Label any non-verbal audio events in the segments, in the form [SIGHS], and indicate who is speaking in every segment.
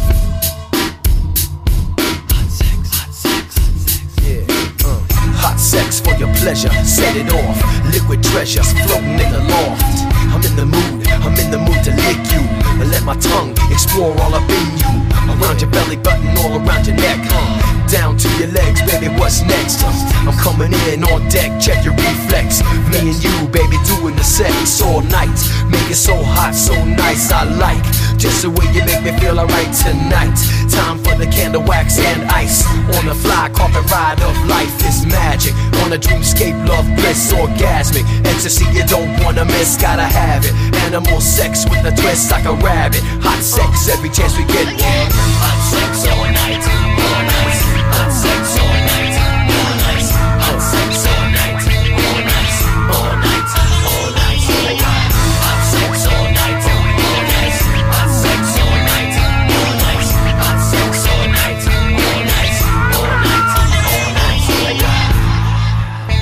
Speaker 1: Uh, sex all night. Make it so hot, so nice, I like. Just the way you make me feel alright tonight. Time for the candle wax and ice. On the fly carpet ride of life is magic. On a dreamscape, love bliss, orgasmic. Ecstasy you don't wanna miss, gotta have it. Animal sex with a twist like a rabbit. Hot sex every chance we get. Hot sex all night, all night. Hot sex all night, all night. Hot sex all night, all night, all night, all night, all night. Hot sex all night, all night. Hot sex all night, all night. Hot sex all night, all night, all night, all night, all night.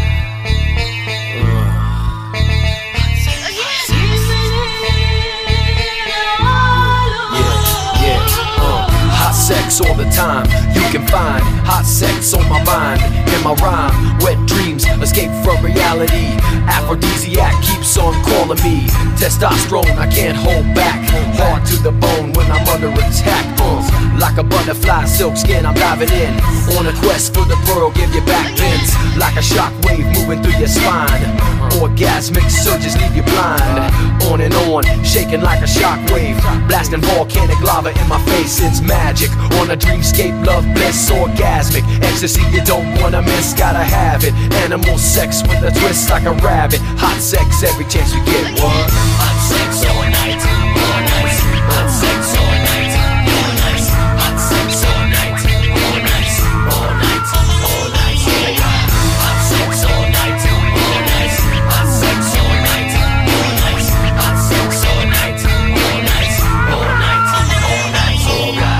Speaker 1: Yeah, yeah, uh, hot sex all the time. You can find hot sex on my mind, in my rhyme. Wet dreams, escape from reality. Aphrodisiac keeps on calling me. Testosterone, I can't hold back. Hard to the bone when I'm under attack. Uh, like a butterfly, silk skin, I'm diving in. On a quest for the pearl, give you back bends. Like a shockwave moving through your spine. Orgasmic surges leave you blind. On and on, shaking like a shockwave. Blasting volcanic lava in my face, it's magic. On a dreamscape, love bliss, orgasmic. Ecstasy you don't wanna miss, gotta have it. Animal sex with a twist like a rabbit. Hot sex every chance we get. What? Hot sex all night, all night. Hot sex all night, all night. Hot sex all night, all night, all night, all night. Hot sex all night, all night. Hot sex all night, all night. Hot sex all night, all night, all night, all night, all night.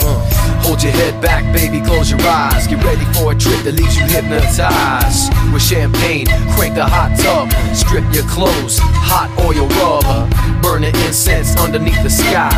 Speaker 1: Uh. Hold your head back, baby, close your eyes. Get ready for a trip that leaves you hypnotized. With champagne, crank the hot tub. Strip your clothes, hot oil rubber. Burn the incense underneath the sky.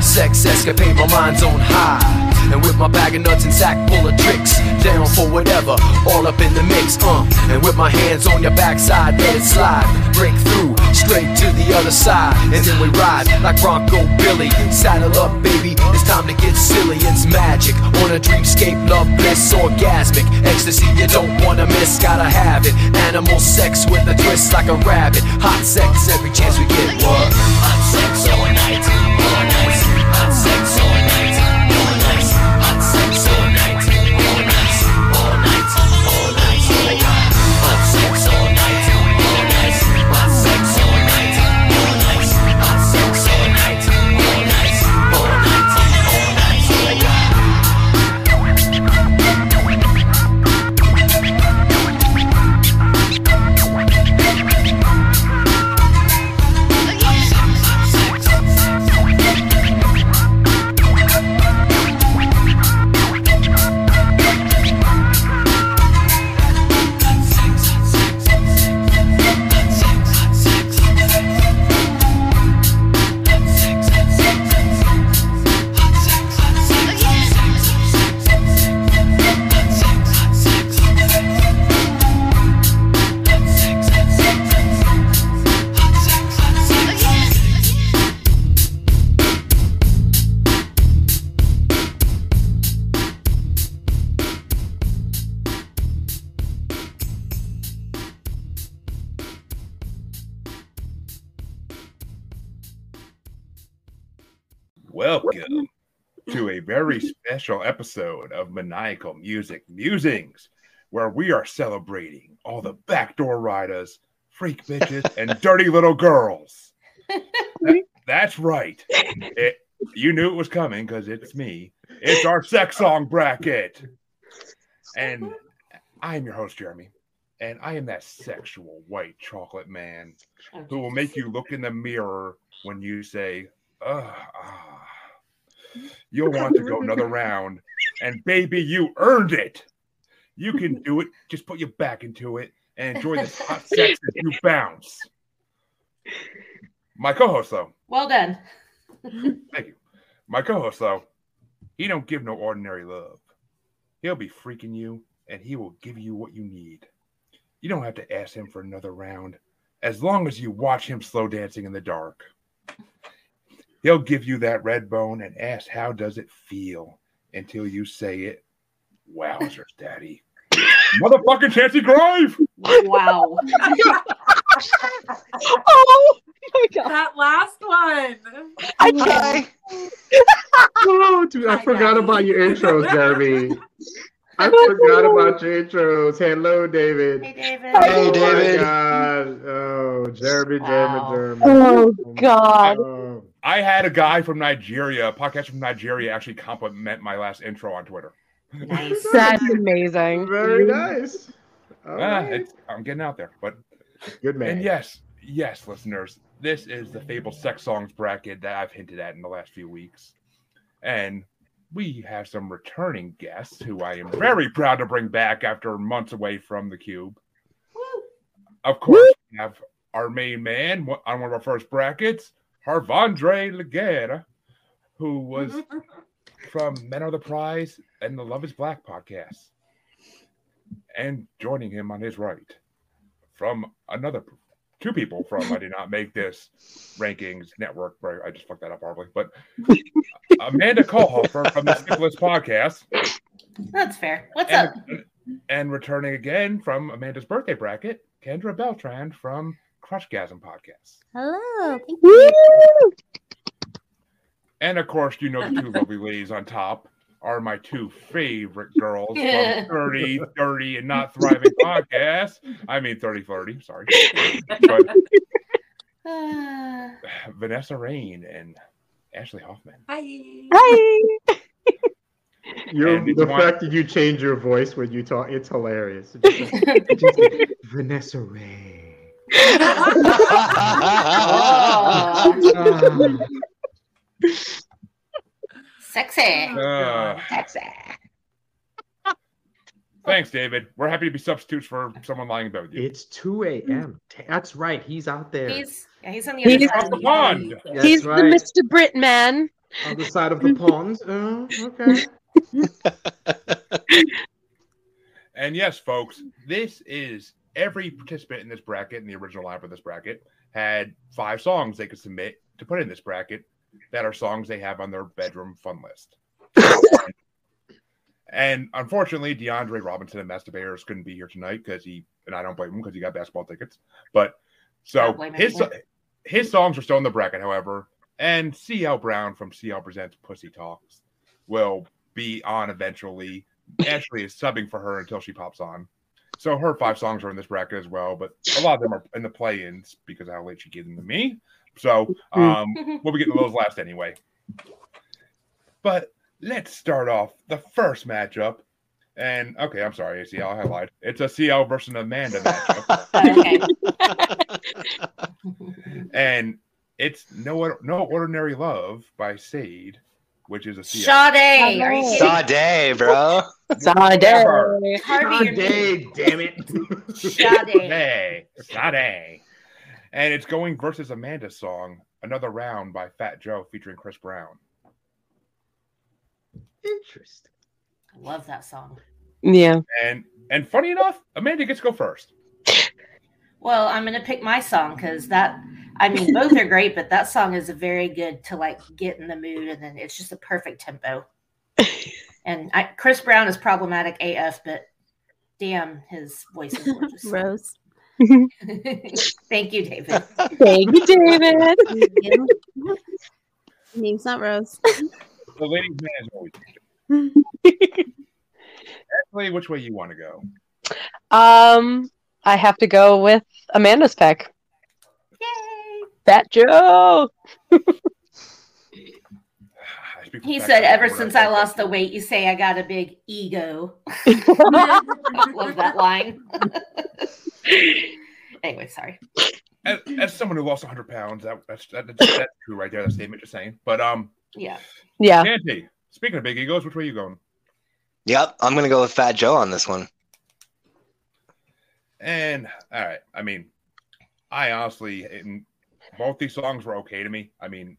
Speaker 1: Sex escapade, my mind's on high. And with my bag of nuts and sack full of tricks, down for whatever, all up in the mix, uh. And with my hands on your backside, let it slide. Break through, straight to the other side. And then we ride like Bronco Billy. Saddle up, baby, it's time to get silly. It's magic on a dreamscape, love bliss, orgasmic. Ecstasy you don't wanna miss, gotta have it. Animal sex with a twist like a rabbit. Hot sex every chance we get. What? Hot sex all night, all night. Hot sex all night, all night. Hot sex all night, all night, all night, all night, all night. Hot sex all night, all night. Hot sex all night, all night. Hot sex all night, all night, all night, all night, all night.
Speaker 2: Welcome to a very special episode of Maniacal Music Musings, where we are celebrating all the backdoor riders, freak bitches, and dirty little girls. That- that's right. It, you knew it was coming because it's me. It's our sex song bracket. And I am your host, Jeremy. And I am that sexual white chocolate man who will make you look in the mirror when you say, Ugh, ah. You'll want to go another round. And baby, you earned it. You can do it. Just put your back into it and enjoy the hot sex as you bounce. My co-host though,
Speaker 3: Well
Speaker 4: [LAUGHS]
Speaker 3: done.
Speaker 2: thank you. My co-host though, he don't give no ordinary love. He'll be freaking you and he will give you what you need. You don't have to ask him for another round as long as you watch him slow dancing in the dark. He'll give you that red bone and ask how does it feel until you say it.
Speaker 5: [LAUGHS]
Speaker 2: Wowzers, daddy. Motherfucking Chancy Grove!
Speaker 6: [LAUGHS]
Speaker 3: Wow.
Speaker 7: oh my god.
Speaker 6: That last one.
Speaker 7: I can't.
Speaker 8: Oh, dude, I
Speaker 6: Hi,
Speaker 8: forgot
Speaker 6: Daddy.
Speaker 8: about your intros, Jeremy.
Speaker 6: [LAUGHS]
Speaker 8: I forgot about your intros. Hello, David.
Speaker 4: Hey, David.
Speaker 7: Hey,
Speaker 8: oh
Speaker 7: David.
Speaker 8: My God. Oh, Jeremy,
Speaker 6: Wow.
Speaker 8: Jeremy, Jeremy.
Speaker 7: Oh god.
Speaker 8: Oh.
Speaker 2: I had a guy from Nigeria, a podcast from Nigeria, actually compliment my last intro on Twitter.
Speaker 4: Nice.
Speaker 7: That's amazing.
Speaker 8: Very nice. All
Speaker 2: Ah,
Speaker 8: right.
Speaker 2: it's- I'm getting out there, but
Speaker 8: Good man.
Speaker 2: And yes, yes, listeners, this is the fabled sex songs bracket that I've hinted at in the last few weeks. And we have some returning guests who I am very proud to bring back after months away from the cube. Of course, we have our main man one- on one of our first brackets, Harvandre Laguerre, who was from Men Are the Prize and the Love is Black podcast. And joining him on his right from another two people from I did not make this rankings network. Right, I just fucked that up horribly. But Amanda Kohlhofer
Speaker 4: [LAUGHS]
Speaker 2: from the Simplest Podcast
Speaker 4: That's fair. What's up?
Speaker 2: and, and returning again from Amanda's birthday bracket, Kendra Beltran from Crushgasm Podcast.
Speaker 7: Hello. Thank you.
Speaker 2: And of course, you know the two lovely
Speaker 4: [LAUGHS]
Speaker 2: ladies on top are my two favorite girls
Speaker 4: Yeah.
Speaker 2: from 30, 30, and Not
Speaker 4: [LAUGHS]
Speaker 2: Thriving podcast. I mean 30, 30, sorry. But
Speaker 4: [LAUGHS] Uh,
Speaker 2: Vanessa Rain and Ashley Hoffman.
Speaker 6: Hi.
Speaker 7: Hi.
Speaker 8: Your,
Speaker 2: And if
Speaker 8: the
Speaker 2: you want-
Speaker 8: fact that you change your voice when you talk, it's hilarious. It's just like- it's
Speaker 6: [LAUGHS]
Speaker 8: just like, Vanessa
Speaker 7: [LAUGHS]
Speaker 8: Ray.
Speaker 4: oh,
Speaker 8: Ah.
Speaker 4: sexy.
Speaker 2: Uh,
Speaker 4: Sexy.
Speaker 2: thanks, David. We're happy to be substitutes for someone lying in bed with you.
Speaker 8: it's 2 a.m. That's right. He's out there.
Speaker 4: He's yeah, he's on the
Speaker 7: He's-
Speaker 4: other side.
Speaker 2: Across the pond.
Speaker 8: That's
Speaker 7: He's
Speaker 8: right.
Speaker 7: the Mm-hmm. Mr. Brit man.
Speaker 8: on the side of the pond. Oh, okay.
Speaker 2: And yes, folks, this is every participant in this bracket, in the original lineup of this bracket, had five songs they could submit to put in this bracket that are songs they have on their bedroom fun
Speaker 4: [COUGHS]
Speaker 2: list. and unfortunately, DeAndre Robinson and Masturbators couldn't be here tonight because he, and I don't blame him because he got basketball tickets. But
Speaker 4: Don't
Speaker 2: so
Speaker 4: blame him.
Speaker 2: his, his songs are still in the bracket, however. And CL Brown from CL Presents Pussy Talks will be on eventually. Ashley is subbing for her until she pops on. So her five songs are in this bracket as well, but a lot of them are in the play-ins because of how late she gave them to me. So um, we'll be getting to those last anyway. But let's start off the first matchup. And okay, I'm sorry, ACL, I lied. It's a CL versus an Amanda matchup.
Speaker 4: [LAUGHS] okay.
Speaker 2: and it's no no ordinary love by Sade, which is a CL.
Speaker 4: Sade. Are you kidding?
Speaker 9: Sade,
Speaker 4: [LAUGHS]
Speaker 9: bro.
Speaker 7: Sade.
Speaker 4: Harvey, you're-
Speaker 8: Day, damn it.
Speaker 4: Sade.
Speaker 2: Hey, Sade. And it's going versus Amanda's song, Another Round by Fat Joe featuring Chris Brown.
Speaker 8: Interesting.
Speaker 4: Love that song.
Speaker 7: Yeah.
Speaker 2: And and funny enough, Amanda gets to go first.
Speaker 4: Well, I'm gonna pick my song because that. I mean, both are great, but that song is very good to like get in the mood, and then it's just a perfect [LAUGHS] tempo. And I, Chris Brown is problematic AF, but damn, his voice is [LAUGHS] gorgeous.
Speaker 5: Rose.
Speaker 4: Thank you, David.
Speaker 7: Thank you, David.
Speaker 5: Name's not Rose.
Speaker 2: The ladies' man is always. Ashley, which way you want to go?
Speaker 7: [LAUGHS] Um, I have to go with Amanda's pick.
Speaker 4: Yay! [LAUGHS]
Speaker 7: Fat Joe.
Speaker 2: I speak for
Speaker 4: He
Speaker 2: Fat
Speaker 4: said,
Speaker 2: Joe
Speaker 4: "Ever
Speaker 2: before
Speaker 4: since
Speaker 2: that
Speaker 4: I lost
Speaker 2: podcast.
Speaker 4: the weight, you say I got a big ego." [LAUGHS] Love that line. [LAUGHS] anyway, sorry.
Speaker 2: As, as someone who lost 100 pounds, that, that's that, that's that's true right there. That statement just saying. But um,
Speaker 4: [LAUGHS] Yeah.
Speaker 7: Yeah.
Speaker 2: Shanty, speaking of big egos, which way you going?
Speaker 9: Yep, I'm gonna go with Fat Joe on this one.
Speaker 2: And all right, I mean, I honestly, in, both these songs were okay to me. I mean,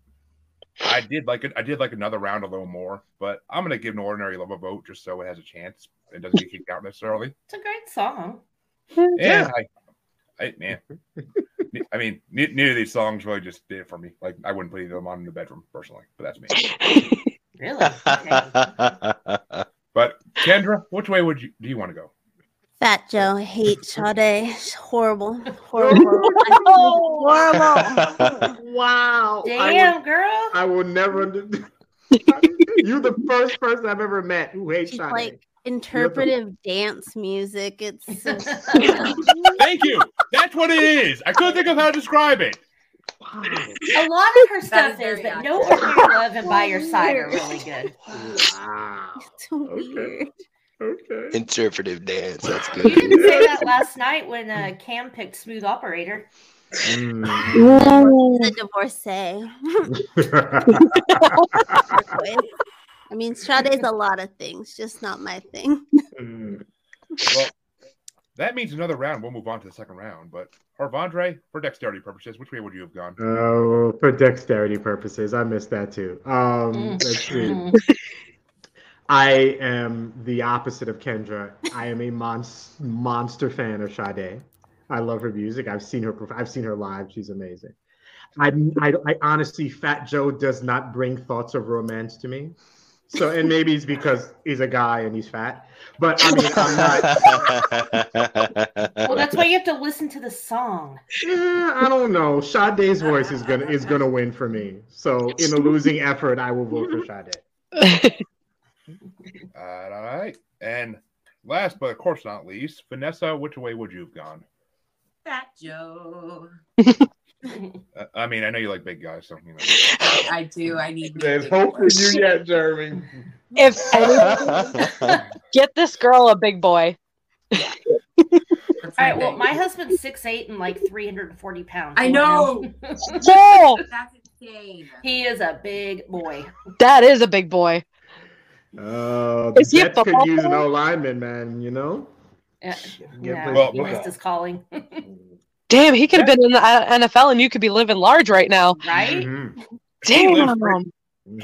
Speaker 2: I did like it. I did like another round a little more, but I'm gonna give an ordinary love a vote just so it has a chance it doesn't get kicked out necessarily.
Speaker 4: It's a great song.
Speaker 2: Yeah, I, I man. Ne- I mean, ne- neither of these songs really just did it for me. Like, I wouldn't put either of them on in the bedroom personally, but that's me.
Speaker 4: [LAUGHS] Really? Okay.
Speaker 2: [LAUGHS] But Kendra, which way would you do you want to go?
Speaker 3: [LAUGHS] Fat Joe hates Sade. It's horrible.
Speaker 4: [LAUGHS]
Speaker 3: Horrible. horrible.
Speaker 4: Oh.
Speaker 8: Wow. I
Speaker 4: Damn,
Speaker 8: will,
Speaker 4: girl.
Speaker 8: I will
Speaker 6: [LAUGHS]
Speaker 8: never. [LAUGHS] under- You're the first person I've ever met who hates
Speaker 3: She's
Speaker 8: Sade.
Speaker 3: like interpretive dance
Speaker 8: [LAUGHS]
Speaker 3: music. It's so
Speaker 2: Thank you. That's what it is. I couldn't think of how to describe it.
Speaker 4: A lot of her
Speaker 6: [LAUGHS] That is
Speaker 4: stuff is,
Speaker 6: very
Speaker 4: but
Speaker 6: accurate.
Speaker 4: No One Your Love and By Your Side are really good.
Speaker 8: wow.
Speaker 3: it's so
Speaker 8: Okay.
Speaker 3: weird.
Speaker 8: Okay.
Speaker 9: Interpretive dance.
Speaker 10: [LAUGHS]
Speaker 9: That's
Speaker 4: You
Speaker 9: good.
Speaker 4: didn't say that last night when uh, Cam picked Smooth Operator.
Speaker 3: The divorcee. I mean, Sade is a lot of things, just not my thing.
Speaker 8: Mm.
Speaker 2: Well, that means another round. We'll move on to the second round. But Harvandre, for dexterity purposes, which way would you have gone?
Speaker 8: Oh, for dexterity purposes, I missed that too. Um,
Speaker 4: Mm.
Speaker 8: let's see.
Speaker 4: Mm.
Speaker 8: I am the opposite of Kendra. I am a monst- monster fan of Sade. I love her music. I've seen her. perf- I've seen her live. She's amazing. I, I, I honestly, Fat Joe does not bring thoughts of romance to me. So, and maybe it's because he's a guy and he's fat. But I mean, I'm not.
Speaker 4: [LAUGHS] Well, that's why you have to listen to
Speaker 6: [LAUGHS]
Speaker 4: the song.
Speaker 8: Eh, I don't know. Sade's voice is gonna is gonna win for me. So, in a losing effort, I will vote for Sade.
Speaker 2: All right. And last but of course not least, Vanessa, which way would you have gone?
Speaker 6: Fat Joe.
Speaker 2: Uh, I mean, I know you like big guys, so you know.
Speaker 8: [LAUGHS]
Speaker 6: I do. I need.
Speaker 8: There's
Speaker 6: music.
Speaker 8: hope for you yet, Jeremy.
Speaker 7: if anyone,
Speaker 8: [LAUGHS]
Speaker 7: get this girl a big boy.
Speaker 6: That's
Speaker 4: All
Speaker 6: my
Speaker 4: right. Well,
Speaker 6: thing.
Speaker 4: my husband's six eight and like three hundred and forty pounds.
Speaker 6: I know. [LAUGHS]
Speaker 4: [LAUGHS]
Speaker 7: Yeah,
Speaker 6: That's insane.
Speaker 4: He is a big boy.
Speaker 7: that is a big boy.
Speaker 8: Uh, the
Speaker 7: Is he a
Speaker 8: Jets could
Speaker 7: football
Speaker 8: use an
Speaker 7: player?
Speaker 8: O lineman, man. You know.
Speaker 4: Uh, Yeah,
Speaker 8: Yeah,
Speaker 4: no,
Speaker 2: well,
Speaker 4: he missed his calling, [LAUGHS]
Speaker 7: Damn, he could have been in the uh, NFL and you could be living large right now.
Speaker 4: right?
Speaker 8: Mhm.
Speaker 2: She lives
Speaker 7: Damn.
Speaker 2: pretty-
Speaker 4: Or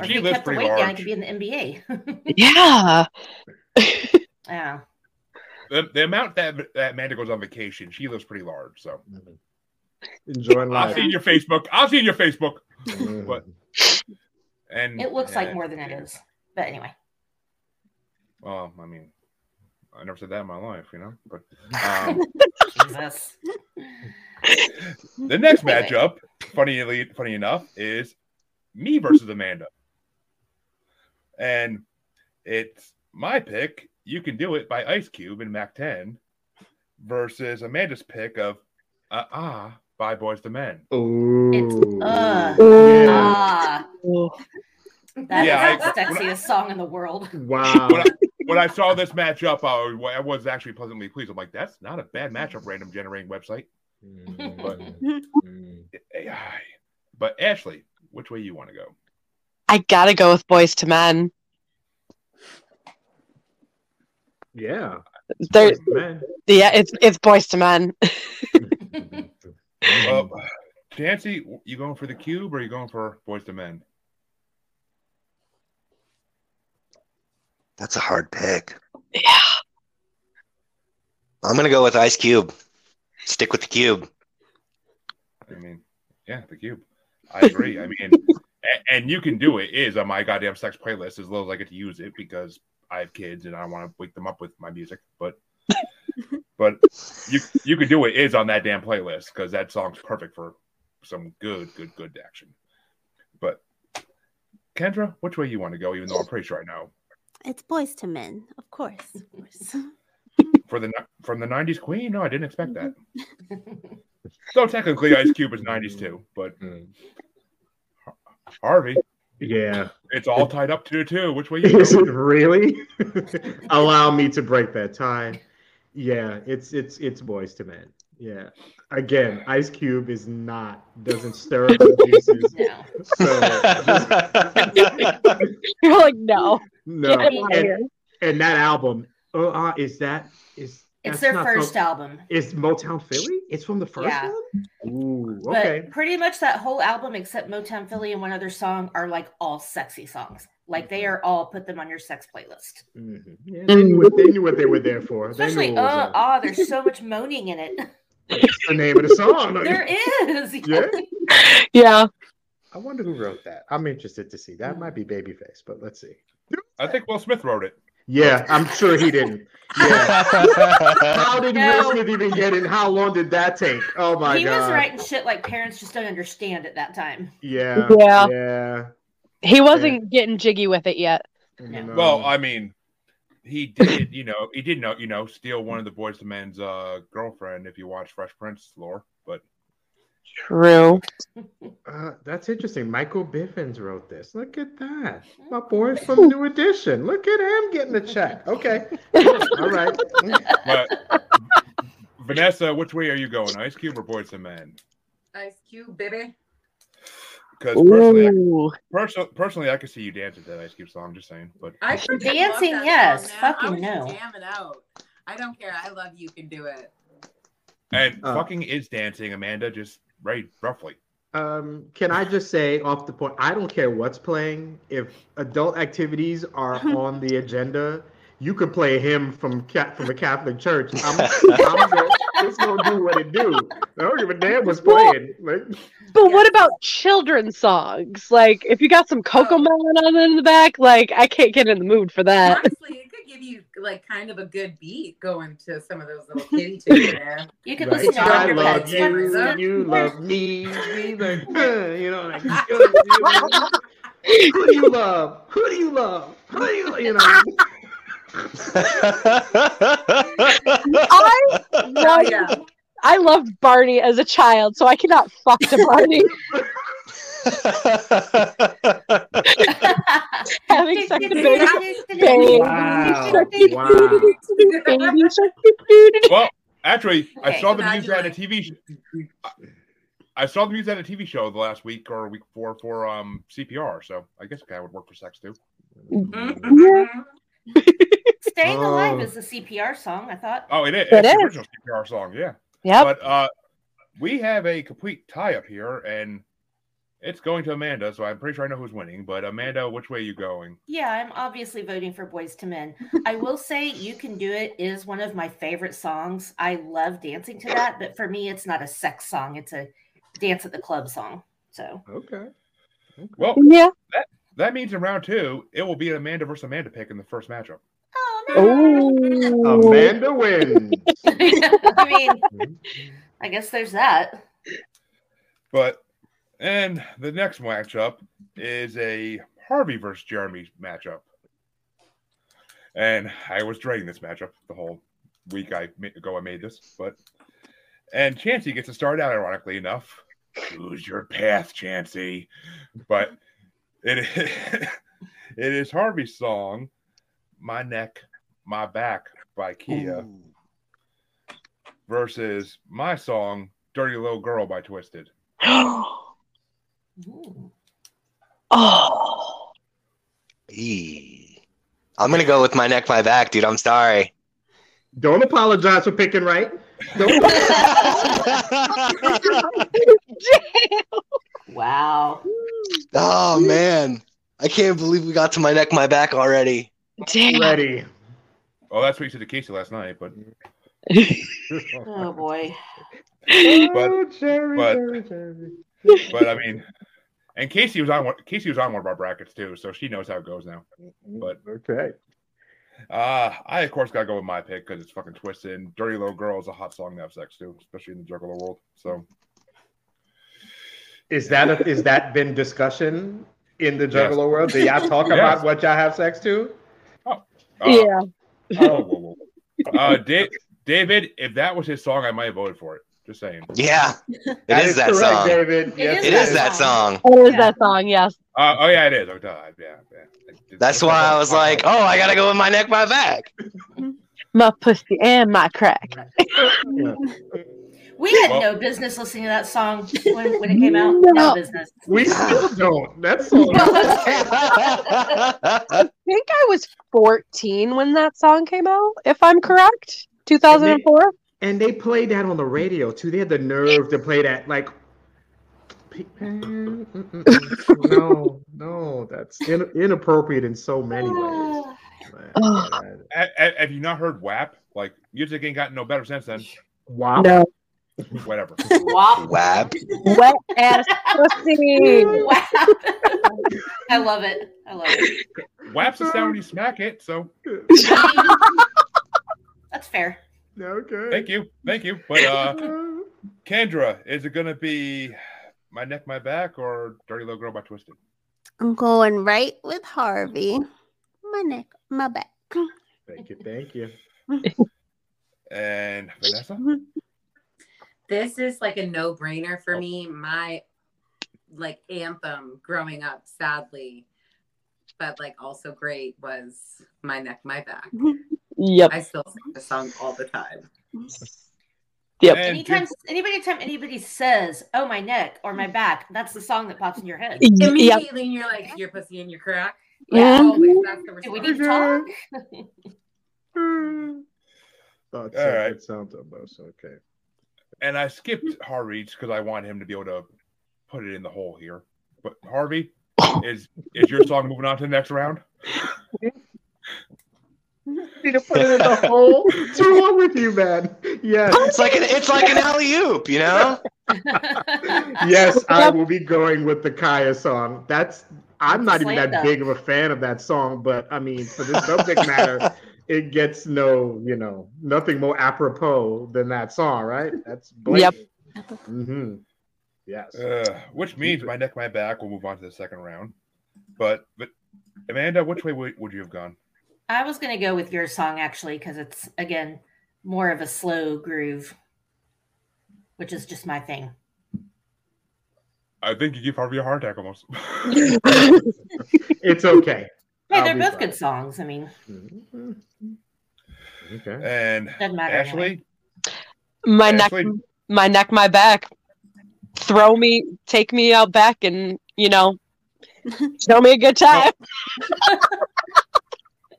Speaker 4: if
Speaker 2: She
Speaker 4: he
Speaker 2: lives
Speaker 4: kept the
Speaker 2: pretty
Speaker 4: weight down, he
Speaker 2: large.
Speaker 4: could be in the [LAUGHS] NBA.
Speaker 7: Yeah.
Speaker 4: yeah.
Speaker 2: The, the amount that that Amanda goes on vacation, she lives pretty large. So
Speaker 8: [LAUGHS] Enjoying
Speaker 2: I've
Speaker 8: life.
Speaker 2: seen your Facebook. I've seen your Facebook.
Speaker 8: Mhm.
Speaker 2: but- And
Speaker 4: It looks like
Speaker 2: and-
Speaker 4: more than it is. But anyway.
Speaker 2: Well, I mean, I never said that in my life, you know.
Speaker 4: [LAUGHS]
Speaker 2: But um,
Speaker 4: Jesus.
Speaker 2: the next
Speaker 4: Wait a minute.
Speaker 7: [LAUGHS]
Speaker 2: matchup, funny, funny enough, is me versus Amanda, and it's my pick. You can do it by Ice Cube in Mac Ten versus Amanda's pick of uh ah by Boys to Men.
Speaker 8: Ooh.
Speaker 4: It's, uh,
Speaker 8: Yeah.
Speaker 4: Ah, that
Speaker 2: Yeah,
Speaker 4: is
Speaker 2: I-
Speaker 4: the sexiest song in the world.
Speaker 8: wow.
Speaker 2: When I, when I saw this matchup, I was, I was actually pleasantly pleased. I'm like, that's not a bad matchup. Random generating website.
Speaker 4: [LAUGHS]
Speaker 8: Mhm.
Speaker 2: AI. But Ashley, which way you want to go?
Speaker 7: I gotta go with boys to men.
Speaker 8: yeah.
Speaker 7: They're,
Speaker 8: Man.
Speaker 7: yeah, it's it's boys to men. [LAUGHS]
Speaker 2: Well, Chancy, you going for the cube or you going for boys to men?
Speaker 9: That's a hard pick.
Speaker 7: Yeah.
Speaker 9: I'm gonna go with Ice Cube. Stick with the cube.
Speaker 2: I mean, yeah, the cube. I agree. I mean, [LAUGHS] and, and you can do it is on my goddamn sex playlist as little as I get to use it because I have kids and I want to wake them up with my music. But but you you can do it is on that damn playlist because that song's perfect for some good good good action. But Kendra, which way you want to go? Even though I'm pretty sure I know.
Speaker 3: [LAUGHS] It's boys to men, of course. Of
Speaker 8: [LAUGHS]
Speaker 3: course.
Speaker 2: for the ni- from the '90s Queen. No, I didn't expect that. so technically, Ice Cube is '90s too, but Harvey,
Speaker 8: Yeah.
Speaker 2: it's all tied up to two. Which
Speaker 8: [LAUGHS]
Speaker 2: way you
Speaker 8: Is it
Speaker 2: go?
Speaker 8: really? [LAUGHS] Allow me to break that tie. Yeah, it's it's it's boys to men. Yeah. Again, Ice Cube is not doesn't stir up the
Speaker 7: [LAUGHS]
Speaker 8: juices.
Speaker 4: No.
Speaker 8: So just-
Speaker 7: You're like, no.
Speaker 8: no.
Speaker 7: Get him out of
Speaker 8: And-
Speaker 7: here.
Speaker 8: and that album uh, uh is that is
Speaker 4: It's
Speaker 8: that's
Speaker 4: their
Speaker 8: not
Speaker 4: first
Speaker 8: from,
Speaker 4: album.
Speaker 8: is motown philly it's from the first
Speaker 4: Yeah.
Speaker 8: one ooh
Speaker 4: But
Speaker 8: okay
Speaker 4: pretty much that whole album, except Motown Philly and one other song, are like all sexy songs. Like they are all put them on your sex playlist.
Speaker 8: Mhm. Yeah, they, knew what, they knew what they were there for. They knew
Speaker 4: Especially,
Speaker 8: what was
Speaker 4: uh,
Speaker 8: up.
Speaker 4: ah, there's
Speaker 8: [LAUGHS]
Speaker 4: so much moaning in it.
Speaker 8: That's the name of the song.
Speaker 4: [LAUGHS] there is.
Speaker 8: [LAUGHS] Yeah.
Speaker 7: Yeah.
Speaker 8: I wonder who wrote that. I'm interested to see. That might be Babyface, but let's see.
Speaker 2: I think Will Smith wrote it.
Speaker 8: Yeah, I'm sure he didn't. Yeah. How did
Speaker 4: No.
Speaker 8: Will Smith even get in? How long did that take? Oh my
Speaker 4: he
Speaker 8: god.
Speaker 4: was writing shit like parents just don't understand at that time.
Speaker 8: Yeah.
Speaker 7: Yeah.
Speaker 8: Yeah.
Speaker 7: He wasn't getting jiggy with it yet.
Speaker 4: No.
Speaker 2: Well, I mean, he did, you know, he did know, you know, steal one of the boys to men's uh, girlfriend if you watch Fresh Prince lore. But
Speaker 7: True.
Speaker 8: Uh, that's interesting. Michael Biffins wrote this. Look at that. My boy from New Edition. Look at him getting a check. Okay. All right.
Speaker 2: but Vanessa, which way are you going? Ice Cube or Boys to Men?
Speaker 6: Ice Cube, baby.
Speaker 2: Because personally,
Speaker 7: Ooh.
Speaker 2: personally, personally, I could see you dance at that Ice Cube song. Just saying, but
Speaker 6: I freaking love
Speaker 4: Dancing,
Speaker 6: that
Speaker 4: yes.
Speaker 6: song, man.
Speaker 4: Fucking
Speaker 6: I was
Speaker 4: no.
Speaker 6: Jamming out. I don't care. I love you. Can do it.
Speaker 2: and
Speaker 8: Uh.
Speaker 2: fucking is dancing, Amanda. Just right, roughly.
Speaker 8: Um, can I just say off the point, I don't care what's playing. If adult activities are on the agenda, you could play him from ca- from a Catholic church. I'm, [LAUGHS] I'm gonna, it's gonna do what it do. I don't give a damn what's playing. Like,
Speaker 7: But what about children's songs? Like, if you got
Speaker 6: Oh.
Speaker 7: some Coco Melon on in the back, like, I can't get in the mood for [LAUGHS] that.
Speaker 6: Honestly, it could give you like kind of a good beat going to some of those little kitty
Speaker 8: [LAUGHS]
Speaker 6: tunes there.
Speaker 4: You could
Speaker 8: like,
Speaker 4: listen to it on
Speaker 8: I
Speaker 4: your bed.
Speaker 8: love
Speaker 6: Step,
Speaker 8: you,
Speaker 6: step,
Speaker 8: you
Speaker 6: step.
Speaker 8: love me. me like, uh, [LAUGHS] you know, like, who do you love? Who do you love? Who do you, love? you know?
Speaker 7: I
Speaker 6: Oh,
Speaker 7: love,
Speaker 6: yeah.
Speaker 7: I loved Barney as a child, so I cannot fuck
Speaker 6: [LAUGHS]
Speaker 7: to Barney having sex with baby. Baby
Speaker 8: Wow.
Speaker 7: shark.
Speaker 8: Wow.
Speaker 7: Baby shark. Baby
Speaker 2: Well, actually, I
Speaker 4: Okay,
Speaker 2: saw them
Speaker 6: now
Speaker 2: use
Speaker 6: you're
Speaker 2: that in
Speaker 6: right.
Speaker 2: a TV. sh- I I saw them use that in a TV show the last week or week four for um CPR. So I guess that would work for sex too.
Speaker 7: Mm-hmm.
Speaker 4: Staying Alive
Speaker 8: Oh.
Speaker 4: is the CPR song, I thought.
Speaker 2: Oh, it is. It's
Speaker 7: It is.
Speaker 2: the original CPR song. Yeah.
Speaker 7: Yep.
Speaker 2: But uh, we have a complete tie up here, and it's going to Amanda. So I'm pretty sure I know who's winning. But Amanda, which way are you going?
Speaker 4: Yeah, I'm obviously voting for Boys to
Speaker 7: [LAUGHS]
Speaker 4: Men. I will say You Can Do It is one of my favorite songs. I love dancing to that, but for me, it's not a sex song. It's a dance at the club song. So
Speaker 8: Okay.
Speaker 2: Well,
Speaker 7: Yeah.
Speaker 2: that means in round two, it will be an Amanda versus Amanda pick in the first matchup.
Speaker 7: Oh.
Speaker 8: Amanda wins.
Speaker 4: [LAUGHS] I mean, I guess there's that.
Speaker 2: But and the next matchup is a Harvey versus Jeremy matchup. And I was dreading this matchup the whole week I ma- ago I made this, but and Chansey gets to start out ironically enough. Choose your path, Chansey. But it is, [LAUGHS] it is Harvey's song, "My Neck, My Back" by Kia versus my song, "Dirty Little Girl" by Twisted.
Speaker 4: Ooh.
Speaker 7: [GASPS] Oh. [LAUGHS]
Speaker 9: Eee. I'm gonna go with my neck, my back, dude. I'm sorry.
Speaker 8: Don't apologize for picking right. Don't.
Speaker 4: Wow.
Speaker 9: oh man, I can't believe we got to my neck, my back already.
Speaker 7: Damn.
Speaker 8: ready.
Speaker 7: [LAUGHS]
Speaker 2: Well, that's what you said to Casey last night, but
Speaker 4: Oh boy.
Speaker 2: But-
Speaker 8: oh, Jerry,
Speaker 2: but-
Speaker 8: Jerry, Jerry.
Speaker 2: but I mean, and Casey was on one. Casey was on one of our brackets too, so she knows how it goes now. But
Speaker 8: Okay.
Speaker 2: uh I of course gotta go with my pick because it's fucking twisted. And "Dirty Little Girl" is a hot song to have sex to, especially in the juggalo world. So
Speaker 8: [LAUGHS] Is that a, is that been discussion in the
Speaker 2: Yes.
Speaker 8: Juggalo world? Do y'all talk
Speaker 2: Yes.
Speaker 8: about what y'all have sex to?
Speaker 2: uh,
Speaker 7: Yeah.
Speaker 2: oh, whoa, whoa. Uh, Da- David, if that was his song, I might have voted for it. Just saying.
Speaker 9: Yeah, it is that
Speaker 8: correct,
Speaker 9: song.
Speaker 8: David.
Speaker 4: is
Speaker 9: It is that song.
Speaker 7: What is
Speaker 4: Yeah.
Speaker 7: that song? Yes.
Speaker 2: Uh, oh yeah, it is. Oh, duh, yeah, yeah.
Speaker 9: That's why I was like, oh, I gotta go with my neck, my back.
Speaker 7: My pussy and my crack.
Speaker 4: We had
Speaker 2: Well-
Speaker 4: no business listening to that song when, when it came out. No,
Speaker 7: No.
Speaker 4: business.
Speaker 8: We still don't. That's all.
Speaker 7: I think I was 14 when that song came out, if I'm correct. 2004?
Speaker 8: and they played that on the radio too. They had the nerve to play that like Pe-
Speaker 5: [LAUGHS]
Speaker 8: mm, mm, mm, mm. no, no, that's in- inappropriate in so many ways.
Speaker 7: Ugh.
Speaker 8: Man.
Speaker 2: A- a- have you not heard WAP? Like music ain't gotten no better since
Speaker 8: [LAUGHS]
Speaker 2: then.
Speaker 8: Wow.
Speaker 7: [LAUGHS] No.
Speaker 2: Whatever.
Speaker 4: Wop.
Speaker 9: Wab.
Speaker 7: Wet ass pussy.
Speaker 4: [LAUGHS] Wow. I love it. I love it.
Speaker 2: WAP's the sound when you smack it. So
Speaker 4: That's fair.
Speaker 8: Okay.
Speaker 2: thank you, thank you. But uh Kendra, is it gonna be my neck, my back, or Dirty Little Girl by Twisted?
Speaker 3: I'm going right with Harvey. My neck, my back.
Speaker 8: Thank you. Thank you.
Speaker 2: And
Speaker 8: [LAUGHS]
Speaker 2: Vanessa,
Speaker 6: This is like a no brainer
Speaker 9: Oh.
Speaker 6: for me. My like anthem growing up, sadly, but like also great was My Neck, My Back.
Speaker 7: Yep.
Speaker 6: I still sing the song all the time.
Speaker 7: Yep.
Speaker 2: And
Speaker 4: Anytime,
Speaker 2: Jim-
Speaker 4: anybody, anytime anybody says, "Oh my neck" or "my back," that's the song that pops in your head.
Speaker 7: Yep.
Speaker 6: Immediately, you're like, your pussy and your crack.
Speaker 7: Yeah. Mm-hmm.
Speaker 6: always, that's the
Speaker 4: Do we
Speaker 6: response.
Speaker 4: need to talk?
Speaker 8: Thoughts
Speaker 2: All right.
Speaker 8: It sounds almost okay.
Speaker 2: Uh, and I skipped Harvey's because I want him to be able to put it in the hole here. But Harvey, is is your song moving on to the next round?
Speaker 8: Need to put it in the hole.
Speaker 9: [LAUGHS]
Speaker 8: What's wrong with you, man?
Speaker 7: Oh,
Speaker 8: Yes.
Speaker 9: It's like an it's like an alley oop, you know?
Speaker 8: Yes, I will be going with the Kaya song. That's I'm not even
Speaker 4: Slam
Speaker 8: that
Speaker 4: dunk.
Speaker 8: big of a fan of that song, but I mean, for this subject matter, it gets no, you know, nothing more apropos than that song, right? That's blatant. Mm-hmm. Yes.
Speaker 2: Uh, which means my neck, my back. We'll move on to the second round. But but Amanda, which way would, would you have gone?
Speaker 4: I was gonna go with your song actually because it's again more of a slow groove, which is just my thing.
Speaker 7: [LAUGHS]
Speaker 2: I think you give Harvey a heart attack almost. [LAUGHS]
Speaker 8: It's okay.
Speaker 4: [LAUGHS] Hey,
Speaker 8: I'll
Speaker 4: they're
Speaker 8: be
Speaker 4: both
Speaker 8: fine.
Speaker 4: good songs. I mean,
Speaker 7: Mm-hmm.
Speaker 8: Mhm. Okay.
Speaker 2: and
Speaker 4: doesn't matter. anyway.
Speaker 2: Ashley,
Speaker 4: [LAUGHS]
Speaker 7: My neck,
Speaker 2: Ashley?
Speaker 7: my neck, my back. Throw me, take me out back, and
Speaker 6: [LAUGHS]
Speaker 7: you know, show me a good time.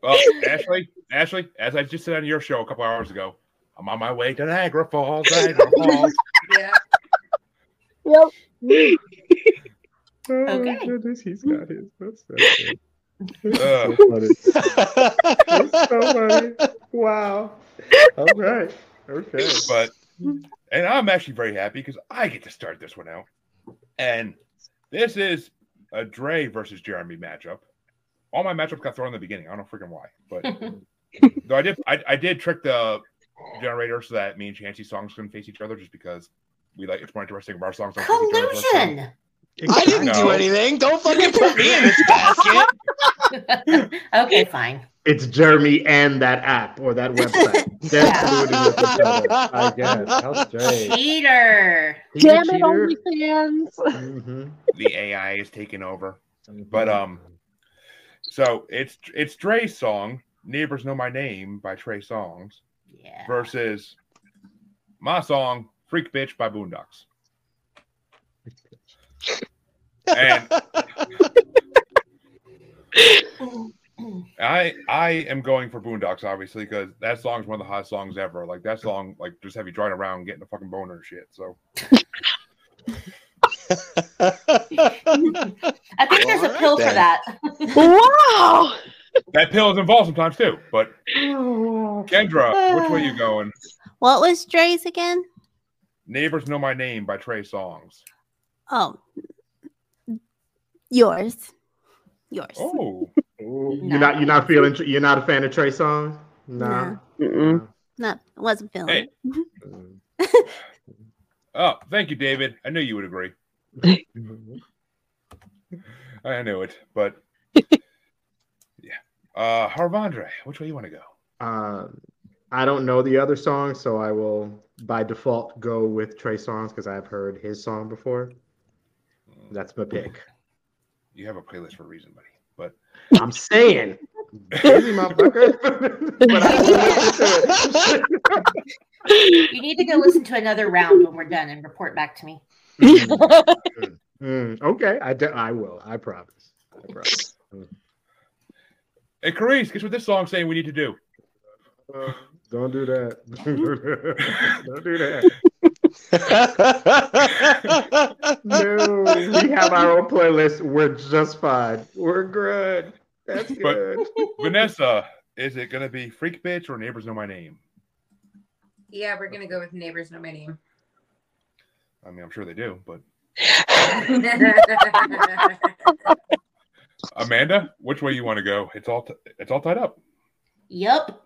Speaker 2: well, Ashley, Ashley, as I just said on your show a couple hours ago, I'm on my way to Niagara Falls. Niagara
Speaker 8: [LAUGHS]
Speaker 2: Falls.
Speaker 6: Yeah.
Speaker 7: Yep.
Speaker 8: Oh,
Speaker 4: Okay.
Speaker 8: goodness, he's got his. That's, that's it.
Speaker 2: Uh,
Speaker 8: So funny. That's so funny. Wow. All right. Okay.
Speaker 2: but and I'm actually very happy because I get to start this one out. And this is a Dre versus Jeremy matchup. All my matchups got thrown in the beginning. I don't know freaking why,
Speaker 9: [LAUGHS]
Speaker 2: but though I did I, I did trick the generator so that me and Chancey's songs couldn't face each other just because we like it's more interesting if our songs don't face each other. so-
Speaker 4: Collusion.
Speaker 9: I didn't do
Speaker 2: No.
Speaker 9: anything. Don't fucking put me
Speaker 2: [LAUGHS]
Speaker 9: in this basket.
Speaker 4: [LAUGHS]
Speaker 7: [LAUGHS]
Speaker 4: okay, fine.
Speaker 8: It's Jeremy and that app or that website. They're
Speaker 4: Yeah.
Speaker 8: colluding with each other. I guess. How strange.
Speaker 4: Cheater.
Speaker 7: Damn
Speaker 4: [LAUGHS]
Speaker 7: it, OnlyFans.
Speaker 8: Mhm.
Speaker 2: The AI is taking over. But, um, So it's it's Dre's song, Neighbors Know My Name by Trey Songs,
Speaker 4: Yeah.
Speaker 2: versus my song, Freak Bitch by Boondocks. And I I am going for Boondocks, obviously, because that song's one of the hottest songs ever. Like that song, like just have you driving around getting a fucking boner and shit. So
Speaker 4: I think there's
Speaker 9: All
Speaker 4: a
Speaker 9: right
Speaker 4: pill for
Speaker 9: then.
Speaker 4: that.
Speaker 7: Wow.
Speaker 2: that pill is involved sometimes too. But Kendra, which way
Speaker 3: [SIGHS]
Speaker 2: you going?
Speaker 3: [LAUGHS] What was Dre's again?
Speaker 2: Neighbors Know My Name by Trey Songs.
Speaker 3: Oh, yours. Yours.
Speaker 2: Oh,
Speaker 8: You're not. You're not feeling. You're not a fan of Trey Song. Nah.
Speaker 7: Mm-mm.
Speaker 3: Not wasn't Mm-hmm. feeling
Speaker 2: Hey.
Speaker 3: it.
Speaker 2: oh, thank you, David. I knew you would agree. Mm-hmm. I knew it, but yeah. Uh Harvandre, which way you want to go?
Speaker 8: Uh, I don't know the other song, so I will by default go with Trey Songs because I've heard his song before. That's my pick.
Speaker 2: You have a playlist for a reason, buddy. But
Speaker 8: I'm saying. Busy motherfucker. but I
Speaker 2: [LAUGHS]
Speaker 8: will listen to it.
Speaker 4: You need to go listen to another round when we're done and report back to me.
Speaker 8: Mm, okay, I, de- I will. I promise. I promise.
Speaker 2: hey Carice, guess what this song's saying we need to do?
Speaker 8: Uh, don't do that. don't do that. no, we have our own playlist. We're just fine. We're good. That's good.
Speaker 2: [LAUGHS] Vanessa, is it gonna be Freak Bitch or Neighbors Know My Name?
Speaker 6: Yeah, we're gonna go with neighbors know my name.
Speaker 2: I mean, I'm sure they do, but Amanda, which way you want to go? It's all t- it's all tied up.
Speaker 4: Yep.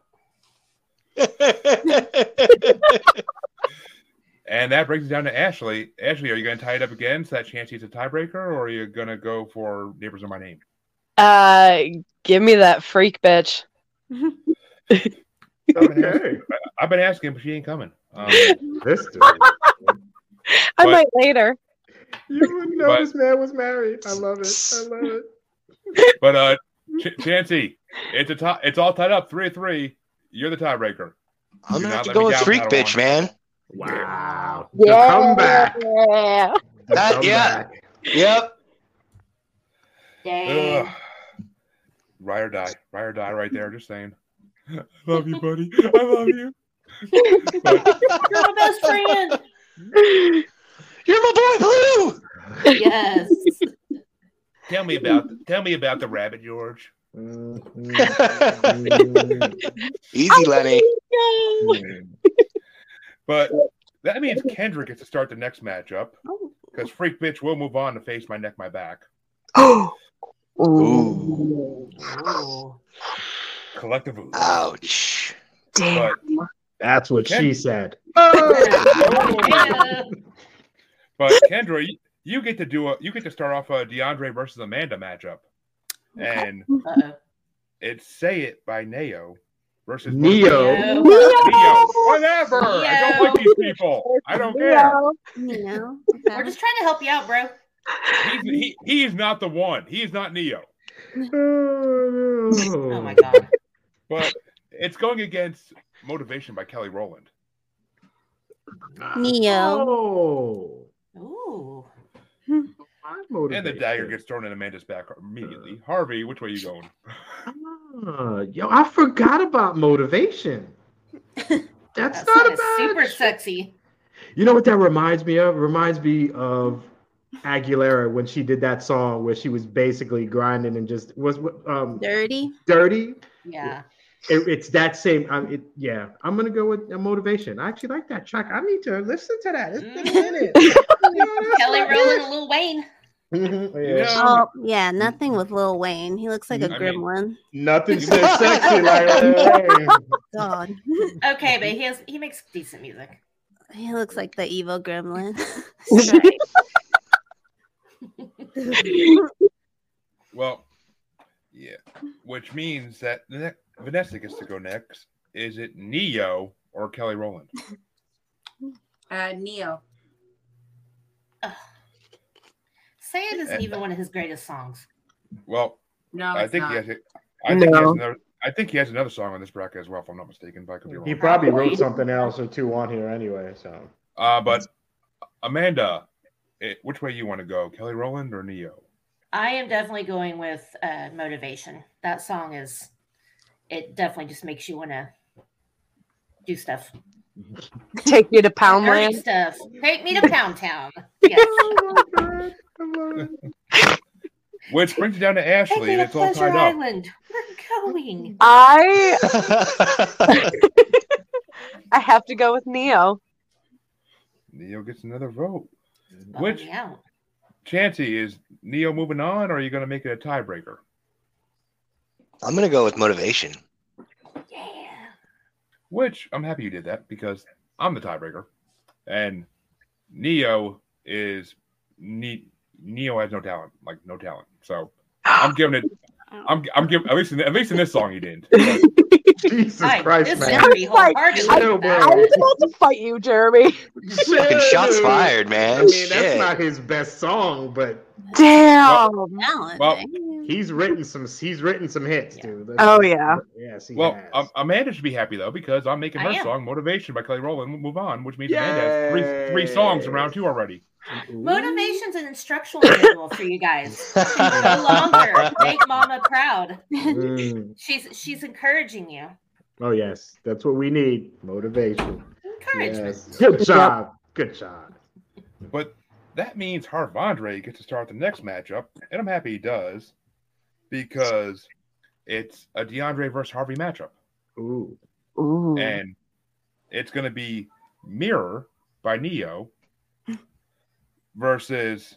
Speaker 2: And that brings it down to Ashley. Ashley, are you going to tie it up again so that Chansey is a tiebreaker, or are you going to go for Neighbors Are My Name?
Speaker 7: Uh, give me that freak bitch.
Speaker 2: I've been, asking,
Speaker 8: Okay.
Speaker 2: I've been asking, but she ain't coming. Um,
Speaker 8: [LAUGHS] This dude.
Speaker 7: I
Speaker 2: What?
Speaker 5: [LAUGHS]
Speaker 7: might later.
Speaker 8: You
Speaker 7: [LAUGHS]
Speaker 8: wouldn't know
Speaker 2: But-
Speaker 8: this man was married. I love it. I love it.
Speaker 2: but uh, Ch- Chansey, it's a tie. It's all tied up, three to three. You're the tiebreaker.
Speaker 9: I'm
Speaker 2: Do not
Speaker 9: gonna have to
Speaker 2: let
Speaker 9: go
Speaker 2: me
Speaker 9: with
Speaker 2: down,
Speaker 9: freak
Speaker 2: Padawan.
Speaker 9: bitch, man.
Speaker 8: Wow. The
Speaker 7: Yeah.
Speaker 8: comeback. The
Speaker 7: Yeah.
Speaker 9: That- yeah.
Speaker 8: comeback.
Speaker 9: Yep.
Speaker 4: Dang.
Speaker 2: Ugh. Ride or die, ride or die, right there. Just saying. [LAUGHS] love you, buddy. [LAUGHS] I love
Speaker 4: [LAUGHS]
Speaker 2: you. But
Speaker 4: You're my best friend.
Speaker 9: You're my boy, Blue.
Speaker 7: [GASPS]
Speaker 4: yes.
Speaker 2: tell me about tell me about the rabbit, George.
Speaker 9: [LAUGHS] Easy, Lenny.
Speaker 7: No.
Speaker 2: [LAUGHS] But that means Kendrick gets to start the next matchup
Speaker 3: Oh.
Speaker 2: because Freak Bitch will move on to face my neck, my back.
Speaker 9: Ooh.
Speaker 4: Ooh.
Speaker 2: Collective. ooh.
Speaker 9: Ouch.
Speaker 2: But,
Speaker 8: That's what
Speaker 2: Okay.
Speaker 8: she said.
Speaker 4: Yeah.
Speaker 2: but Kendra, you, you get to do a you get to start off a DeAndre versus Amanda matchup, and
Speaker 4: Uh-oh.
Speaker 2: it's "Say It" by Neo versus
Speaker 8: Neo.
Speaker 4: No.
Speaker 2: Neo. Whatever. I don't like these people. I don't care.
Speaker 3: You know,
Speaker 4: We're
Speaker 3: okay.
Speaker 4: just trying to help you out, bro.
Speaker 2: He's, he, he is not the one. He is not Neo.
Speaker 4: Oh my god.
Speaker 2: But it's going against "Motivation" by Kelly Rowland.
Speaker 3: Neo.
Speaker 8: Oh.
Speaker 4: Ooh.
Speaker 2: And the dagger gets thrown in Amanda's back immediately. Harvey, which way you going?
Speaker 8: Ah, yo, I forgot about motivation. That's,
Speaker 4: That
Speaker 8: not a
Speaker 4: sounded
Speaker 8: bad.
Speaker 4: super sexy.
Speaker 8: You know what that reminds me of? Reminds me of Aguilera when she did that song where she was basically grinding and just was um
Speaker 3: Dirty.
Speaker 8: dirty.
Speaker 4: Yeah.
Speaker 8: It- it's that same. Um, it, yeah, I'm gonna go with uh, motivation. I actually like that track. I need to listen to that. It's been a minute.
Speaker 4: Kelly Rowland and Lil Wayne.
Speaker 2: [LAUGHS]
Speaker 8: Mhm,
Speaker 2: You
Speaker 8: [LAUGHS] yeah.
Speaker 2: know,
Speaker 3: Oh yeah, nothing with Lil Wayne. He looks like a
Speaker 2: Mm, I mean- [LAUGHS]
Speaker 3: gremlin.
Speaker 8: Nothing says sexy like that.
Speaker 3: [LAUGHS] God,
Speaker 4: Okay, but he has he makes decent music.
Speaker 3: he looks like the evil gremlin.
Speaker 4: Right.
Speaker 3: [LAUGHS]
Speaker 2: Well, yeah. Which means that the ne- Vanessa gets to go next. Is it Neo or Kelly Rowland?
Speaker 6: Uh, Neo.
Speaker 4: Say it isn't even one of his greatest songs.
Speaker 2: Well,
Speaker 6: No,
Speaker 2: I
Speaker 6: it's
Speaker 2: think
Speaker 6: not.
Speaker 2: he has. a- I think he has
Speaker 7: No.
Speaker 2: another. I think he has another song on this bracket as well, if I'm not mistaken. But I could be
Speaker 8: He
Speaker 2: wrong.
Speaker 8: probably wrote something else or two on here anyway. So
Speaker 2: Uh, but Amanda, eh, which way you want to go, Kelly Rowland or Neo? [LAUGHS]
Speaker 4: I am definitely going with uh, motivation. That song is it definitely just makes you want to do stuff.
Speaker 7: Take you to
Speaker 4: Dirty
Speaker 7: Poundland.
Speaker 4: stuff. Take me to Pound Town. Yes.
Speaker 2: Which brings it down to
Speaker 4: Take
Speaker 2: Ashley,
Speaker 4: me
Speaker 2: and
Speaker 4: to
Speaker 2: it's all
Speaker 4: Pleasure
Speaker 2: tied up.
Speaker 4: Island. We're going.
Speaker 7: I [LAUGHS] I have to go with Neo.
Speaker 2: Neo gets another vote.
Speaker 6: Oh,
Speaker 4: Bum
Speaker 2: Which-
Speaker 4: me out.
Speaker 2: Chansey, is Neo moving on, or are you going to make it a tiebreaker?
Speaker 9: I'm gonna go with motivation.
Speaker 4: Yeah.
Speaker 2: Which I'm happy you did that because I'm the tiebreaker, and Neo is ne- Neo has no talent, like no talent. So I'm giving it. I'm I'm giving at least in, at least in this song he didn't.
Speaker 8: [LAUGHS] Jesus
Speaker 4: I
Speaker 8: Christ, man.
Speaker 4: disagree
Speaker 7: I was like,
Speaker 4: wholeheartedly
Speaker 8: I-
Speaker 4: with
Speaker 8: I
Speaker 7: I
Speaker 4: that.
Speaker 7: was about to fight you, Jeremy.
Speaker 9: Fucking shots fired,
Speaker 8: I
Speaker 9: man.
Speaker 8: mean, that's
Speaker 9: Shit.
Speaker 8: not his best song, but
Speaker 7: Damn.
Speaker 3: Now,
Speaker 2: Well-
Speaker 8: he's written some. He's written some hits, dude. That's-
Speaker 7: Oh, yeah.
Speaker 8: Yes, he
Speaker 2: Well,
Speaker 8: has.
Speaker 2: um, Amanda should be happy though because I'm making her
Speaker 4: I am.
Speaker 2: song "Motivation" by Kelly Rowland move on, which means Amanda has three three songs in round two already.
Speaker 4: Motivation's an instructional manual for you guys. No
Speaker 2: [LAUGHS]
Speaker 4: longer make mama proud.
Speaker 8: Mm.
Speaker 4: She's she's encouraging you.
Speaker 8: Oh yes, that's what we need. Motivation.
Speaker 4: Encouragement.
Speaker 8: Yes. Good job. Good job.
Speaker 2: But that means Harvandre gets to start the next matchup, and I'm happy he does because it's a DeAndre versus Harvey matchup,
Speaker 8: Ooh.
Speaker 7: Ooh.
Speaker 2: and it's going to be Mirror by Neo versus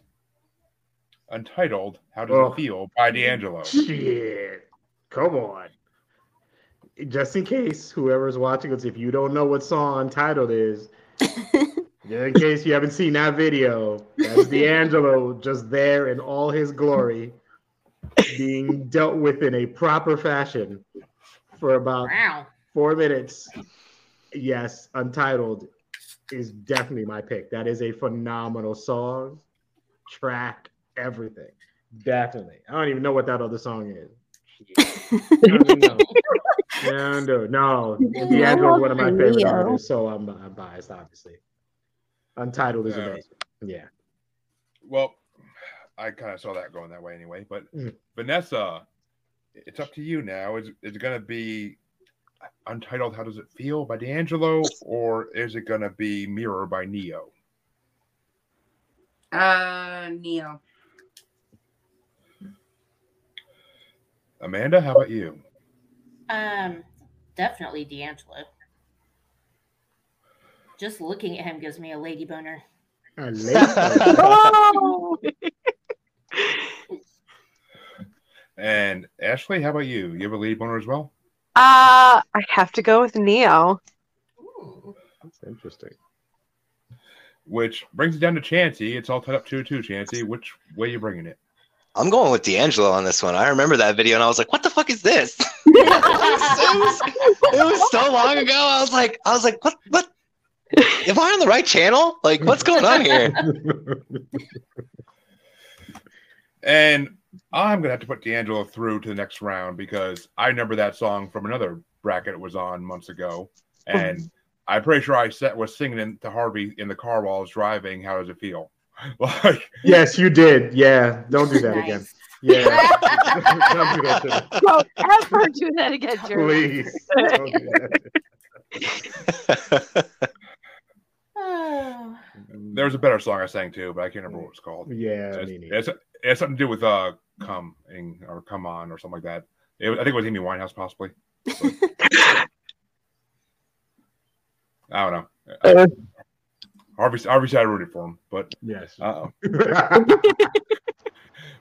Speaker 2: Untitled How Does
Speaker 8: Oh.
Speaker 2: It Feel by D'Angelo.
Speaker 8: Shit. Come on. Just in case whoever's watching us, if you don't know what song Untitled is, just in case you haven't seen that video, that's D'Angelo just there in all his glory, being dealt with in a proper fashion for about
Speaker 4: Wow.
Speaker 8: four minutes. Yes, Untitled is definitely my pick. That is a phenomenal song, track, everything. Definitely. I don't even know what that other song is. I don't even know. I don't know. uh, No, D'Angelo is one of my favorite
Speaker 3: Leo.
Speaker 8: artists, so I'm, I'm biased, obviously. Untitled is
Speaker 2: Yeah.
Speaker 8: amazing. Yeah.
Speaker 2: Well, I kind of saw that going that way anyway. But
Speaker 8: Mm.
Speaker 2: Vanessa, it's up to you now. Is is it going to be Untitled How Does It Feel by D'Angelo, or is it going to be Mirror by Neo?
Speaker 6: Uh, Neo.
Speaker 2: Amanda, how about you?
Speaker 4: Um, definitely D'Angelo. Just looking at him gives me a lady boner.
Speaker 8: I like it.
Speaker 7: Oh!
Speaker 2: And Ashley, how about you? You have a lead boner as well?
Speaker 7: Uh, I have to go with Neo.
Speaker 8: That's interesting.
Speaker 2: Which brings it down to Chansey. It's all tied up 2 2, Chansey. Which way you bringing it?
Speaker 9: I'm going with D'Angelo on this one. I remember that video and I was like, what the fuck is
Speaker 8: [LAUGHS]
Speaker 9: this? it, was, it was- it was so long ago. I was like, I was like, what what am I on the right channel? Like, what's going on
Speaker 8: [LAUGHS]
Speaker 9: here?
Speaker 2: [LAUGHS] And I'm going to have to put D'Angelo through to the next round because I remember that song from another bracket it was on months ago. And I'm pretty sure I set, was singing it to Harvey in the car while I was driving. How does it feel? like,
Speaker 8: yes, you did. Yeah. Don't do that
Speaker 4: Nice.
Speaker 8: again. Yeah. Don't do that to me.
Speaker 7: Don't ever do that again, Jerry.
Speaker 8: Please. Don't do that.
Speaker 4: Oh.
Speaker 2: there was a better song I sang too, but I can't remember what it was called.
Speaker 8: Um, Yeah,
Speaker 2: It's-
Speaker 8: me neither.
Speaker 2: it's, it has something to do with uh coming or come on or something like that. It, I think it was Amy Winehouse possibly. I don't know.
Speaker 7: Uh.
Speaker 2: Obviously, obviously, I rooted for him, but
Speaker 8: Yes. [LAUGHS]
Speaker 2: uh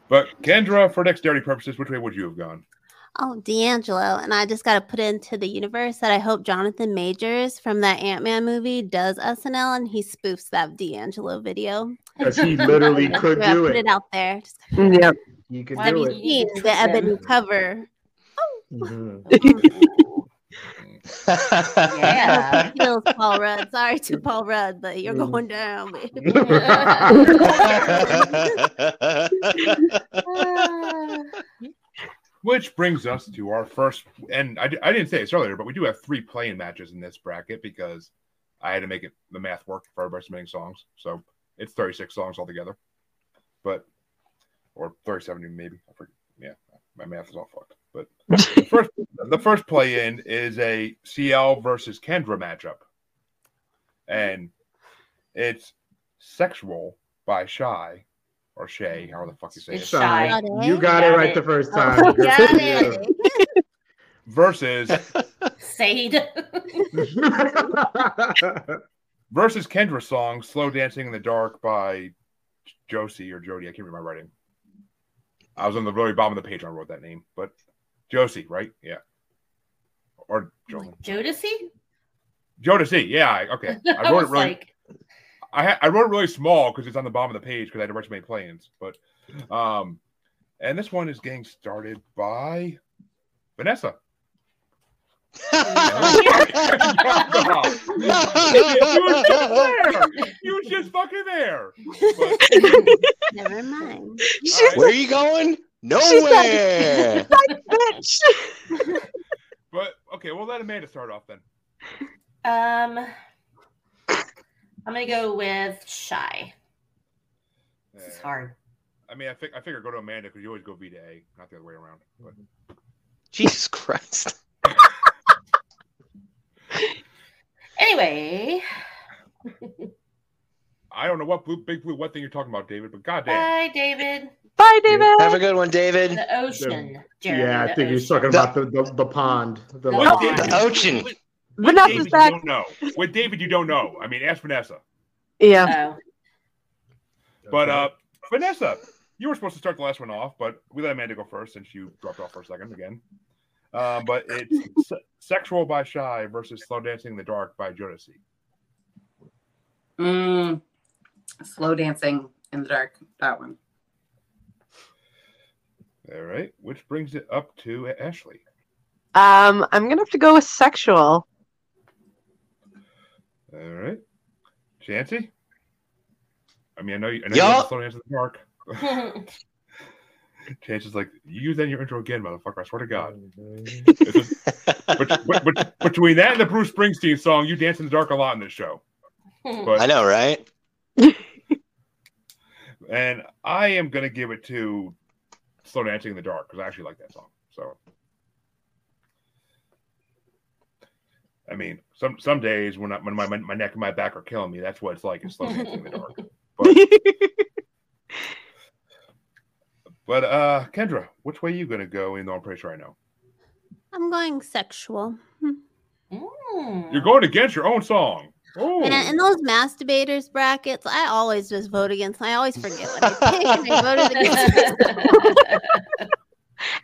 Speaker 2: but Kendra, for dexterity purposes, which way would you have gone?
Speaker 3: Oh, D'Angelo. And I just got to put into the universe that I hope Jonathan Majors from that Ant Man movie does SNL and he spoofs that D'Angelo video.
Speaker 8: Because
Speaker 3: [LAUGHS]
Speaker 8: he literally
Speaker 3: That's
Speaker 8: could
Speaker 3: where I
Speaker 8: do
Speaker 3: put it
Speaker 8: it.
Speaker 3: out there. Just
Speaker 7: Yep.
Speaker 8: He could
Speaker 4: Why
Speaker 8: do
Speaker 4: would
Speaker 8: it.
Speaker 4: you-
Speaker 3: seen the ebony cover.
Speaker 9: Mm-hmm.
Speaker 4: [LAUGHS]
Speaker 9: [LAUGHS]
Speaker 8: Mhm.
Speaker 4: Yeah.
Speaker 3: Kills Paul Rudd. Sorry to Paul Rudd, but you're
Speaker 8: Mm.
Speaker 3: going down.
Speaker 8: [LAUGHS]
Speaker 3: babe. [LAUGHS]
Speaker 2: Which brings us to our first, and I, di- I didn't say this earlier, but we do have three playing matches in this bracket because I had to make it the math work for everybody submitting songs. So it's 36 songs altogether, but or 37 maybe. I forget. Yeah, my math is all fucked.
Speaker 3: [LAUGHS]
Speaker 2: But the first, the first play in is a CL versus Kendra matchup, and it's sexual by Shy or Shay, however the fuck you say
Speaker 4: It's
Speaker 2: it,
Speaker 4: Shy.
Speaker 8: Shy.
Speaker 3: Got
Speaker 8: You
Speaker 3: it?
Speaker 8: got it
Speaker 4: Got
Speaker 8: right
Speaker 4: it.
Speaker 8: the first
Speaker 3: Oh,
Speaker 8: time. Good
Speaker 4: got
Speaker 8: for
Speaker 4: it.
Speaker 8: [LAUGHS]
Speaker 2: versus
Speaker 4: Sade.
Speaker 8: you.
Speaker 2: [LAUGHS] versus Kendra's song "Slow Dancing in the Dark" by Josie or Jody. I can't read my writing. I was on the very bottom of the page. when I wrote that name, but Josie, right? Yeah, or Jolene.
Speaker 4: Jodeci?
Speaker 2: Jodeci. Yeah. I-
Speaker 4: [LAUGHS]
Speaker 2: Okay. I wrote it
Speaker 4: was
Speaker 2: really.
Speaker 4: like,
Speaker 2: I ha- I wrote it really small because it's on the bottom of the page because I had to write so many plans. But, um, and this one is getting started by Vanessa. you were just fucking there. But-
Speaker 3: Never mind.
Speaker 7: She's
Speaker 9: Where are you going? Nowhere.
Speaker 7: bitch.
Speaker 2: But okay, we'll let Amanda start off then.
Speaker 4: um, I'm going to go with Shy. This is
Speaker 2: Uh,
Speaker 4: hard.
Speaker 2: I mean, I, fig- I figure go to Amanda because you always go V to A, not the other way around. But
Speaker 9: Jesus Christ.
Speaker 4: Anyway,
Speaker 2: I don't know what blue, big blue what thing you're talking about, David, but goddamn.
Speaker 4: Bye, David.
Speaker 7: Bye, David.
Speaker 9: Have a good one, David.
Speaker 4: The ocean. Jeremy,
Speaker 8: yeah, I
Speaker 4: the
Speaker 8: think he's talking
Speaker 9: The-
Speaker 8: about the, the, the pond. The
Speaker 4: The
Speaker 8: lake.
Speaker 2: David-
Speaker 9: The ocean.
Speaker 2: With
Speaker 7: Vanessa's
Speaker 2: David, you
Speaker 7: back.
Speaker 2: don't know. With David, you don't know. I mean, ask Vanessa.
Speaker 7: Yeah.
Speaker 4: ocean.
Speaker 2: But uh, Vanessa, you were supposed to start the last one off, but we let Amanda go first since you dropped off for a second again. Uh, but it's Se- Sexual by Shy versus Slow Dancing in the Dark by Jodeci.
Speaker 6: Mm, slow dancing in the dark. That one.
Speaker 2: All right, which brings it up to Ashley.
Speaker 7: Um, I'm gonna have to go with sexual.
Speaker 2: All right, Chancy. I mean, I know you. I know
Speaker 9: Yeah.
Speaker 2: you love Slow Dancing in the Dark.
Speaker 5: [LAUGHS]
Speaker 4: Oh.
Speaker 2: Chancy's like, you use that in your intro again, motherfucker. I swear to God. It's just-
Speaker 9: [LAUGHS]
Speaker 2: but, but, but between that and the Bruce Springsteen song, you dance in the dark a lot in this show. But
Speaker 9: I know, right?
Speaker 2: [LAUGHS] And I am going to give it to Slow Dancing in the Dark because I actually like that song. So, I mean, some some days when I, when my, my my neck and my back are killing me, that's what it's like. It's Slow Dancing in the
Speaker 9: [LAUGHS]
Speaker 2: Dark. But, but uh, Kendra, which way you going to go? Even though I'm pretty sure I know
Speaker 3: [LAUGHS] I'm going sexual.
Speaker 4: Mm.
Speaker 2: you're going against your own song. Oh,
Speaker 3: And, and those masturbators brackets, I always just vote against. I always forget what I pick. and I voted against.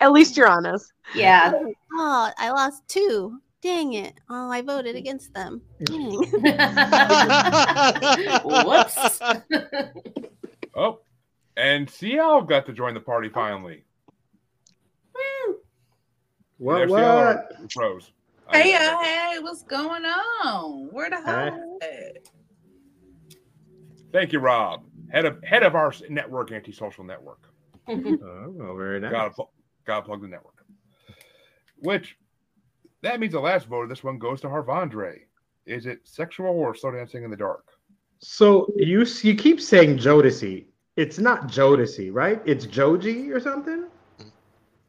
Speaker 7: At least you're honest.
Speaker 4: [LAUGHS] yeah.
Speaker 3: Oh, I lost two. Dang it. Oh, I voted against them.
Speaker 8: [LAUGHS]
Speaker 4: [LAUGHS]
Speaker 3: Dang.
Speaker 4: Whoops.
Speaker 2: oh, and CL got to join the party finally.
Speaker 8: What?
Speaker 2: There's CL
Speaker 8: What?
Speaker 2: Pros. I-
Speaker 6: Hey, uh, hey, what's going on? Where the hell? at?
Speaker 2: Thank you, Rob, head of head of our network,
Speaker 6: [LAUGHS]
Speaker 2: antisocial network.
Speaker 8: Oh, well, very nice.
Speaker 2: Gotta, pl- gotta plug the network. Which that means the last vote of this one goes to Harvandre. Is it sexual or slow dancing in the dark?
Speaker 8: So you s- you keep saying Jodeci. It's not Jodeci, right? It's Joji or something.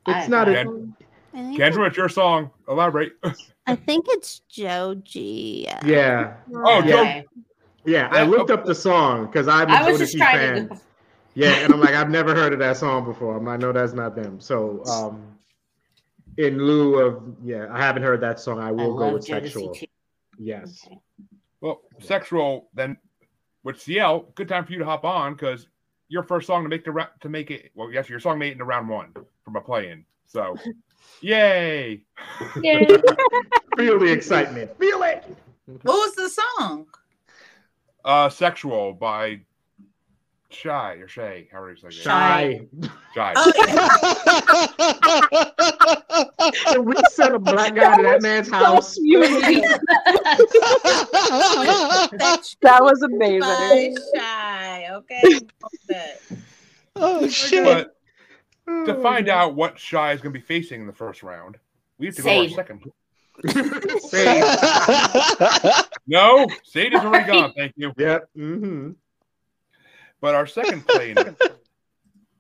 Speaker 4: I-
Speaker 8: It's not. A,
Speaker 2: Ken-
Speaker 3: I think,
Speaker 2: Kendra, it's your song. Elaborate. [LAUGHS]
Speaker 3: I think it's Joji. Yeah.
Speaker 8: yeah,
Speaker 2: Oh, Joe.
Speaker 4: Okay.
Speaker 8: yeah. I looked up the song because I'm a
Speaker 4: I was
Speaker 8: Jodeci
Speaker 4: just trying
Speaker 8: fan.
Speaker 4: to.
Speaker 8: Yeah, and I'm like, I've never heard of that song before. I'm like, no, that's not them. So, um, in lieu of yeah, I haven't heard that song. I
Speaker 4: I
Speaker 8: will go
Speaker 4: love
Speaker 8: with
Speaker 4: Jodeci
Speaker 8: sexual.
Speaker 4: too.
Speaker 8: Yes.
Speaker 2: Well, sexual then with CL. Good time for you to hop on because your first song to make the ra- to make it. Well, yes, your song made it into round one from a play-in.
Speaker 8: [LAUGHS]
Speaker 2: So, yay!
Speaker 8: Feel the excitement. Feel it.
Speaker 6: What was the song?
Speaker 2: Uh, sexual by Shy or Shay. How are you saying?
Speaker 4: Shy.
Speaker 2: Shy.
Speaker 8: Shy.
Speaker 6: Oh,
Speaker 8: Can we sent a black guy to that man's house.
Speaker 7: That was
Speaker 6: Bye,
Speaker 7: amazing.
Speaker 6: shy. Okay.
Speaker 9: oh shit!
Speaker 2: But to find out what Shy is going to be facing in the first round, we have to go to
Speaker 4: Sade.
Speaker 2: our second.
Speaker 8: Same.
Speaker 2: No, Sade is already gone. Thank you.
Speaker 8: [LAUGHS] Yep. Mm-hmm.
Speaker 2: But our second play in,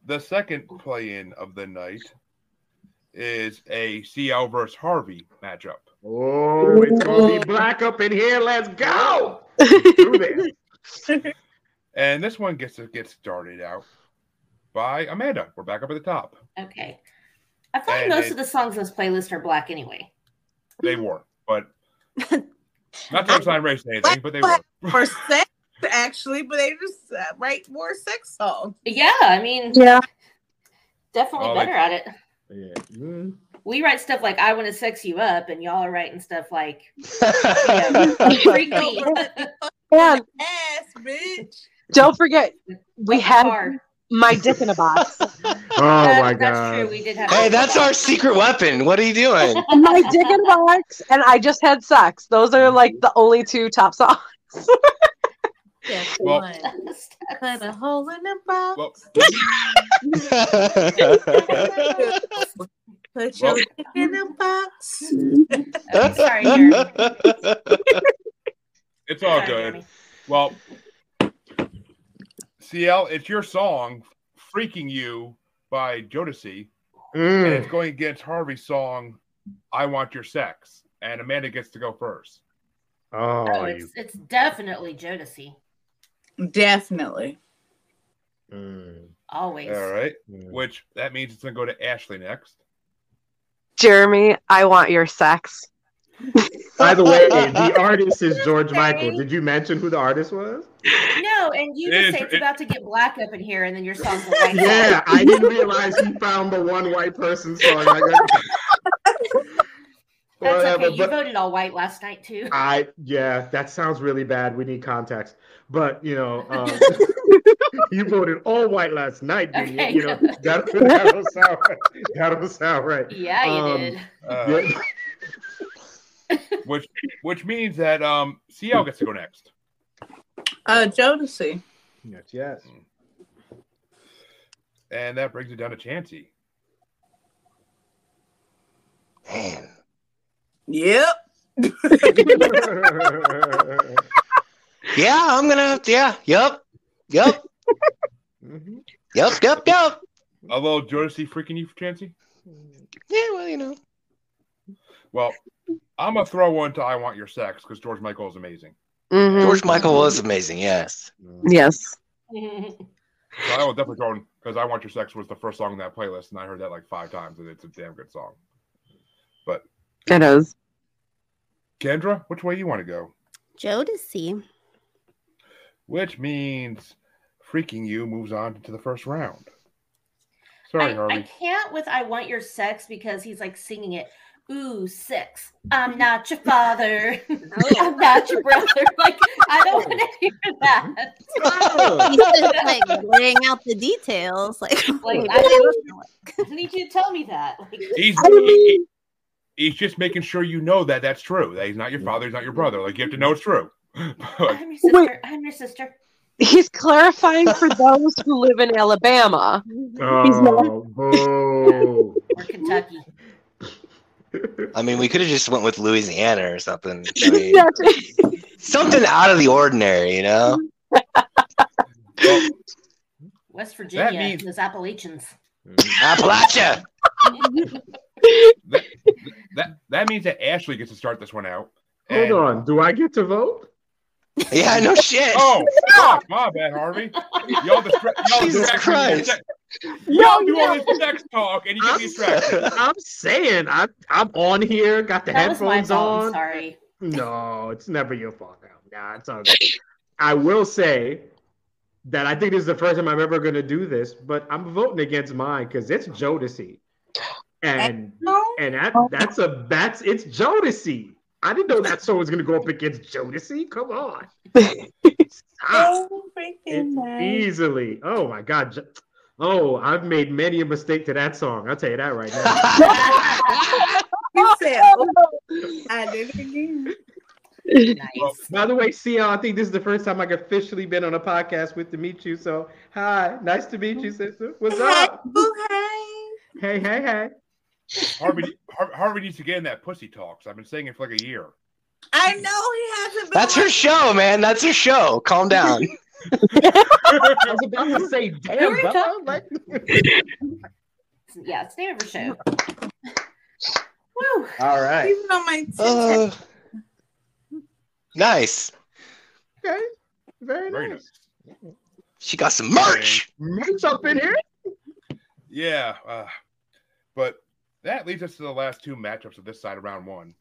Speaker 2: the second play in of the night is a CL versus Harvey matchup.
Speaker 8: Oh, it's gonna be black up in here. Let's go. Do this.
Speaker 2: And this one gets to get started out by Amanda. We're back up at the top.
Speaker 4: Okay. I feel like
Speaker 2: And
Speaker 4: most
Speaker 2: it-
Speaker 4: of the songs on this playlist are black anyway.
Speaker 2: They were, but not to assign race to anything, but they were.
Speaker 5: for sex actually, but they just uh, write more sex songs.
Speaker 4: But yeah, I mean,
Speaker 7: Yeah.
Speaker 4: definitely
Speaker 2: Oh, like-
Speaker 4: better at it.
Speaker 8: Yeah. Mhm.
Speaker 4: We write stuff like "I want to sex you up," and y'all are writing stuff like
Speaker 2: [LAUGHS]
Speaker 4: you know,
Speaker 7: [LAUGHS]
Speaker 4: "Freak me."
Speaker 7: And
Speaker 5: Ass, bitch.
Speaker 7: don't forget, we
Speaker 4: Like
Speaker 7: had
Speaker 4: car.
Speaker 7: my dick in
Speaker 8: [LAUGHS]
Speaker 7: a box.
Speaker 8: [LAUGHS] Oh my
Speaker 4: That- That's true.
Speaker 8: god.
Speaker 4: We did have.
Speaker 9: hey, that's our secret weapon. What are
Speaker 4: [LAUGHS]
Speaker 9: you doing?
Speaker 7: my dick in a box, and I just had sex. Those are like the only two top songs. [LAUGHS]
Speaker 5: Just
Speaker 2: Well-
Speaker 5: one. Put
Speaker 4: That's-
Speaker 5: a hole in the box.
Speaker 2: Well,
Speaker 8: [LAUGHS]
Speaker 5: [LAUGHS] Put your
Speaker 2: well-
Speaker 5: dick in the box.
Speaker 4: I'm
Speaker 2: [LAUGHS]
Speaker 4: sorry, Jeremy.
Speaker 2: it's all
Speaker 4: Sorry,
Speaker 2: good.
Speaker 4: Jeremy.
Speaker 2: Well, CL, it's your song, Freaking You by Jodeci. and
Speaker 8: Mm.
Speaker 2: it's going against Harvey's song "I Want Your Sex," and Amanda gets to go first.
Speaker 8: Oh,
Speaker 4: Oh,
Speaker 8: you
Speaker 4: it's, it's definitely Jodeci.
Speaker 5: Definitely.
Speaker 8: Mm.
Speaker 4: Always.
Speaker 2: All right. Which that means it's gonna go to Ashley next.
Speaker 7: Jeremy, I want your sex.
Speaker 8: By the way, the
Speaker 7: [LAUGHS]
Speaker 8: artist is George Michael. Did you mention who the artist was?
Speaker 4: No, and you
Speaker 8: It
Speaker 4: just
Speaker 8: is-
Speaker 4: say it's
Speaker 8: it-
Speaker 4: about to get black up in here, and then your song's
Speaker 8: [LAUGHS]
Speaker 4: a white.
Speaker 8: Yeah, I didn't realize he found the one white person song. I guess.
Speaker 4: That's
Speaker 8: Whatever,
Speaker 4: okay. You
Speaker 8: but-
Speaker 4: voted all white last
Speaker 8: [LAUGHS]
Speaker 4: night too.
Speaker 8: I yeah, that sounds really bad. We need context, but you know, um, [LAUGHS] you voted all white last night, didn't
Speaker 4: Okay,
Speaker 8: you? You know
Speaker 4: good.
Speaker 8: that that don't sound right. That don't sound right.
Speaker 4: Yeah, you
Speaker 8: Um,
Speaker 4: did.
Speaker 2: Uh,
Speaker 8: yeah.
Speaker 2: which which means that um CL gets to go next.
Speaker 5: Uh, Jodeci.
Speaker 8: Yes, yes.
Speaker 2: Mm. And that brings it down to Chansey.
Speaker 9: Man.
Speaker 5: Yep.
Speaker 8: [LAUGHS]
Speaker 5: [LAUGHS]
Speaker 9: Yeah, I'm gonna have to yeah, yep. Yep.
Speaker 8: Mhm.
Speaker 9: Yep, yep, yep.
Speaker 2: A little Jodeci freaking you for Chansey?
Speaker 9: Yeah, well, you know.
Speaker 2: Well, I'm gonna throw one to I Want Your Sex because George Michael is amazing.
Speaker 8: Mm-hmm.
Speaker 7: Mhm.
Speaker 9: George Michael was amazing, yes.
Speaker 7: Yes.
Speaker 2: So I will definitely throw one because I Want Your Sex was the first song in that playlist, and I heard that like five times, and it's a damn good song. But
Speaker 7: It is.
Speaker 2: Kendra, which way you want to go?
Speaker 3: Jodeci.
Speaker 2: Which means freaking you moves on to the first round. Sorry,
Speaker 4: I,
Speaker 2: Harvey.
Speaker 4: I can't with "I Want Your Sex" because he's like singing it. Ooh, sex. I'm not your father. [LAUGHS] I'm not your brother. [LAUGHS] Like I don't want to hear that.
Speaker 3: He's
Speaker 8: [LAUGHS]
Speaker 3: just like laying out the details. Like, [LAUGHS]
Speaker 4: Like I need, I need you to tell me that. Like,
Speaker 2: He's, he- he's just making sure you know that that's true. That he's not your father, he's not your brother. Like you have to know it's true. But
Speaker 4: I'm your sister. I'm your sister.
Speaker 7: He's clarifying for those who live in Alabama.
Speaker 8: Oh, boo.
Speaker 4: Or Kentucky.
Speaker 9: [LAUGHS] I mean we could have just went with Louisiana or something. I mean,
Speaker 7: That's-
Speaker 9: something out of the ordinary,
Speaker 8: [LAUGHS]
Speaker 9: you know?
Speaker 4: West Virginia.
Speaker 2: means-
Speaker 4: Those Appalachians.
Speaker 9: Appalachia!
Speaker 2: that that means that Ashley gets to start this one out.
Speaker 8: Hold
Speaker 2: And-
Speaker 8: on. Do I get to vote?
Speaker 9: Yeah,
Speaker 2: [LAUGHS]
Speaker 9: no shit.
Speaker 8: [LAUGHS]
Speaker 2: Oh, fuck, my bad, Harvey. Y'all, distra- y'all
Speaker 9: Jesus
Speaker 2: distract me with
Speaker 9: Christ.
Speaker 2: your sex- Y'all do all this sex talk and you get
Speaker 8: I'm-
Speaker 4: [LAUGHS]
Speaker 2: distracted.
Speaker 8: I'm saying I'm I'm on here. Got the
Speaker 4: That was my
Speaker 8: headphones
Speaker 4: fault. I'm
Speaker 8: on.
Speaker 4: sorry.
Speaker 8: No, it's never your fault. No, nah, it's all good. I will say that I think this is the first time I'm ever going to do this, but I'm voting against mine because it's Jodeci, and and that, that's a that's it's Jodeci. I didn't know that song was going to go up against Jodeci. Come on, Stop.
Speaker 5: Oh, freaking
Speaker 8: It's
Speaker 5: nice.
Speaker 8: easily. Oh my God. Jo- Oh, I've made many a mistake to that song. I'll tell you that right now.
Speaker 9: I
Speaker 5: [LAUGHS] You said, oh, I did it again.
Speaker 4: Nice.
Speaker 8: By the way, CL, I think this is the first time I've officially been on a podcast with to meet you. So, hi, nice to meet
Speaker 5: Oh.
Speaker 8: you, sister. What's up? Hey, hey, hey.
Speaker 2: Harvey, Har- Harvey needs to get in that pussy talk. So I've been saying it for like a year.
Speaker 5: I know he hasn't been.
Speaker 9: That's her show, man. That's her show. Calm down.
Speaker 8: I was about to say,
Speaker 4: Who
Speaker 8: damn,
Speaker 4: are you
Speaker 8: Bella,
Speaker 4: talking-
Speaker 8: like-
Speaker 4: Yeah, it's the name of her show. Woo.
Speaker 9: All right.
Speaker 5: Even on my TikTok.
Speaker 9: Uh, nice.
Speaker 8: okay, very,
Speaker 2: Very
Speaker 8: nice.
Speaker 2: nice.
Speaker 9: She got some merch.
Speaker 8: Merch up in here.
Speaker 2: Yeah, uh, but that leads us to the last two matchups of this side of round one.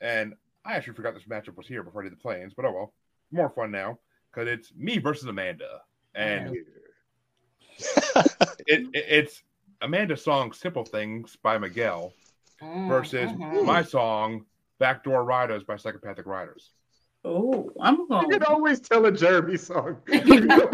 Speaker 2: And I actually forgot this matchup was here before I did the plans, but oh well. More fun now because it's me versus Amanda. And it, it, it's Amanda's song Simple Things by Miguel
Speaker 4: Mm,
Speaker 2: versus
Speaker 4: mhm.
Speaker 2: my song Backdoor Riders by Psychopathic Riders.
Speaker 5: Oh, I'm
Speaker 8: You
Speaker 5: going.
Speaker 8: can always tell a Jeremy
Speaker 5: [LAUGHS]
Speaker 8: song.
Speaker 2: Uh, it's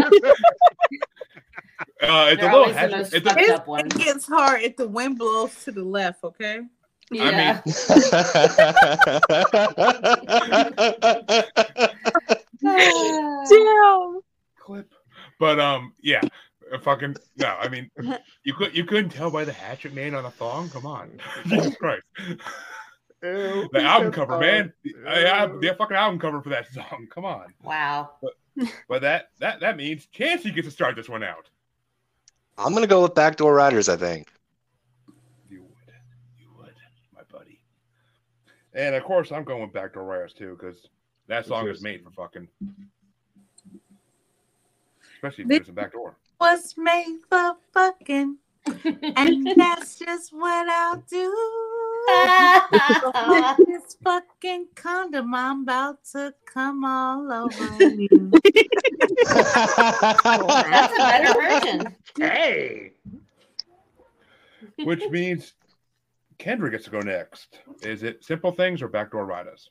Speaker 4: They're
Speaker 2: a little
Speaker 4: always the most
Speaker 2: hesitant. It's
Speaker 4: fucked
Speaker 2: a,
Speaker 5: It's-
Speaker 4: up one.
Speaker 5: It gets hard if the wind blows to the left, okay?
Speaker 8: [LAUGHS]
Speaker 5: [LAUGHS]
Speaker 4: Yeah. [LAUGHS]
Speaker 5: [LAUGHS]
Speaker 4: Ah.
Speaker 7: Damn.
Speaker 2: clip. But um, yeah, uh, fucking no. I
Speaker 8: [LAUGHS]
Speaker 2: mean, you could you couldn't tell by the hatchet man on a thong. Come
Speaker 8: [LAUGHS]
Speaker 2: on, [LAUGHS] Jesus Christ!
Speaker 8: Ew,
Speaker 2: The album
Speaker 8: that's
Speaker 2: cover,
Speaker 8: hard.
Speaker 2: man. I, I, the fucking album cover for that song. Come on.
Speaker 4: wow.
Speaker 8: [LAUGHS]
Speaker 2: But that that that means Chancey gets to start this one out.
Speaker 9: I'm gonna go with Backdoor Riders. I think.
Speaker 2: You would, you would, my buddy. And of course, I'm going with Backdoor Riders too because that song is made for fucking. especially if there's a back door.
Speaker 5: was made for fucking,
Speaker 4: [LAUGHS]
Speaker 5: and that's just what I'll do. this fucking condom, I'm about to come all over [LAUGHS] you.
Speaker 4: That's a better version.
Speaker 2: Hey, which means Kendra gets to go next. Is it simple things or backdoor riders?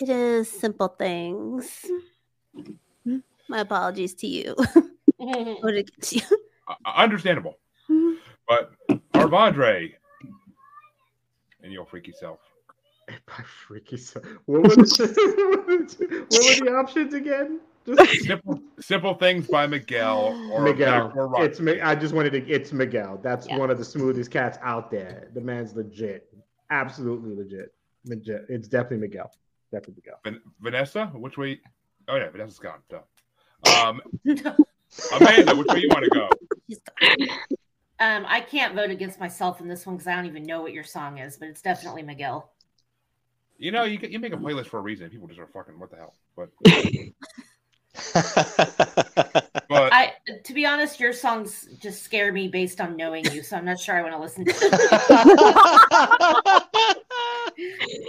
Speaker 3: It is simple things. My apologies to
Speaker 7: [LAUGHS]
Speaker 3: you. What did it get to you?
Speaker 2: Uh, understandable, but Arvadre and your freaky self.
Speaker 8: My freaky self. What were the, [LAUGHS] what were the options again? Just
Speaker 2: Simple, [LAUGHS] simple things by Miguel or
Speaker 8: Miguel.
Speaker 2: Backdoor Riders.
Speaker 8: It's Mi- I just wanted to. It's Miguel. That's
Speaker 4: Yeah.
Speaker 8: one of the smoothest cats out there. The man's legit. Absolutely legit. Legit. It's definitely Miguel. Definitely Miguel.
Speaker 2: Van- Vanessa, which way? Oh yeah, Vanessa's gone. Duh. Um, Amanda, which way you want to go?
Speaker 4: [LAUGHS] Um, I can't vote against myself in this one because I don't even know what your song is, but it's definitely Miguel.
Speaker 2: You know, you, you make a playlist for a reason. People just are fucking what the hell. But but
Speaker 4: I, to be honest, your songs just scare me based on knowing you, so I'm not sure I want to listen to. Them.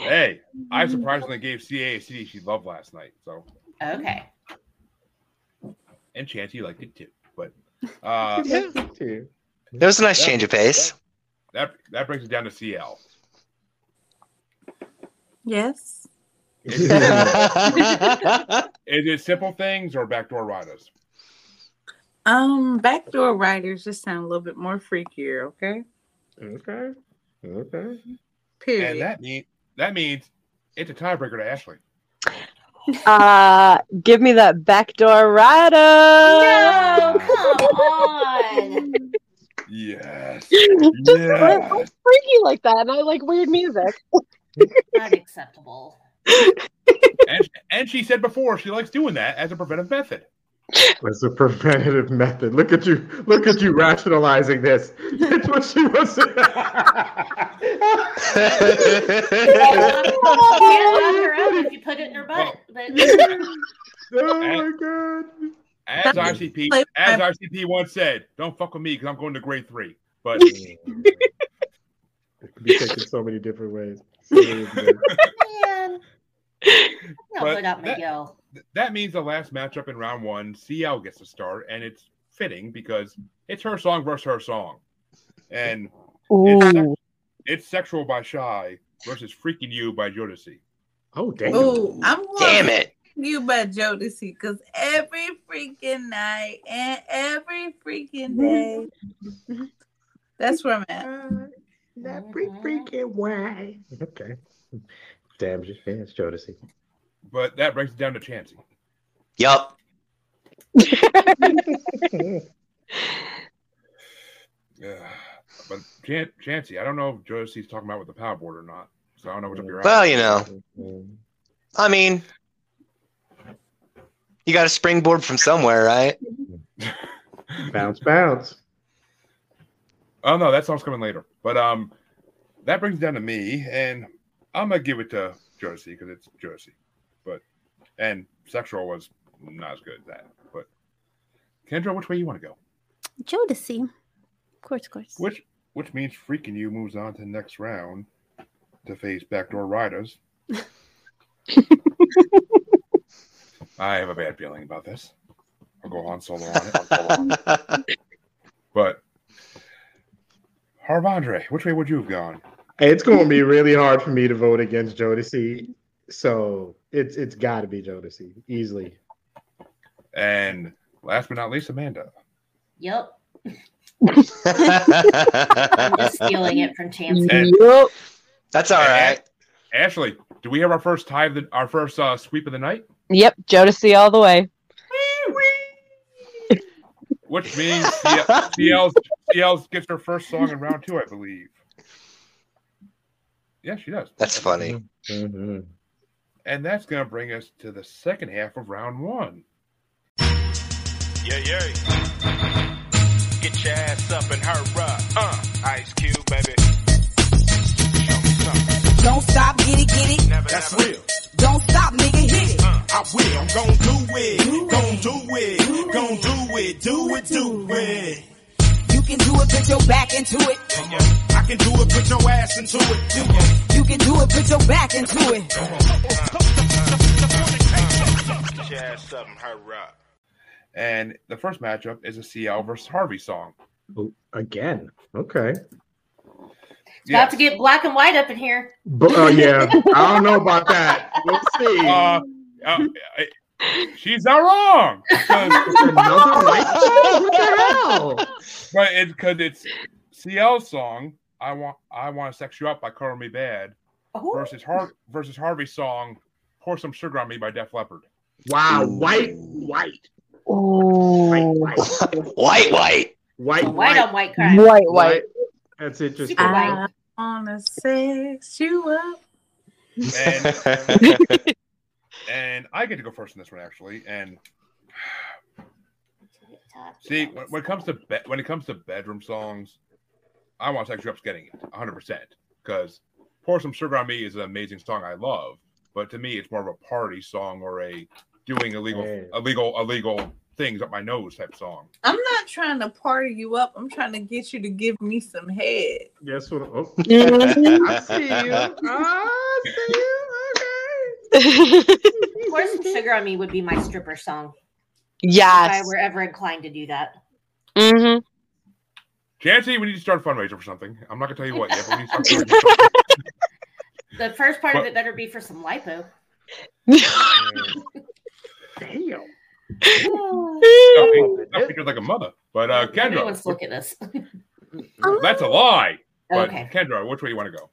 Speaker 2: hey,
Speaker 4: Mm-hmm.
Speaker 2: I surprisingly gave CA a CD she loved last night. So
Speaker 4: Okay,
Speaker 2: and Chance, you liked it too. But uh,
Speaker 9: Yeah.
Speaker 8: Too.
Speaker 9: It was a nice change of pace.
Speaker 2: that that brings it down to CL.
Speaker 5: Yes.
Speaker 2: Is it, is it simple things or backdoor riders?
Speaker 5: Um, backdoor riders just sound a little bit more freakier, okay?
Speaker 8: Okay. Okay.
Speaker 2: And
Speaker 5: Period.
Speaker 2: that mean that means it's a tiebreaker to Ashley.
Speaker 7: Uh, give me that backdoor rider.
Speaker 4: no, come on.
Speaker 2: Yes.
Speaker 7: [LAUGHS] Just
Speaker 8: [LAUGHS]
Speaker 2: Yeah.
Speaker 7: I'm freaky like that, and I like weird music.
Speaker 4: not acceptable.
Speaker 2: and, and she said before she likes doing that as a preventive method.
Speaker 8: That's a preventative method. Look at you. Look at you rationalizing this. [LAUGHS] That's what she
Speaker 2: [LAUGHS]
Speaker 8: was.
Speaker 4: Can't lock her up if you put it in her butt. But
Speaker 8: oh
Speaker 4: [LAUGHS]
Speaker 8: my god.
Speaker 2: As RCP,
Speaker 5: Play-
Speaker 2: as RCP once said, "Don't fuck with me because I'm going to grade three. But
Speaker 8: It could be taken so many different ways. So many different ways.
Speaker 4: man,
Speaker 2: But
Speaker 4: I'll vote
Speaker 2: that-
Speaker 4: out Miguel.
Speaker 2: that means the last matchup in round one, CL gets to start, and it's fitting because it's her song versus her song, and
Speaker 7: Ooh.
Speaker 2: it's sexual by Shy versus freaking you by Jodeci.
Speaker 8: Oh damn.
Speaker 5: Oh, I'm going
Speaker 9: Damn it.
Speaker 5: you by Jodeci because every freaking night and every freaking day. That's where I'm at.
Speaker 8: Uh, That freak freaking way. Okay. Damn, yeah, it's Jodeci.
Speaker 2: But that brings it down to Chansey.
Speaker 9: Yup.
Speaker 2: Yeah. But Chan- Chansey, I don't know if Jodeci's talking about with the power board or not, so I don't know what's up your
Speaker 9: Well,
Speaker 2: alley.
Speaker 9: you know, I mean, you got a springboard from somewhere, right?
Speaker 8: [LAUGHS] Bounce, bounce.
Speaker 2: Oh no, that song's coming later. But um, that brings it down to me, and I'm gonna give it to Josie because it's Josie. But and sexual was not as good as that. But Kendra, which way you want to go?
Speaker 3: Jodeci. Of course, of course.
Speaker 2: Which which means freaking you moves on to the next round to face backdoor riders. [LAUGHS] I have a bad feeling about this. I'll go on solo on it.
Speaker 9: [LAUGHS]
Speaker 2: But Harvandre, which way would you have gone?
Speaker 8: It's going to be really hard for me to vote against Jodeci, so it's it's got to be Jodeci easily.
Speaker 2: And last but not least, Amanda.
Speaker 4: Yep, I'm just
Speaker 9: That's
Speaker 4: stealing it from Chancey.
Speaker 7: Yup.
Speaker 9: all right.
Speaker 2: Ashley, do we have our first tie of the our first uh, sweep of the night?
Speaker 7: Yep, Jodeci all the way.
Speaker 4: [LAUGHS]
Speaker 2: Which means CL, CL's, CL's gets her first song in round two, I believe. Yeah, she does.
Speaker 9: That's funny.
Speaker 8: Mm-hmm.
Speaker 2: And that's going to bring us to the second half of round one.
Speaker 11: Yeah, yeah. Get your ass up and hurry up. Uh, Ice Cube, baby. Show me something.
Speaker 10: Don't stop, get it, get it.
Speaker 11: Never,
Speaker 10: That's
Speaker 11: never.
Speaker 10: real. Don't stop, nigga, hit it.
Speaker 11: Uh, I will. I'm gon' do it. Gon' do it. Gon' do do it, do it, do it.
Speaker 10: You can do it, put your back into it.
Speaker 11: Come on. I can do it, put your ass into it. Do it.
Speaker 10: You can do it, put your back into it.
Speaker 11: Get your ass up and hurry up.
Speaker 2: And the first matchup is a CL versus Harvey song.
Speaker 8: Again. Okay.
Speaker 4: It's about to get black and white up
Speaker 3: [LAUGHS]
Speaker 4: in here.
Speaker 8: But, oh, yeah. I don't know about that. We'll see.
Speaker 2: Uh, uh, she's not wrong. 'cause-
Speaker 8: Another white show? What the hell?
Speaker 2: but it's because it's CL's song. I want I want to sex you up by Cover Me Bad versus Har- versus Harvey's song Pour Some Sugar on Me by Def Leppard.
Speaker 8: Wow. White, white.
Speaker 7: Oh.
Speaker 8: White,
Speaker 9: [LAUGHS] White, white.
Speaker 8: white.
Speaker 4: White on white crime.
Speaker 7: White, white.
Speaker 8: That's interesting.
Speaker 4: Super white.
Speaker 5: On a sex you up.
Speaker 2: And
Speaker 8: [LAUGHS]
Speaker 2: and I get to go first in this one actually. And see when, when it comes to be- when it comes to bedroom songs, I want sex you up's getting it 100 percent because Pour Some Sugar on Me is an amazing song I love, but to me it's more of a party song or a doing illegal
Speaker 8: Hey.
Speaker 2: illegal illegal things up my nose type song.
Speaker 5: I'm not trying to party you up. I'm trying to get you to give me some head.
Speaker 8: Yes. What, oh. [LAUGHS]
Speaker 9: [LAUGHS]
Speaker 8: I see you.
Speaker 9: yeah,
Speaker 8: I see you.
Speaker 4: Pour some sugar on me would be my stripper song. If I
Speaker 7: yes.
Speaker 4: were ever inclined to do that.
Speaker 7: hmm
Speaker 2: Chancy, we need to start a fundraiser for something. I'm not gonna tell you what yet, but we need to start. a fundraiser.
Speaker 4: The first part of
Speaker 2: What?
Speaker 4: it better be for some lipo.
Speaker 8: Okay. Damn.
Speaker 2: That picture- that picture's like a mother. But uh,
Speaker 4: Nobody
Speaker 2: Kendra,
Speaker 4: wants to look at this.
Speaker 2: that's a lie. But
Speaker 4: Okay.
Speaker 2: Kendra, which way you want to go?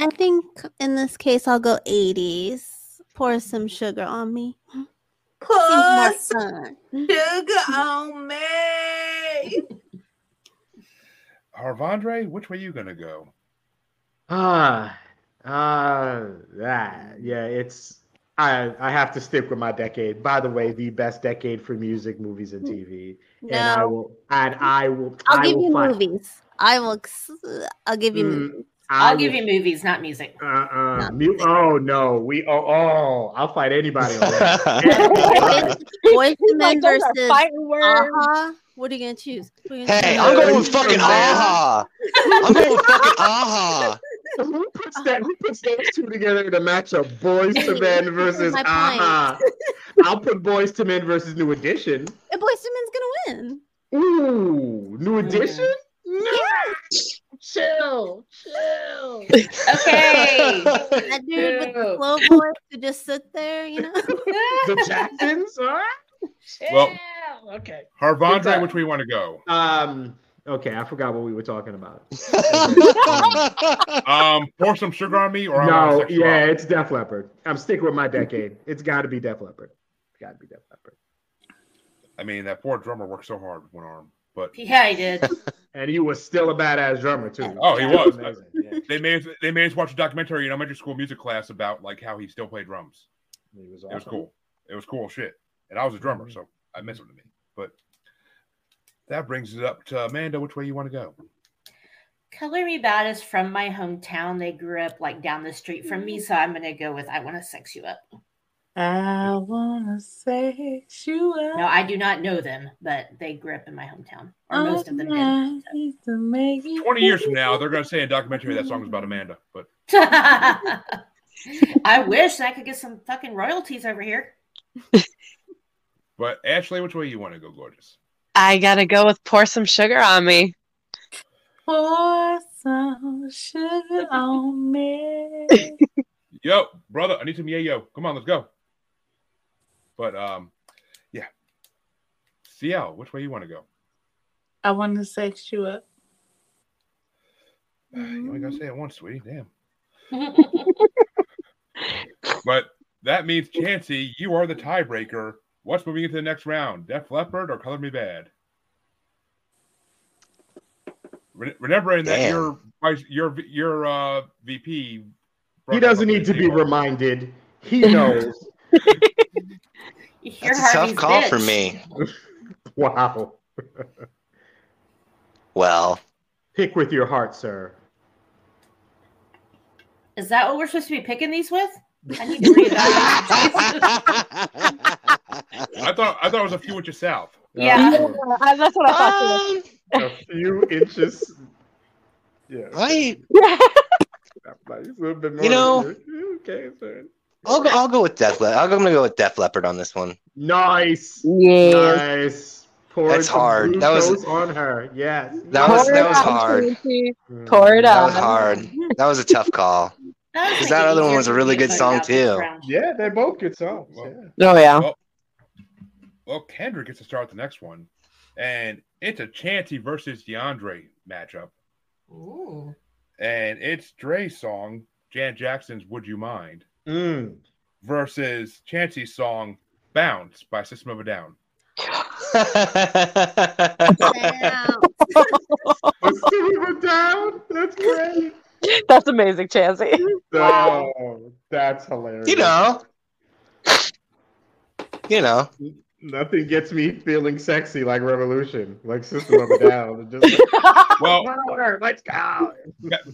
Speaker 3: I think in this case, I'll go 80s. Pour some sugar on me.
Speaker 5: Pour
Speaker 3: Seems
Speaker 5: some
Speaker 3: more fun.
Speaker 5: sugar on me.
Speaker 2: Harvandre, which way you gonna go?
Speaker 8: Ah, ah, that. Yeah, it's. I I have to stick with my decade. By the way, the best decade for music, movies, and TV. And I
Speaker 3: No,
Speaker 8: will. And I will.
Speaker 3: I'll
Speaker 8: I
Speaker 3: give
Speaker 8: will
Speaker 3: you
Speaker 8: find-
Speaker 3: movies. I will. ex- I'll give you.
Speaker 8: Mm,
Speaker 3: movies.
Speaker 8: I
Speaker 4: Hmm. I'll give
Speaker 8: will-
Speaker 4: you movies, not music.
Speaker 8: Uh, uh,
Speaker 3: No.
Speaker 8: mu- oh no, we. Oh, oh, I'll fight anybody.
Speaker 9: [LAUGHS]
Speaker 8: on that. Anybody.
Speaker 3: Boys and Men
Speaker 7: Like, those are
Speaker 3: versus
Speaker 7: fighting words.
Speaker 3: Aha. What are you gonna choose? What are you gonna
Speaker 9: Hey,
Speaker 3: choose?
Speaker 9: I'm going with fucking
Speaker 3: [LAUGHS]
Speaker 9: aha. I'm going with fucking aha.
Speaker 8: who puts that? Who puts those two together in a matchup? Boys to Men versus
Speaker 3: My point.
Speaker 8: Aha. I'll put Boys to Men versus New Edition.
Speaker 3: And Boys and Men's gonna win.
Speaker 8: Ooh, New Edition.
Speaker 4: Chill, chill. [LAUGHS] Okay.
Speaker 3: That dude with the
Speaker 4: Ew.
Speaker 3: slow voice who just sit there, you
Speaker 4: [LAUGHS]
Speaker 3: know.
Speaker 8: the Jacksons, all right.
Speaker 2: Well-
Speaker 4: Chill. okay.
Speaker 2: Harvandre, which way you want to go?
Speaker 8: Um. Okay, I forgot what we were talking about. [LAUGHS]
Speaker 2: Um, pour some sugar on me, or I
Speaker 8: no,
Speaker 2: want to
Speaker 8: yeah, it's Def Leppard. I'm sticking with my decade. It's got to be Def Leppard. It's got to be Def Leppard.
Speaker 2: I mean, that poor drummer worked so hard with one arm, but
Speaker 4: Yeah, I [LAUGHS] did.
Speaker 8: And you were still a badass drummer too.
Speaker 2: Oh, he was.
Speaker 8: Amazing, yeah.
Speaker 2: they made us, they made us watch a documentary in elementary school music class about like how he still played drums.
Speaker 8: He was
Speaker 2: It was
Speaker 8: awesome. Mm-hmm.
Speaker 2: cool. It was cool shit. And I was a drummer, so I missed it to me. But that brings it up to Amanda. Which way you want to go?
Speaker 4: Color Me Bad is from my hometown. They grew up like down the street from me, so I'm gonna go with I Want to Sex You Up.
Speaker 5: I wanna sex you
Speaker 4: No,
Speaker 5: up.
Speaker 4: I do not know them, but they grew up in my hometown, or
Speaker 5: all
Speaker 4: most of them
Speaker 5: night
Speaker 4: did.
Speaker 5: to make you
Speaker 2: Twenty years from now, they're gonna say in a documentary that song is about Amanda. But
Speaker 4: [LAUGHS] I wish I could get some fucking royalties over here.
Speaker 2: but Ashley, which way you want to go, gorgeous?
Speaker 7: I gotta go with pour some sugar on me.
Speaker 5: pour some sugar on me.
Speaker 7: [LAUGHS]
Speaker 2: Yo, brother, I need some yeah yo. Come on, let's go. But um, yeah. CL, which way you want to go?
Speaker 5: I wanna sex you up.
Speaker 2: You only gotta say it once, sweetie.
Speaker 9: [LAUGHS]
Speaker 2: Damn. But that means Chancy, you are the tiebreaker. What's moving into the next round? Def Leppard or Color Me Bad? Re- Remembering that
Speaker 9: Damn.
Speaker 2: your vice- your your uh, VP.
Speaker 8: He
Speaker 2: brought that
Speaker 8: doesn't
Speaker 2: up on
Speaker 8: need to
Speaker 2: the
Speaker 8: be
Speaker 2: table.
Speaker 8: reminded. He knows.
Speaker 4: You're
Speaker 9: That's a tough
Speaker 4: Harvey's
Speaker 9: call
Speaker 4: bitch.
Speaker 9: for me.
Speaker 8: [LAUGHS] wow.
Speaker 9: Well,
Speaker 8: Pick with your heart, sir.
Speaker 4: Is that what we're supposed to be picking these with? I need to reevaluate.
Speaker 2: I thought I thought it was a few inches south. Uh,
Speaker 4: Yeah.
Speaker 7: I- that's what I thought. too.
Speaker 8: a few inches. Yeah.
Speaker 9: I.
Speaker 8: Like, it's a little bit more. Mm,
Speaker 9: Um, You know-
Speaker 8: Okay, sir.
Speaker 9: I'll go. I'll go with Death. Le- I'm gonna go with Death Leopard on this one.
Speaker 8: Nice.
Speaker 7: Yes.
Speaker 8: Nice. Pour
Speaker 9: That's
Speaker 8: some
Speaker 9: hard.
Speaker 8: blue
Speaker 9: That was-
Speaker 8: toast on her. Yes.
Speaker 9: That was
Speaker 7: Pour
Speaker 9: that
Speaker 7: it
Speaker 9: was
Speaker 7: out,
Speaker 9: hard.
Speaker 7: Tracy. Pour it
Speaker 9: That was
Speaker 7: out.
Speaker 9: hard. That was a tough call. Because that other one was a really good song too.
Speaker 8: Yeah, they're both good songs. yeah.
Speaker 7: Oh yeah.
Speaker 2: Well, well, Kendrick gets to start the next one, and it's a Chansey versus DeAndre matchup,
Speaker 4: Ooh.
Speaker 2: and it's Dre's song, Jan Jackson's "Would You Mind,"
Speaker 8: Mm.
Speaker 2: versus Chansey's song "Bounce" by System of a
Speaker 8: [LAUGHS]
Speaker 2: Down.
Speaker 8: Let's do it down. That's great.
Speaker 7: [LAUGHS] That's amazing, Chansey.
Speaker 8: Oh, that's hilarious.
Speaker 9: you know. You know.
Speaker 8: Nothing gets me feeling sexy like Revolution, like System of a Down. It's
Speaker 9: [LAUGHS]
Speaker 8: Just
Speaker 2: Well,
Speaker 8: like, "Power, let's go.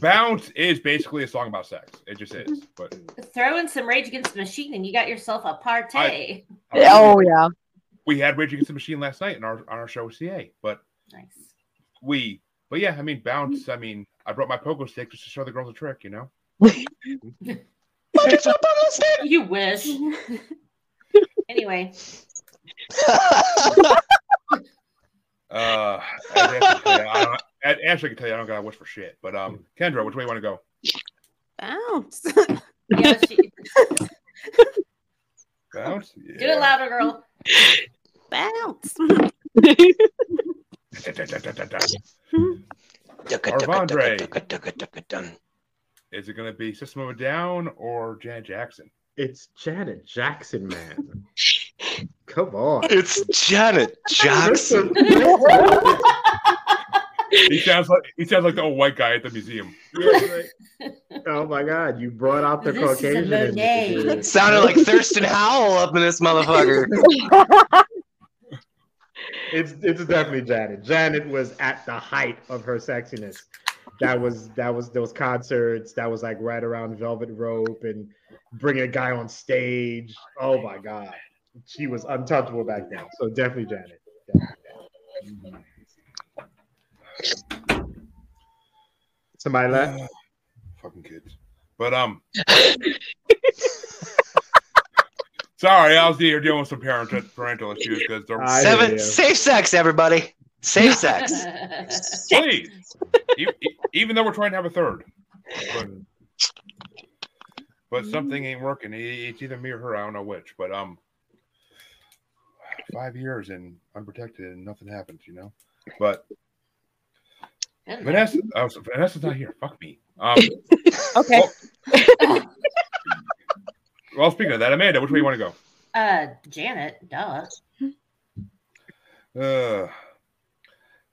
Speaker 2: "Bounce" is basically a song about sex. It just is. But
Speaker 4: [LAUGHS] Throw in some Rage Against the Machine and you got yourself a party.
Speaker 7: Oh yeah.
Speaker 2: we had Rage Against the Machine last night in our on our show with CA, but
Speaker 4: Nice.
Speaker 2: we. But yeah, I mean, bounce. I mean, I brought my pogo stick just to show the girls a trick, you know.
Speaker 4: You wish. [LAUGHS] anyway,
Speaker 2: Uh, and Ashley, can tell you, I don't, and Ashley can tell you I don't gotta wish for shit. But um, Kendra, which way you want to go?
Speaker 3: Bounce.
Speaker 5: [LAUGHS]
Speaker 4: yeah, she, do
Speaker 2: Bounce.
Speaker 4: it louder, girl.
Speaker 7: [LAUGHS]
Speaker 5: [LAUGHS]
Speaker 3: Bounce.
Speaker 2: Is it gonna be System of a Down or Janet Jackson?
Speaker 8: It's Janet Jackson, man. Come on.
Speaker 9: It's Janet Jackson.
Speaker 2: He sounds like he sounds like the old white guy at the museum.
Speaker 8: [LAUGHS] oh my God, you brought out the
Speaker 4: This is a
Speaker 8: Caucasian. in
Speaker 4: Monet.
Speaker 8: me.
Speaker 9: It sounded like Thurston Howell up in this motherfucker.
Speaker 8: It's it's definitely Janet. Janet was at the height of her sexiness. That was that was those concerts. That was like right around Velvet Rope and bringing a guy on stage. Oh my God, she was untouchable back then. So definitely Janet. Definitely Janet. Somebody left.
Speaker 4: [LAUGHS]
Speaker 2: Fucking kids. [SIGHS] But um. Sorry, I was here dealing with some parental parental issues because they're
Speaker 8: I hear
Speaker 9: Seven
Speaker 8: you.
Speaker 9: safe sex, everybody. Safe sex.
Speaker 2: please. E- e- even though we're trying to have a third, but, but something ain't working. I- It's either me or her. I don't know which. But um, five years and unprotected and nothing happens, you know. But Vanessa, oh, so Vanessa's not here. Fuck me. Um,
Speaker 7: Okay.
Speaker 2: well, speaking of that, Amanda, which way you want to
Speaker 4: uh, Janet, duh.
Speaker 2: go? Uh,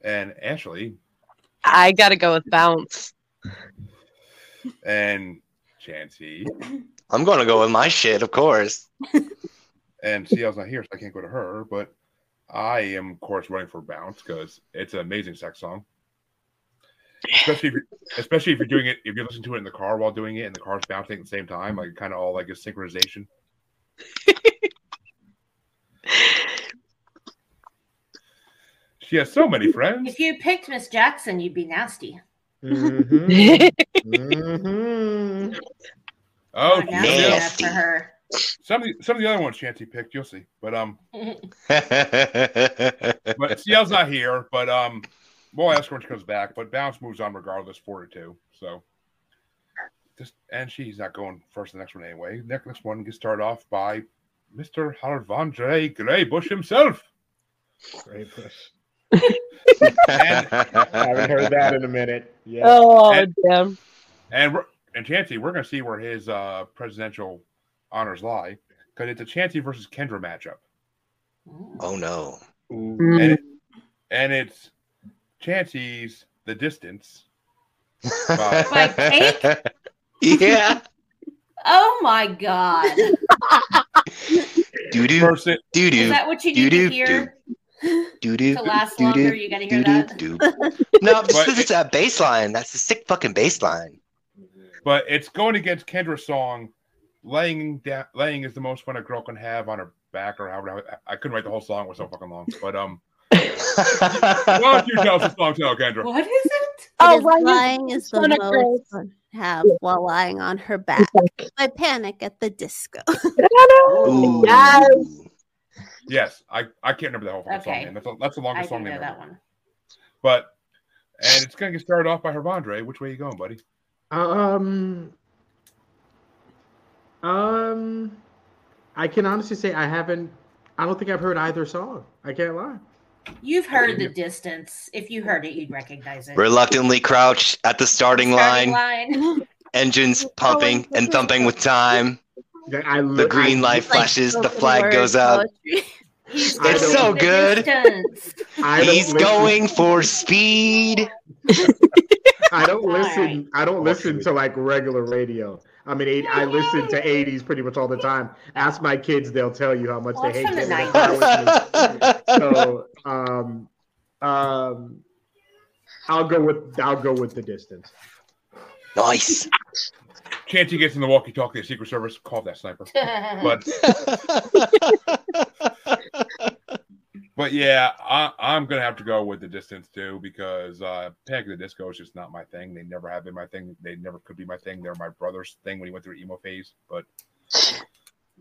Speaker 2: and Ashley
Speaker 7: I gotta go with bounce.
Speaker 2: and Chansey
Speaker 9: I'm gonna go with my shit, of course.
Speaker 2: and CL's not here, so I can't go to her. But I am, of course, running for bounce because it's an amazing sex song. Especially if, you're, especially if you're doing it, if you're listening to it in the car while doing it, and the car's bouncing at the same time, like kind of all like a synchronization. she has so many friends.
Speaker 4: If you picked Miss Jackson, you'd be nasty.
Speaker 8: Mhm.
Speaker 9: Mm.
Speaker 8: Mhm.
Speaker 2: Oh, some
Speaker 4: Not
Speaker 2: of
Speaker 4: nasty
Speaker 2: the-
Speaker 4: enough
Speaker 9: nasty.
Speaker 4: for her.
Speaker 2: some of the, some of the other ones Chansey picked, you'll see. But um,
Speaker 8: [LAUGHS]
Speaker 2: but
Speaker 9: That's
Speaker 2: CL's not here. But um, we'll ask her when she comes back. But Bounce moves on regardless, four to two. So just and she's not going first. The next one anyway. Next, next one gets started off by Mister Harvandre Gray Bush himself.
Speaker 8: Great push.
Speaker 2: And
Speaker 8: [LAUGHS] I haven't heard that in a minute. Yeah.
Speaker 7: Oh
Speaker 2: And-
Speaker 7: damn.
Speaker 2: and we're, and Chansey, we're gonna see where his uh presidential honors lie because it's a Chansey versus Kendra matchup,
Speaker 9: Oh no.
Speaker 8: Ooh.
Speaker 2: and it, and it's Chansey's the
Speaker 9: [LAUGHS]
Speaker 2: distance.
Speaker 4: Like cake?
Speaker 9: yeah.
Speaker 4: [LAUGHS] Oh my god.
Speaker 9: Doo doo
Speaker 2: Versus
Speaker 9: doo
Speaker 4: Is
Speaker 9: doo
Speaker 4: that what you need to
Speaker 9: Doo-doo,
Speaker 4: hear
Speaker 9: doo doo
Speaker 4: to last
Speaker 9: doo
Speaker 4: longer?
Speaker 9: doo
Speaker 4: You gotta hear
Speaker 9: doo doo
Speaker 4: that? [LAUGHS]
Speaker 9: doo. No, just
Speaker 2: But
Speaker 9: because it's a bass line. That's a sick fucking bass line.
Speaker 2: but it's going against Kendra's song. Laying down,
Speaker 9: [LAUGHS]
Speaker 2: laying is the most fun a girl can have on her back or however. I couldn't write the whole song; it was so fucking long. But um, Why don't you tell us the song title, Kendra?
Speaker 6: What is it?
Speaker 3: Oh, lying is the
Speaker 6: Sonic
Speaker 3: most fun to have while lying on her back. I panic at the disco.
Speaker 2: Yes. Yes, I, I can't remember the whole fucking
Speaker 4: Okay.
Speaker 2: song name. That's, a, that's the longest
Speaker 4: I
Speaker 2: song
Speaker 4: do
Speaker 2: name.
Speaker 4: know
Speaker 2: I've
Speaker 4: that
Speaker 2: heard.
Speaker 4: one.
Speaker 2: But and it's gonna get started off by Hervandre. Which way you going, buddy?
Speaker 8: Um, um, I can honestly say I haven't. I don't think I've heard either song. I can't lie.
Speaker 4: You've heard the distance. If you heard it, you'd recognize it.
Speaker 9: Reluctantly crouch at the starting
Speaker 4: Starting
Speaker 9: line,
Speaker 4: line.
Speaker 9: engines pumping and thumping with time. The green light flashes, the flag goes up. It's so good.
Speaker 8: I don't
Speaker 9: He's
Speaker 8: listen-
Speaker 9: going for speed.
Speaker 8: I don't listen. I don't listen to like regular radio. I mean, eight, I listen to '80s pretty much all the time. Ask my kids; they'll tell you how much
Speaker 4: Well,
Speaker 8: they
Speaker 4: it's
Speaker 8: hate.
Speaker 4: from the
Speaker 8: it.
Speaker 4: 90s.
Speaker 9: [LAUGHS]
Speaker 8: so, um, um, I'll go with I'll go with the distance.
Speaker 9: Nice.
Speaker 2: Chancey gets in the walkie-talkie. The Secret Service called that
Speaker 4: [LAUGHS]
Speaker 2: sniper. but
Speaker 4: [LAUGHS]
Speaker 2: but yeah, I, I'm gonna have to go with the distance too because uh, Panic at the Disco is just not my thing. They never have been my thing. They never could be my thing. They're my brother's thing when he went through emo phase. But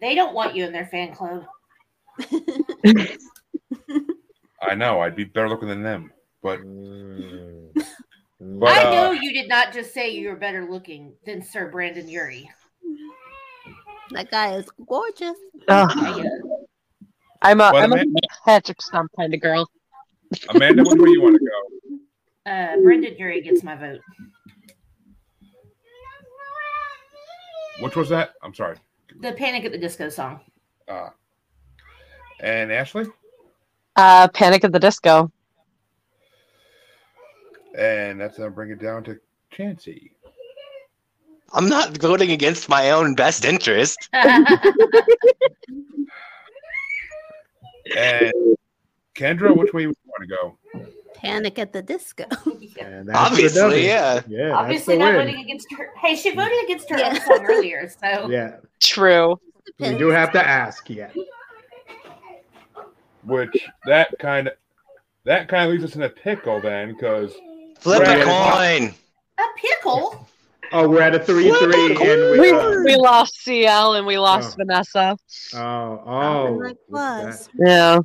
Speaker 4: They don't want you in their fan club.
Speaker 2: I know I'd be better looking than them. But,
Speaker 9: Mm.
Speaker 2: but,
Speaker 4: I
Speaker 2: uh,
Speaker 4: know you did not just say you were better looking than Sir Brandon Urie.
Speaker 3: That guy is gorgeous.
Speaker 7: Ugh. I'm a
Speaker 2: Well,
Speaker 7: am a
Speaker 2: Amanda-
Speaker 7: Patrick Stump kind of girl.
Speaker 2: Amanda, which way you want to go?
Speaker 4: Uh, Brendan Urie gets my vote.
Speaker 2: Which was that? I'm sorry.
Speaker 4: The Panic at the Disco song.
Speaker 2: Uh, and Ashley
Speaker 7: [LAUGHS] Uh, Panic at the Disco.
Speaker 2: and that's gonna bring it down to Chancey.
Speaker 9: I'm not voting against my own best
Speaker 4: [LAUGHS]
Speaker 9: interest.
Speaker 2: And Kendra, which way you want to go?
Speaker 3: Panic at the disco.
Speaker 9: Obviously, yeah.
Speaker 8: Yeah.
Speaker 4: Obviously not voting against her. Hey, she voted against her own song earlier,
Speaker 2: [LAUGHS]
Speaker 4: so
Speaker 8: Yeah.
Speaker 7: True.
Speaker 8: We do have to ask. Yeah.
Speaker 2: Which that kind of that kind of leaves us in a pickle then, because
Speaker 9: Flip
Speaker 8: Right.
Speaker 9: a coin.
Speaker 4: a pickle.
Speaker 8: Oh, we're at a three three, and we.
Speaker 7: We,
Speaker 8: Uh,
Speaker 7: we lost CL and we lost Vanessa.
Speaker 8: oh, oh.
Speaker 3: was.
Speaker 7: Yeah.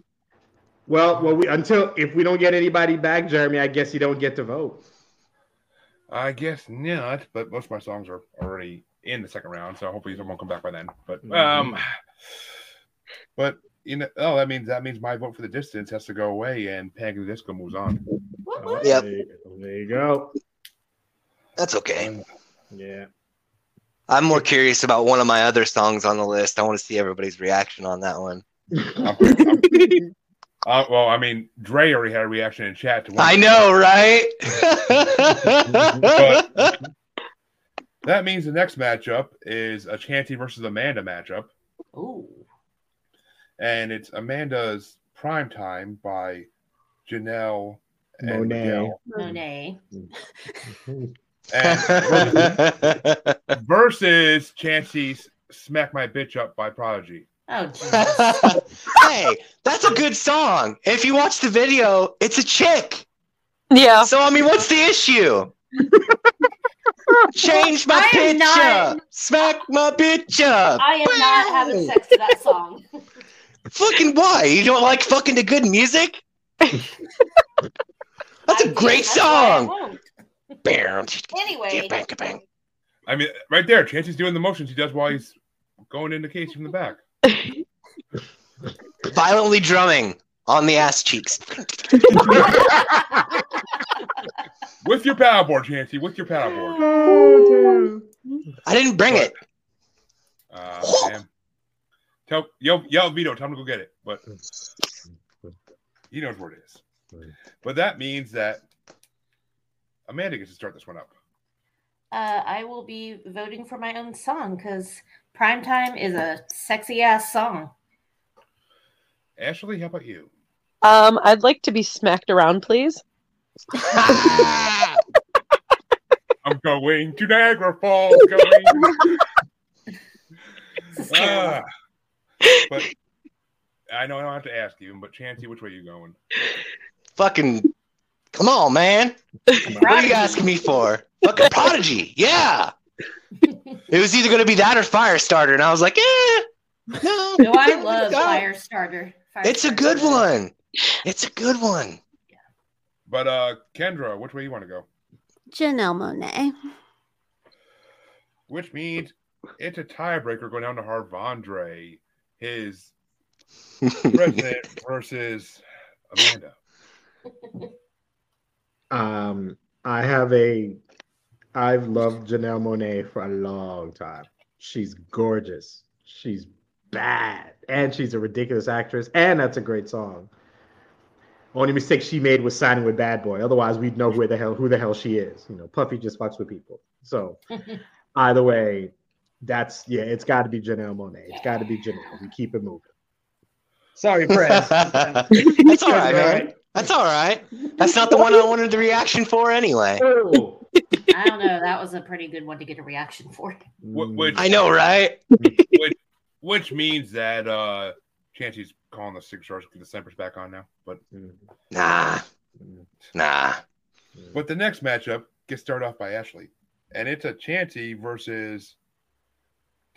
Speaker 8: Well, well, we until if we don't get anybody back, Jeremy, I guess you don't get to vote.
Speaker 9: [LAUGHS]
Speaker 2: I guess not. But most of my songs are already in the second round, so hopefully someone will come back by then. But
Speaker 8: Mm-hmm.
Speaker 2: um, but you know, oh, that means that means my vote for the distance has to go away, and Panic at the Disco moves on.
Speaker 9: Yep.
Speaker 8: There, there you go.
Speaker 9: That's okay.
Speaker 8: Yeah.
Speaker 9: I'm more curious about one of my other songs on the list. I want to see everybody's reaction on
Speaker 4: [LAUGHS]
Speaker 9: that one.
Speaker 2: Uh, well, I mean, Dre already had a reaction in chat to one.
Speaker 9: [LAUGHS] I know, right? [LAUGHS]
Speaker 2: But that means the next matchup is a Chanty versus Amanda matchup,
Speaker 4: Ooh.
Speaker 2: and it's Amanda's prime time by Janelle and
Speaker 8: Monet.
Speaker 2: Miguel.
Speaker 9: [LAUGHS]
Speaker 4: Monet.
Speaker 9: Mm.
Speaker 2: And versus Chancy's Smack My Bitch Up by Prodigy.
Speaker 4: Oh, geez.
Speaker 9: hey, that's a good song. If you watch the video, it's a chick.
Speaker 7: Yeah.
Speaker 9: So I mean, what's the issue? Change my
Speaker 4: I am
Speaker 9: picture.
Speaker 4: not-
Speaker 9: Smack my bitch up.
Speaker 4: I am not having sex to that song.
Speaker 9: [LAUGHS] Fucking why? You don't like fucking the
Speaker 4: [LAUGHS]
Speaker 9: good music? That's a great
Speaker 4: That's why I
Speaker 9: song.
Speaker 4: won't.
Speaker 9: Bam.
Speaker 4: Anyway,
Speaker 9: Bang,
Speaker 4: [LAUGHS]
Speaker 9: bang.
Speaker 2: I mean, right there, Chancy's doing the motions he does while he's going into Casey from the back.
Speaker 9: [LAUGHS] Violently drumming on the ass cheeks.
Speaker 2: [LAUGHS] With your paddle board, Chancy, with your paddle board.
Speaker 9: I didn't bring it.
Speaker 2: Uh, damn. Tell yell, yell at Vito, tell him to go get it. But he knows where it is. But that means that Amanda gets to start this one up.
Speaker 4: uh, I will be voting for my own song because Primetime is a sexy ass
Speaker 9: [LAUGHS]
Speaker 4: song.
Speaker 2: Ashley, how about you?
Speaker 7: Um, I'd like to be smacked around,
Speaker 8: [LAUGHS]
Speaker 7: please.
Speaker 2: I'm going to Niagara Falls. Going.
Speaker 4: This is terrible.
Speaker 2: Ah. but I know I don't have to ask you, but Chancey, which way you going?
Speaker 9: Fucking, come on, man. What are you asking me for? Fucking prodigy. Yeah. It was either going to be that or Firestarter, and I was like, eh, No,
Speaker 4: I love Firestarter.
Speaker 9: it's a good one. It's a
Speaker 3: [LAUGHS]
Speaker 9: good one.
Speaker 2: But uh Kendra, which way you want to go?
Speaker 3: Janelle Monet.
Speaker 2: Which means it's a tiebreaker going down to Harvandre, his president versus Amanda.
Speaker 8: Um, I have a. I've loved Janelle Monet for a long time. She's gorgeous. She's bad, and she's a ridiculous actress, and that's a great song. Only mistake she made was signing with Bad Boy. Otherwise, we'd know where the hell who the hell she is. You know, Puffy just fucks with people. So, either way, that's yeah. It's got to be Janelle Monet. It's got to be Janelle. We keep it moving. Sorry, Press.
Speaker 9: That's all right, man. That's all right. That's not the one I wanted the reaction for anyway.
Speaker 4: I don't know. That was a pretty good one to get a reaction for. [LAUGHS]
Speaker 2: Wh- Which,
Speaker 9: I know, right?
Speaker 2: [LAUGHS] which, which means that uh Chancey's calling the six stars to get the Semper's back on now. But
Speaker 9: Nah. Nah.
Speaker 2: but the next matchup gets started off by Ashley. And it's a Chancey versus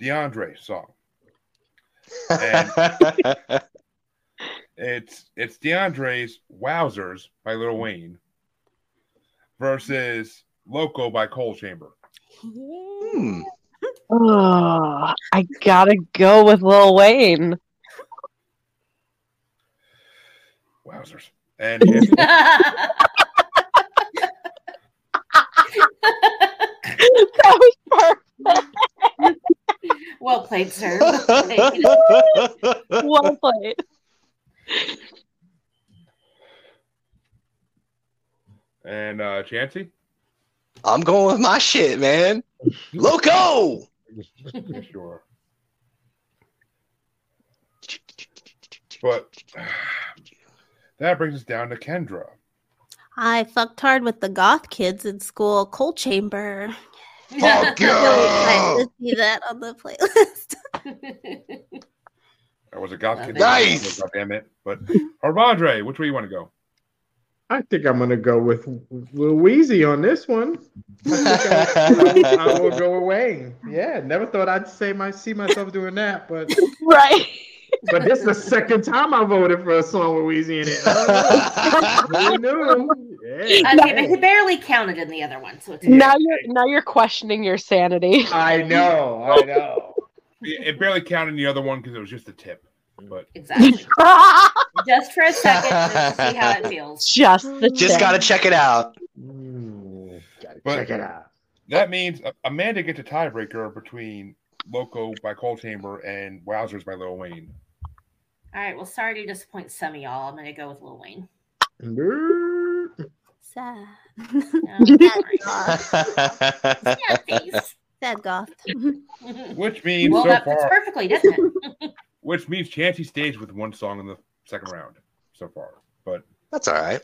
Speaker 2: DeAndre song. And it's it's DeAndre's Wowzers by Lil Wayne versus Loco by Cold Chamber.
Speaker 7: Oh, I gotta go with Lil Wayne.
Speaker 2: Wowzers. And it's,
Speaker 7: that was perfect.
Speaker 4: well played,
Speaker 9: [LAUGHS]
Speaker 4: sir.
Speaker 7: well played.
Speaker 2: and uh Chancey?
Speaker 9: I'm going with my shit, man. Loco.
Speaker 8: [LAUGHS]
Speaker 2: sure. But [SIGHS] that brings us down to Kendra.
Speaker 3: I fucked hard with the goth kids in school. Cold chamber. [LAUGHS]
Speaker 9: Fuck
Speaker 3: I
Speaker 9: yeah.
Speaker 3: just see that on the playlist.
Speaker 2: That was a goth kid.
Speaker 9: Nice!
Speaker 2: God damn it.
Speaker 8: [LAUGHS]
Speaker 2: But Arvandre, which way you want to go?
Speaker 8: I think I'm gonna go with Lil Weezy on this one. I, think I- I will go with Wayne. Yeah, never thought I'd say my see myself doing that, but
Speaker 7: Right.
Speaker 8: but this is the second time I voted for a song with Weezy in it. I don't know. Who knew? Yeah.
Speaker 4: Okay, but he barely counted in the other one, so it's
Speaker 7: Now you're now you're questioning your sanity.
Speaker 8: I know, I know.
Speaker 2: Oh. It it barely counted the other one because it was just a tip. But
Speaker 4: exactly just for a second just
Speaker 9: [LAUGHS]
Speaker 4: to see how it feels.
Speaker 7: Just the
Speaker 9: Just
Speaker 7: tip.
Speaker 9: gotta check it out.
Speaker 8: Mm, gotta
Speaker 2: [LAUGHS] But-
Speaker 8: check it
Speaker 9: [LAUGHS]
Speaker 8: out.
Speaker 2: that means A- Amanda gets a tiebreaker between Loco by Cold Chamber and Wowzers by Lil Wayne.
Speaker 4: All right, well, sorry to disappoint some of y'all. I'm gonna go with Lil Wayne.
Speaker 8: Brrr.
Speaker 3: Sad.
Speaker 4: No, sorry. Yeah, [LAUGHS] please.
Speaker 3: Sad goth. [LAUGHS]
Speaker 2: Which means
Speaker 4: well,
Speaker 2: so
Speaker 4: that fits
Speaker 2: far
Speaker 4: perfectly, doesn't it?
Speaker 2: [LAUGHS] which means Chancey stays with one song in the second round so far. But
Speaker 9: That's all right.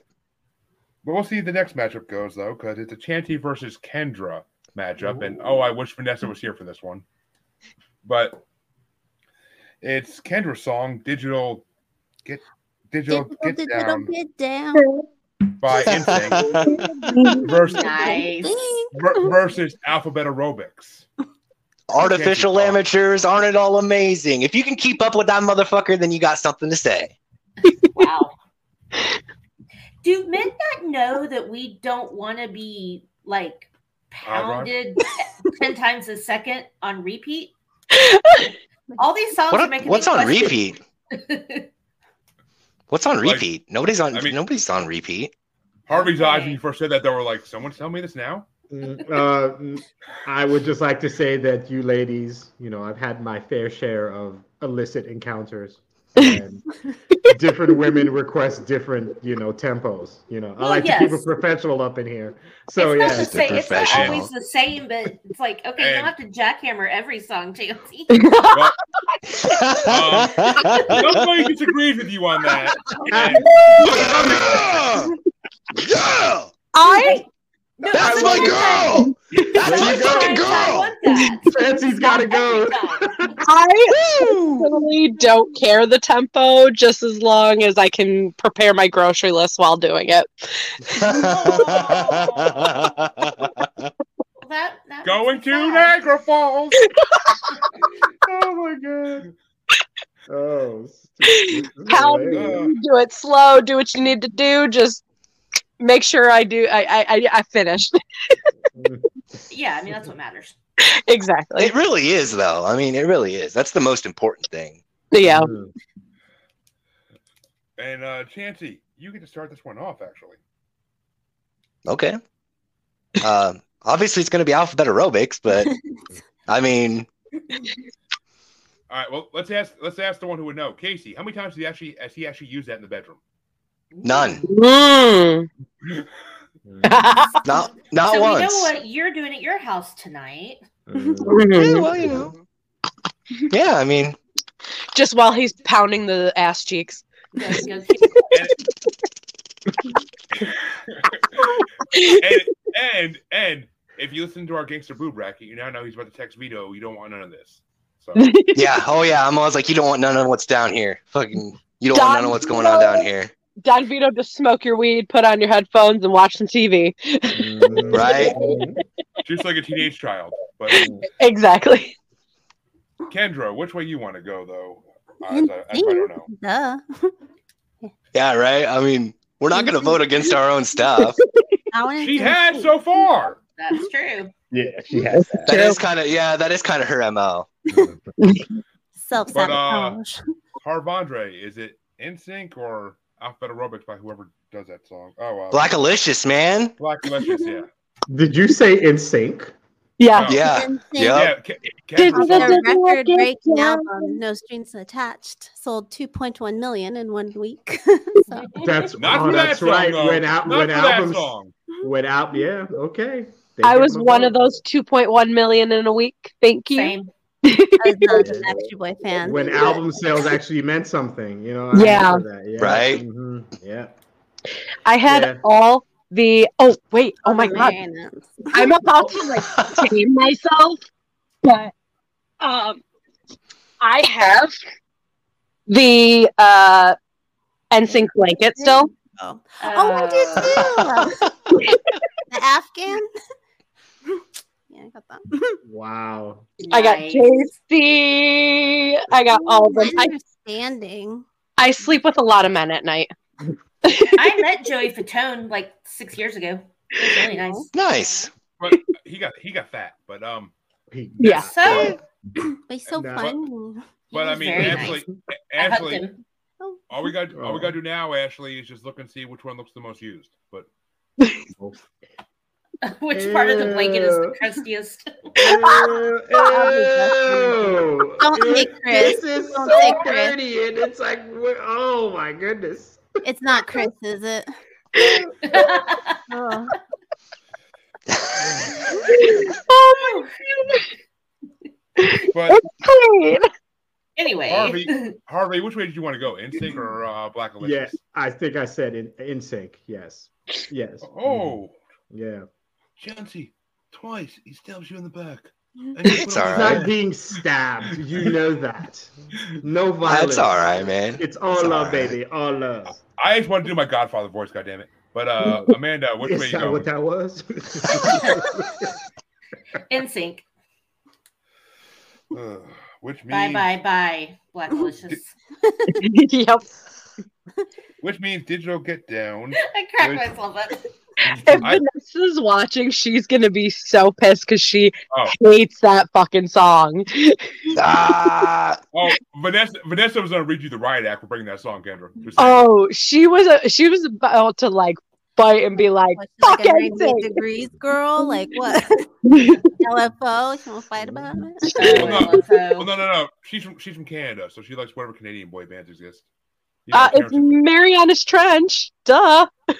Speaker 2: but we'll see the next matchup goes though, because it's a Chancey versus Kendra matchup. And oh, I wish Vanessa was here for this one. But it's Kendra's song, Digital Get Digital
Speaker 3: Digital,
Speaker 2: Get
Speaker 3: digital,
Speaker 2: Down
Speaker 3: get down. [LAUGHS]
Speaker 2: by Instinct versus
Speaker 4: Nice.
Speaker 2: ver- versus Alphabet Aerobics.
Speaker 9: Artificial amateurs, aren't it all amazing? If you can keep up with that motherfucker, then you got something to say.
Speaker 4: Wow. Do men not know that we don't want to be like
Speaker 2: Hot rod?
Speaker 4: pounded [LAUGHS] ten times a second on
Speaker 9: [LAUGHS]
Speaker 4: repeat? All these songs are
Speaker 9: What,
Speaker 4: making
Speaker 9: what's
Speaker 4: me
Speaker 9: on
Speaker 4: question-
Speaker 9: repeat? What's on
Speaker 2: Like-
Speaker 9: repeat? nobody's on.
Speaker 2: I mean-
Speaker 9: nobody's on repeat.
Speaker 2: Harvey's eyes when you first said that, they were like, "Someone tell me this now."
Speaker 8: Mm, uh, mm, I would just like to say that you ladies, you know, I've had my fair share of illicit encounters.
Speaker 4: [LAUGHS]
Speaker 8: And different women request different, you know, tempos. You know, I
Speaker 4: Well,
Speaker 8: like to keep
Speaker 4: yes.
Speaker 8: it professional up in here. So
Speaker 4: it's
Speaker 8: yeah,
Speaker 4: not the
Speaker 9: Just a
Speaker 4: same. It's not
Speaker 9: professional.
Speaker 4: always the same, but it's like okay, you
Speaker 2: And-
Speaker 4: don't have to jackhammer every song,
Speaker 9: [LAUGHS]
Speaker 4: JLT.
Speaker 2: Nobody Um, disagrees with you on that. And
Speaker 9: yeah! Yeah!
Speaker 7: I
Speaker 2: That's my girl.
Speaker 4: That's my fucking girl.
Speaker 8: Fancy's gotta go.
Speaker 7: [LAUGHS] I personally don't care the tempo, just as long as I can prepare my grocery list while
Speaker 8: [LAUGHS]
Speaker 7: doing it.
Speaker 4: [LAUGHS] That, that
Speaker 2: Going to Niagara Falls. oh my god.
Speaker 8: Oh,
Speaker 7: How do you do it slow? Do what you need to do. Just make sure I do. I I I, I finish
Speaker 4: [LAUGHS] yeah, I mean that's what matters.
Speaker 7: exactly.
Speaker 9: It really is, though. I mean, it really is. That's the most important thing.
Speaker 7: Yeah.
Speaker 2: Mm-hmm. And uh Chansey, you get to start this one off actually.
Speaker 9: Okay. Um, obviously, it's going to be alphabet aerobics, but I mean,
Speaker 2: All right, well let's ask let's ask the one who would know. Casey, how many times did he actually has he actually used that in the bedroom?
Speaker 9: none. Not not
Speaker 4: so
Speaker 9: once.
Speaker 4: we
Speaker 9: Mm.
Speaker 4: know what you're doing at your house tonight.
Speaker 9: Yeah,
Speaker 4: Mm-hmm.
Speaker 9: well, you know. Yeah, I mean,
Speaker 7: [LAUGHS] Just while he's pounding the ass cheeks.
Speaker 4: Go, go,
Speaker 2: and and and if you listen to our gangster boo bracket, you now know he's about to text Vito, you don't want none of this. So
Speaker 9: yeah. Oh, yeah. I'm always like, you don't want none of what's down here. Fucking, you don't want none of what's going on
Speaker 7: Done.
Speaker 9: down here,
Speaker 7: Don Vito, just smoke your weed, put on your headphones, and watch some TV.
Speaker 9: right?
Speaker 2: just like a teenage child. But
Speaker 7: [LAUGHS] Exactly.
Speaker 2: Kendra, which way you want to go though? Uh, as I, as I don't know.
Speaker 3: Duh.
Speaker 9: Yeah, right. I mean, we're not going to vote against our own stuff.
Speaker 3: I wanna
Speaker 2: She
Speaker 3: do-
Speaker 2: has so far.
Speaker 4: That's true.
Speaker 8: [LAUGHS] Yeah, she has that.
Speaker 9: That is kind of yeah. That is kind of her mo.
Speaker 3: self-sabotage.
Speaker 2: uh,
Speaker 4: [LAUGHS]
Speaker 2: Harvandre, is it in sync or alphabet aerobics by whoever does that song? Oh, uh,
Speaker 9: Blackalicious, man.
Speaker 2: Black Delicious, yeah.
Speaker 8: Did you say in sync?
Speaker 7: Yeah.
Speaker 9: Yeah.
Speaker 3: And think
Speaker 9: Yeah.
Speaker 2: Yeah, Ke- Kendra's song.
Speaker 7: Did- did-
Speaker 3: Their record-breaking album, No Strings Attached, sold 2.1 million in one week. so,
Speaker 8: That's
Speaker 2: Not
Speaker 8: oh,
Speaker 2: for that
Speaker 8: that's
Speaker 2: song,
Speaker 8: right.
Speaker 2: though.
Speaker 8: When out,
Speaker 2: Not
Speaker 8: when
Speaker 2: for
Speaker 8: albums,
Speaker 2: that song.
Speaker 8: when out. Yeah, okay. They
Speaker 7: I
Speaker 8: get
Speaker 7: was
Speaker 8: my
Speaker 7: one
Speaker 8: vote.
Speaker 7: of those 2.1 million in a week. Thank you. [LAUGHS]
Speaker 4: Same.
Speaker 3: I was not an Backstreet Boy fan.
Speaker 8: When album sales actually meant something, you know. I
Speaker 7: Yeah.
Speaker 8: remember that. yeah.
Speaker 9: Right?
Speaker 8: mhm, Yeah.
Speaker 7: I had
Speaker 8: Yeah.
Speaker 7: all the. Oh wait! Oh my god!
Speaker 3: Finance.
Speaker 7: I'm about to
Speaker 8: [LAUGHS]
Speaker 7: like tame myself, but um, I have the uh NSYNC blanket still.
Speaker 3: Oh, I did too. the Afghan. yeah, I got that.
Speaker 8: Wow.
Speaker 7: I got
Speaker 4: Nice.
Speaker 7: JC. I got all of them. I,
Speaker 3: Understanding.
Speaker 7: I sleep with a lot of men at night.
Speaker 4: I met Joey Fatone like six years ago. It was really nice.
Speaker 9: Nice.
Speaker 2: But he got he got fat. But um,
Speaker 8: He-
Speaker 7: Yeah.
Speaker 4: So
Speaker 3: But he's so
Speaker 8: No.
Speaker 3: funny.
Speaker 4: he
Speaker 2: but I
Speaker 4: was
Speaker 2: mean,
Speaker 4: very
Speaker 2: Ashley,
Speaker 4: nice. I hugged
Speaker 2: Ashley,
Speaker 4: him.
Speaker 2: all we got all we
Speaker 8: Oh.
Speaker 2: got to do now, Ashley, is just look and see which one looks the most used.
Speaker 8: [LAUGHS]
Speaker 2: But
Speaker 4: [LAUGHS] Which part of the blanket is the crustiest?
Speaker 8: Ew,
Speaker 3: Don't
Speaker 8: Uh, ew.
Speaker 3: say Chris.
Speaker 8: This is
Speaker 3: Don't
Speaker 8: so
Speaker 3: say Chris.
Speaker 8: dirty, and it's like, we're- oh my goodness.
Speaker 3: It's not Chris, is it? Oh.
Speaker 7: Oh my
Speaker 2: but
Speaker 7: god!
Speaker 4: anyway, [LAUGHS]
Speaker 2: Harvey. Harvey, which way did you want to go? Instinct or uh, Black
Speaker 8: Yeah,
Speaker 2: Delicious?
Speaker 8: I think I said in, in sync. Yes, yes. Mm-hmm.
Speaker 2: Oh,
Speaker 8: yeah.
Speaker 2: Chansey, twice he stabs you in the back.
Speaker 4: [LAUGHS]
Speaker 9: It's all
Speaker 8: It's
Speaker 9: right.
Speaker 8: not being stabbed. You know that. No violence.
Speaker 9: That's all right, man.
Speaker 8: It's all
Speaker 9: It's all
Speaker 8: love,
Speaker 9: right.
Speaker 8: baby. All love.
Speaker 2: I just want to do my Godfather voice, goddammit. But uh, Amanda, which
Speaker 8: Is
Speaker 2: way you
Speaker 8: that
Speaker 2: going?
Speaker 8: what that was?
Speaker 3: [LAUGHS]
Speaker 4: in sync.
Speaker 2: Ugh, which
Speaker 4: Bye
Speaker 2: means
Speaker 4: [LAUGHS] bye bye. Black Delicious.
Speaker 7: yep.
Speaker 2: [LAUGHS] which means digital get down.
Speaker 4: [LAUGHS] I cracked
Speaker 2: Wait.
Speaker 4: myself up.
Speaker 7: If
Speaker 2: I-
Speaker 7: Vanessa's watching, she's gonna be so pissed because she
Speaker 2: Oh.
Speaker 7: hates that fucking song. Uh,
Speaker 9: Ah,
Speaker 2: Oh, Vanessa, Vanessa was gonna read you the riot act for bringing that song, Kendra.
Speaker 4: [LAUGHS]
Speaker 2: Just saying.
Speaker 7: Oh, she was a, she was about to like bite and be like,
Speaker 3: What, she's
Speaker 7: "Fuck
Speaker 3: like a 98
Speaker 7: NSYNC."
Speaker 3: degrees girl? Like what? LFO? She won't fight about it?
Speaker 2: Well, no.
Speaker 4: Oh, So-
Speaker 2: Well, no, no, no. She's from she's from Canada, so she likes whatever Canadian boy bands exist. You know,
Speaker 7: Uh, it's
Speaker 2: Terrence-
Speaker 7: Mariana's Trench.
Speaker 2: [LAUGHS]
Speaker 7: Duh.
Speaker 4: Oh.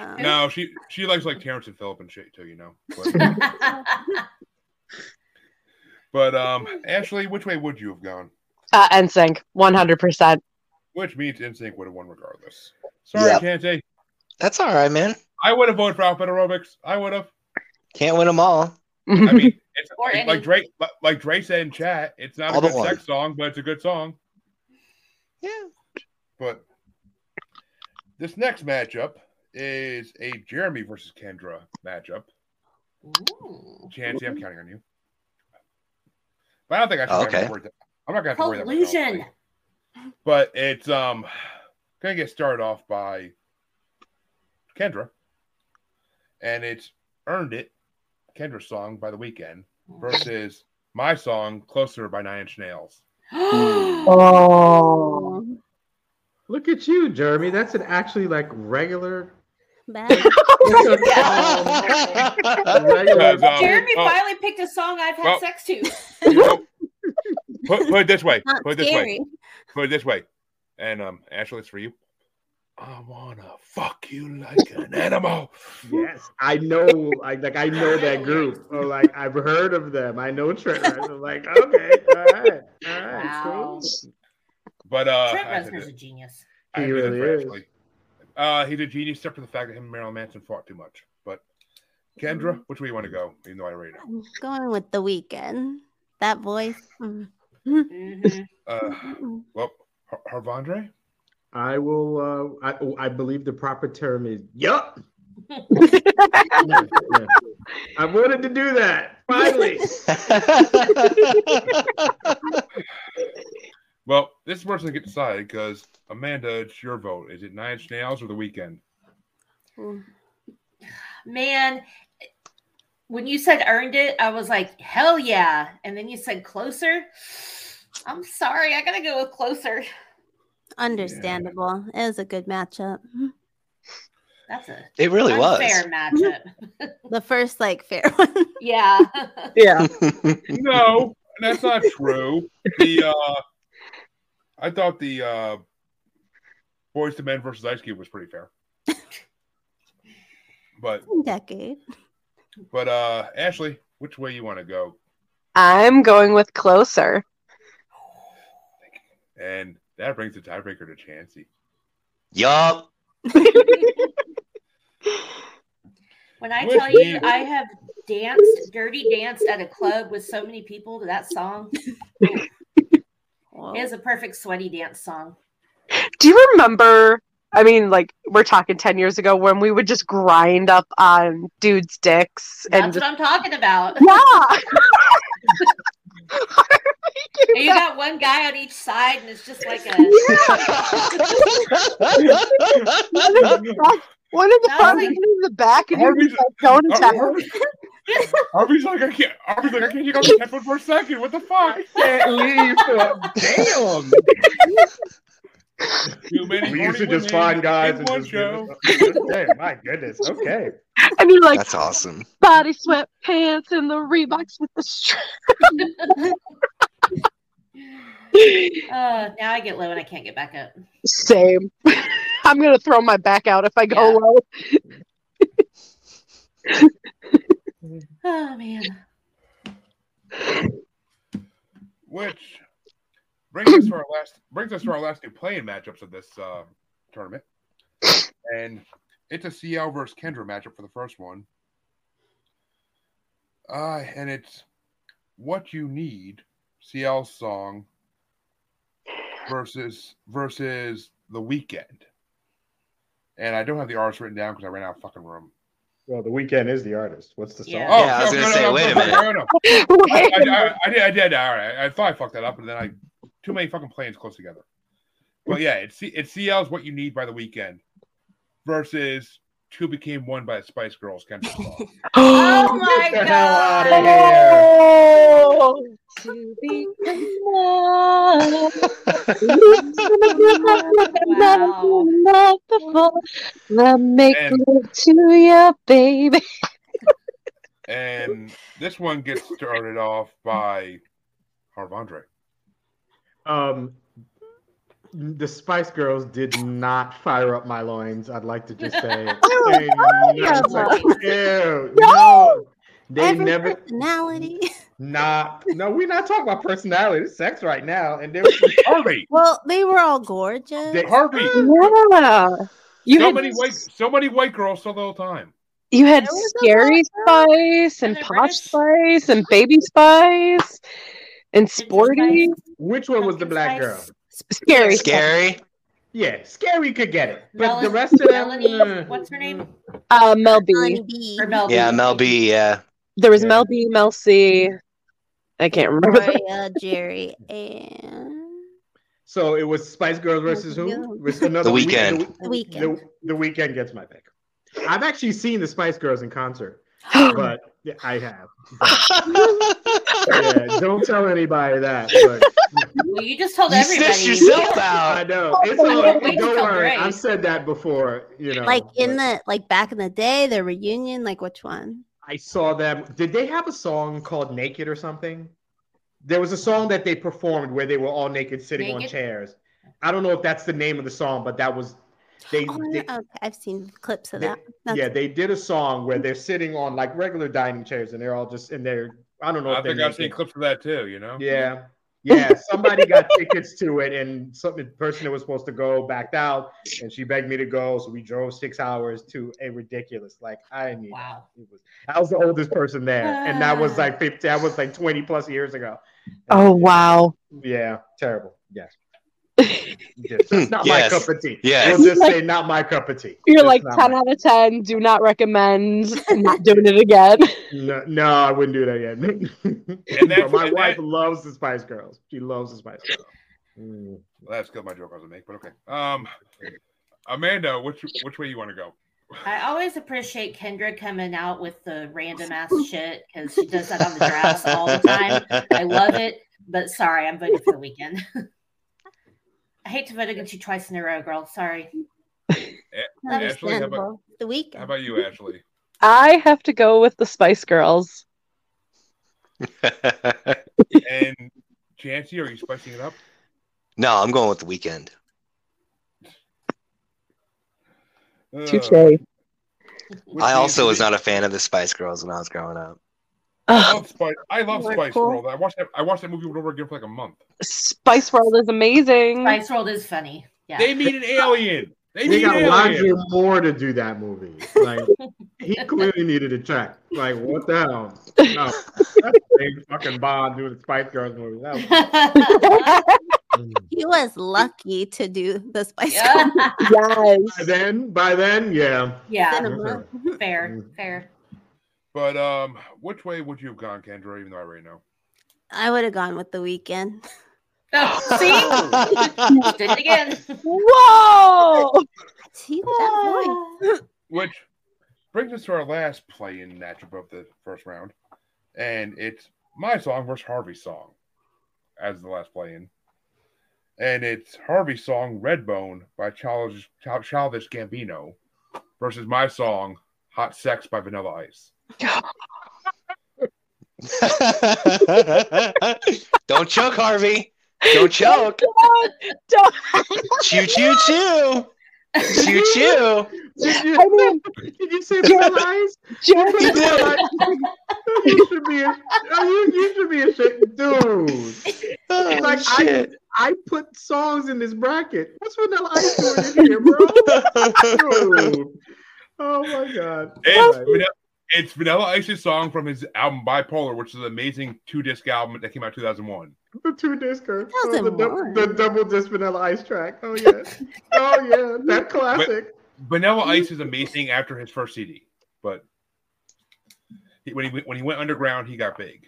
Speaker 3: Um,
Speaker 2: no, she she likes like Terrence and Phillip and shit too, you know. But,
Speaker 7: [LAUGHS]
Speaker 2: but um, Ashley, which way would you have gone?
Speaker 7: Uh, NSYNC, one hundred percent.
Speaker 2: Which means NSYNC would have won regardless. Sorry,
Speaker 9: Yep.
Speaker 2: Chante.
Speaker 9: that's all right, man.
Speaker 2: I would have voted for Alpha Aerobics. I would have.
Speaker 9: Can't win them all.
Speaker 2: [LAUGHS] I mean, it's,
Speaker 4: Or
Speaker 2: it's like
Speaker 4: any-
Speaker 2: Drake, li- like Drake said in chat, it's not
Speaker 9: All
Speaker 2: a
Speaker 9: but
Speaker 2: good
Speaker 9: one.
Speaker 2: sex song, but it's a good song.
Speaker 9: Yeah.
Speaker 2: But this next matchup is a Jeremy versus Kendra matchup. Chancey, I'm counting on you. But I don't think I should.
Speaker 9: Mm-hmm. Okay.
Speaker 2: Have to worry that. I'm not gonna have to worry that much.
Speaker 4: Collusion.
Speaker 2: But it's um gonna get started off by Kendra, and it's "Earned It," Kendra's song by The Weeknd versus my song "Closer" by Nine Inch Nails.
Speaker 7: Oh.
Speaker 8: Look at you, Jeremy. That's an actually like regular.
Speaker 3: Bad.
Speaker 9: [LAUGHS]
Speaker 2: Because, um,
Speaker 4: Jeremy
Speaker 2: oh,
Speaker 4: finally picked a song I've had
Speaker 2: Well-
Speaker 4: sex to.
Speaker 2: put, put it this
Speaker 4: [LAUGHS]
Speaker 2: way.
Speaker 3: Not
Speaker 2: Put it this way.
Speaker 3: scary.
Speaker 2: Put it this way. And um, Ashley, it's for you. I wanna fuck you like an animal.
Speaker 8: [GASPS] Yes, I know. I like. I know that group. Or like I've heard of them. I know Trent. Reznor. I'm like, okay, all right, all right,
Speaker 4: Wow.
Speaker 8: cool.
Speaker 2: But uh,
Speaker 4: Trent
Speaker 2: I had to
Speaker 4: Reznor's
Speaker 2: do-
Speaker 4: a genius.
Speaker 2: I had
Speaker 8: He
Speaker 2: to do that
Speaker 8: really
Speaker 2: for
Speaker 8: is.
Speaker 2: Ashley. Uh, he's a genius, except for the fact that him and Marilyn Manson fought too much. But
Speaker 8: Mm-hmm.
Speaker 2: Kendra, which way you want to go? Even though I already know.
Speaker 3: I'm going with the weekend. That voice. mm,
Speaker 4: Mhm.
Speaker 2: Uh,
Speaker 3: mm,
Speaker 2: [SIGHS] well, Har- Harvandre.
Speaker 8: I will. Uh, I, oh, I believe the proper term is yup. I wanted to do that finally.
Speaker 2: Well, this person gonna get decided because Amanda, it's your vote. Is it Nine Inch Nails or The Weekend?
Speaker 3: mm.
Speaker 4: Man, when you said earned it, I was like, hell yeah. And then you said closer. I'm sorry. I got to go with closer.
Speaker 3: [LAUGHS] Understandable. It was a good matchup.
Speaker 4: That's a
Speaker 9: it really
Speaker 4: unfair matchup.
Speaker 3: [LAUGHS] The first like fair [LAUGHS] one.
Speaker 4: [LAUGHS] yeah.
Speaker 7: Yeah.
Speaker 9: was.
Speaker 2: No, that's not true. The uh, I thought the uh, Boys to Men versus Ice Cube was pretty
Speaker 8: [LAUGHS]
Speaker 2: fair. But
Speaker 3: Decade.
Speaker 2: but uh, Ashley, which way you want to go?
Speaker 7: I'm going with closer.
Speaker 2: And that brings the tiebreaker to Chansey.
Speaker 9: yup.
Speaker 4: When I
Speaker 2: With
Speaker 4: tell you
Speaker 2: me.
Speaker 4: I have danced, dirty danced at a club with so many people to that song,
Speaker 3: Well,
Speaker 4: it is a perfect sweaty dance song.
Speaker 7: Do you remember? I mean, like we're talking ten years ago when we would just grind up on dudes' dicks and
Speaker 4: That's what I'm talking about.
Speaker 7: just,
Speaker 4: [LAUGHS]
Speaker 7: [LAUGHS] yeah.
Speaker 4: And you got one guy on each side, and it's just like a.
Speaker 7: One in the
Speaker 4: That was
Speaker 7: front,
Speaker 4: like-
Speaker 7: one in the back, and you're
Speaker 2: Harvey's,
Speaker 7: just like, don't attack.
Speaker 2: Harvey's, Harvey's like I can't. Harvey's
Speaker 4: [LAUGHS]
Speaker 2: like I can't take off the headphone for a second. What the fuck?
Speaker 8: Can't
Speaker 2: [LAUGHS]
Speaker 8: leave.
Speaker 9: Damn.
Speaker 2: Too many
Speaker 8: We used to
Speaker 2: horny women
Speaker 8: just find guys
Speaker 2: in
Speaker 8: and
Speaker 2: one
Speaker 8: just. give
Speaker 2: show.
Speaker 8: us- Hey, my goodness. Okay.
Speaker 7: And you're like
Speaker 9: That's awesome.
Speaker 7: body sweat pants and the Reeboks with the strap.
Speaker 4: [LAUGHS] Uh, now I get low and I can't get back up.
Speaker 7: Same. [LAUGHS] I'm gonna throw my back out if I go
Speaker 4: Yeah.
Speaker 7: low.
Speaker 4: [LAUGHS]
Speaker 7: [LAUGHS]
Speaker 4: Oh man.
Speaker 2: Which brings us to our last brings us to our last two playing matchups of this uh, tournament, and it's a CL versus Kendra matchup for the first one. Uh, and it's what you need CL's song versus versus the weekend. And I don't have the artist written down because I ran out of fucking room.
Speaker 8: Well, the weekend is the artist. What's the song?
Speaker 4: Yeah.
Speaker 2: Oh,
Speaker 9: Yeah, I was
Speaker 2: no,
Speaker 9: gonna
Speaker 2: no,
Speaker 9: say,
Speaker 2: no,
Speaker 9: wait a
Speaker 2: no,
Speaker 9: minute.
Speaker 2: no, no. I,
Speaker 7: Wait.
Speaker 2: I, I, did, I did. All right. I thought I fucked that up, and then I too many fucking planes close together. But yeah, it's C- it's CL's what you need by the weekend versus two became one by the Spice Girls. Kendrick song.
Speaker 4: Oh my
Speaker 8: Get the hell out of
Speaker 4: god.
Speaker 8: here.
Speaker 7: Oh. To
Speaker 4: [LAUGHS]
Speaker 7: be loved.
Speaker 4: Wow.
Speaker 7: Let me
Speaker 2: And-
Speaker 7: good to you, baby.
Speaker 2: and this one gets started off by Harvandre.
Speaker 8: Um, the Spice Girls did not fire up my loins. I'd like to just say, they never- ew, no, they
Speaker 3: Every
Speaker 8: never,
Speaker 3: personality.
Speaker 8: not, no, we're not talking about personality, it's sex right now, and then
Speaker 2: Harvey,
Speaker 3: Well, they were all gorgeous.
Speaker 8: They-
Speaker 2: Harvey,
Speaker 7: Yeah. You
Speaker 2: so
Speaker 7: had-
Speaker 2: many white, so many white girls saw the whole time.
Speaker 7: You had Scary Spice and Posh Spice and Baby Spice and Sporty.
Speaker 8: Which one was the black girl?
Speaker 7: Scary.
Speaker 9: Scary.
Speaker 8: Yeah, Scary could get it, but
Speaker 4: Melanie-
Speaker 8: the rest of them.
Speaker 4: Melanie,
Speaker 8: uh,
Speaker 4: what's her name?
Speaker 7: Uh, Mel B.
Speaker 4: Or Mel
Speaker 9: Yeah, Mel B. Yeah. [LAUGHS]
Speaker 7: There was Mel B, Mel C. I can't remember. the-
Speaker 3: Gloria, Jerry, and
Speaker 8: So it was Spice Girls versus who? Versus another
Speaker 9: The
Speaker 8: week-
Speaker 9: Weeknd.
Speaker 8: The,
Speaker 3: The Weeknd.
Speaker 8: the weekend gets my pick. I've actually seen the Spice Girls in concert, but yeah, I have. yeah, don't tell anybody that. but-
Speaker 4: Well, you just told
Speaker 9: You
Speaker 4: everybody.
Speaker 9: snitched yourself out.
Speaker 8: I know. It's
Speaker 4: Oh,
Speaker 8: all,
Speaker 4: wait
Speaker 8: don't
Speaker 4: till
Speaker 8: worry.
Speaker 4: Grace.
Speaker 8: I've said that before. You know,
Speaker 3: like in the like back in the day, the reunion, like which one?
Speaker 8: I saw them. Did they have a song called "Naked" or something? There was a song that they performed where they were all naked, sitting on
Speaker 3: Naked?
Speaker 8: chairs. I don't know if that's the name of the song, but that was they.
Speaker 3: Oh,
Speaker 8: they-
Speaker 3: okay, I've seen clips of
Speaker 8: They-
Speaker 3: that. That's
Speaker 8: yeah, they did a song where they're sitting on like regular dining chairs and they're all just in there. I don't know.
Speaker 2: I
Speaker 8: if they're
Speaker 2: think I've seen
Speaker 8: naked.
Speaker 2: clips of that too. You know.
Speaker 8: Yeah, yeah.
Speaker 7: [LAUGHS]
Speaker 8: Somebody got [LAUGHS] tickets to it, and some the person that was supposed to go backed out, and she begged me to go, so we drove six hours to a ridiculous. Like I need.
Speaker 4: Wow.
Speaker 8: It was, I was the oldest person there, and that was like 50. That was like 20 plus years ago.
Speaker 7: [LAUGHS] Oh wow.
Speaker 8: Yeah, terrible. Yes. Yes, that's not
Speaker 9: Yes.
Speaker 8: my cup of tea.
Speaker 9: Yes.
Speaker 8: We'll just say not my cup of tea.
Speaker 7: You're
Speaker 8: It's
Speaker 7: like
Speaker 8: not
Speaker 7: 10
Speaker 8: my-
Speaker 7: out of 10. Do not recommend. not doing it again.
Speaker 8: No, no, I wouldn't do that yet.
Speaker 2: And
Speaker 8: [LAUGHS] But
Speaker 2: that's,
Speaker 8: my
Speaker 2: and
Speaker 8: wife
Speaker 2: that-
Speaker 8: loves the Spice Girls. She loves the Spice Girls. Mm.
Speaker 2: well, that's good. My joke I was gonna make, but okay. Um, Amanda, which which way you want to go?
Speaker 4: I always appreciate Kendra coming out with the random
Speaker 7: [LAUGHS]
Speaker 4: ass shit because she does that on the drafts all the time. I love it, but sorry, I'm voting for the weekend. [LAUGHS] I hate to vote against you twice in a row, girl. Sorry.
Speaker 2: A- Ashley, how about,
Speaker 3: understandable. The week.
Speaker 2: how about
Speaker 3: [LAUGHS]
Speaker 2: you, Ashley?
Speaker 7: I have to go with the Spice Girls.
Speaker 2: And Chancey, are you spicing it up?
Speaker 9: no, I'm going with the weekend.
Speaker 2: Uh,
Speaker 7: Touche.
Speaker 8: Which means
Speaker 9: I also was
Speaker 8: we-
Speaker 9: not a fan of the Spice Girls when I was growing up.
Speaker 2: I
Speaker 7: Ugh,
Speaker 2: love Spice. I love
Speaker 3: We're
Speaker 2: Spice
Speaker 3: cool.
Speaker 2: World. I watched that. I watched that movie over and over again for like a month.
Speaker 7: Spice World is amazing.
Speaker 4: Spice World is funny. Yeah.
Speaker 2: They
Speaker 3: [LAUGHS]
Speaker 2: meet an alien. They
Speaker 8: They
Speaker 2: meet an
Speaker 8: got
Speaker 2: alien.
Speaker 8: Roger Moore to do that movie. Like he clearly needed a check. Like what the hell? No, that's the same fucking Bond doing the Spice Girls movie. That was-
Speaker 3: He was lucky to do the Spice Girls.
Speaker 4: yeah.
Speaker 7: Yes.
Speaker 8: by then, by then, yeah.
Speaker 4: [LAUGHS] yeah.
Speaker 3: cinema.
Speaker 4: Fair.
Speaker 8: Mm-hmm.
Speaker 4: Fair.
Speaker 2: But um, which way would you have gone, Kendra? Even though I already know.
Speaker 3: I would have gone with the weekend.
Speaker 4: Oh, see? Did it again.
Speaker 7: Whoa.
Speaker 3: See that voice.
Speaker 2: Which brings us to our last play-in matchup of the first round, and it's my song versus Harvey's song as the last play-in, and it's Harvey's song "Redbone" by Childish, Chil- Childish Gambino versus my song "Hot Sex" by Vanilla Ice. [LAUGHS]
Speaker 9: Don't choke, Harvey. Don't choke.
Speaker 7: Don't- don't-
Speaker 9: Choo choo choo. Choo choo.
Speaker 8: Did you,
Speaker 7: I mean,
Speaker 8: did you say realize?
Speaker 7: Jerry,
Speaker 8: you should be. A, you, you should be a shit, dude.
Speaker 9: Oh,
Speaker 8: Like I,
Speaker 9: shit.
Speaker 8: I put songs in this bracket. What's Vanilla Ice doing in here, bro? Dude. Oh my god.
Speaker 2: It's,
Speaker 8: All right.
Speaker 2: Vanilla, it's Vanilla Ice's song from his album Bipolar, which is an amazing two-disc album that came out in 2001.
Speaker 8: The two discers.
Speaker 3: That was
Speaker 8: Oh, the,
Speaker 3: annoying.
Speaker 8: dou- the double disc vanilla ice track. Oh yeah. oh yeah. That classic.
Speaker 2: Vanilla Ice is amazing after his first CD, but he, when he when he went underground, he got big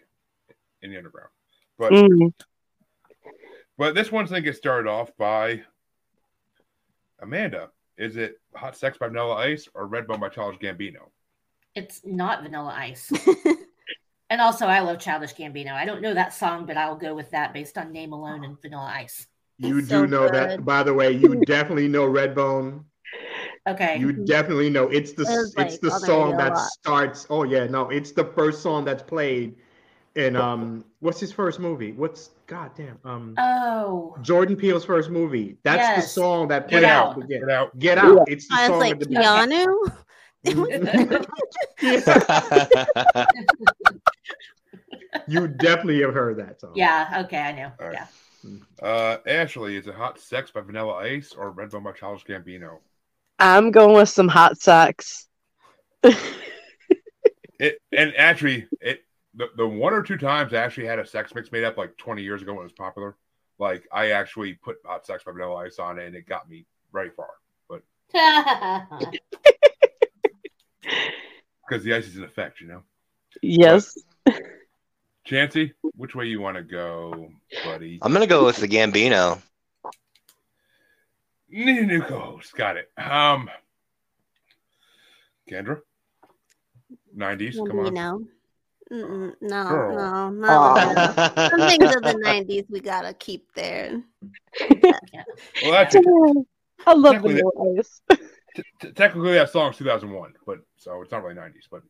Speaker 2: in the underground. But
Speaker 7: Mm.
Speaker 2: but this one's gonna get started off by Amanda. Is it Hot Sex by Vanilla Ice or Redbone by Charles Gambino?
Speaker 4: It's not Vanilla
Speaker 7: [LAUGHS]
Speaker 4: Ice. and also, I love Childish Gambino. I don't know that song, but I'll go with that based on name alone and Vanilla Ice.
Speaker 8: You do
Speaker 3: so
Speaker 8: know that
Speaker 3: good.
Speaker 8: by the way,
Speaker 3: [LAUGHS]
Speaker 8: you definitely know Redbone.
Speaker 4: Okay.
Speaker 8: You definitely know it's the
Speaker 3: It was,
Speaker 8: it's
Speaker 3: like, "Oh,
Speaker 8: the
Speaker 3: on the
Speaker 8: song
Speaker 3: radio a
Speaker 8: that
Speaker 3: lot.
Speaker 8: starts. Oh yeah, no, it's the first song that's played in um what's his first movie? What's goddamn um [LAUGHS]
Speaker 4: oh.
Speaker 8: Jordan Peele's first movie. That's the
Speaker 4: Yes.
Speaker 8: song that
Speaker 4: Get
Speaker 8: played out.
Speaker 4: Out.
Speaker 8: the beginning.
Speaker 2: Get out.
Speaker 8: Get out. It's the
Speaker 3: I
Speaker 8: song
Speaker 3: was
Speaker 8: at
Speaker 3: like
Speaker 8: the beginning.
Speaker 7: [LAUGHS]
Speaker 3: Keanu. [LAUGHS]
Speaker 9: Yeah.
Speaker 8: you definitely have heard that song.
Speaker 4: [LAUGHS] Yeah. Okay. I know.
Speaker 2: All right.
Speaker 4: Yeah.
Speaker 2: Uh, Ashley, is it Hot Sex by Vanilla Ice or Redbone by Charles Gambino?
Speaker 7: I'm going with some hot socks.
Speaker 2: It and actually, it the, the one or two times I actually had a sex mix made up like 20 years ago when it was popular. Like I actually put hot sex by vanilla ice on it, and it got me very far. But because the ice is in effect, you know.
Speaker 7: Yes.
Speaker 2: Chansey, which way you want to go, buddy?
Speaker 9: I'm gonna go with the Gambino.
Speaker 2: Need a new co-host. Got it. Um, Kendra, nineties. Come
Speaker 3: You
Speaker 2: on.
Speaker 3: know. Mm-mm, no,
Speaker 2: Girl.
Speaker 3: no, not
Speaker 2: Aw.
Speaker 3: that. Some things of the '90s we gotta keep there.
Speaker 2: Well, that's
Speaker 7: I love
Speaker 2: Exactly.
Speaker 7: the [LAUGHS] ice.
Speaker 2: t- technically that song's 2001, but so it's not really 90s. But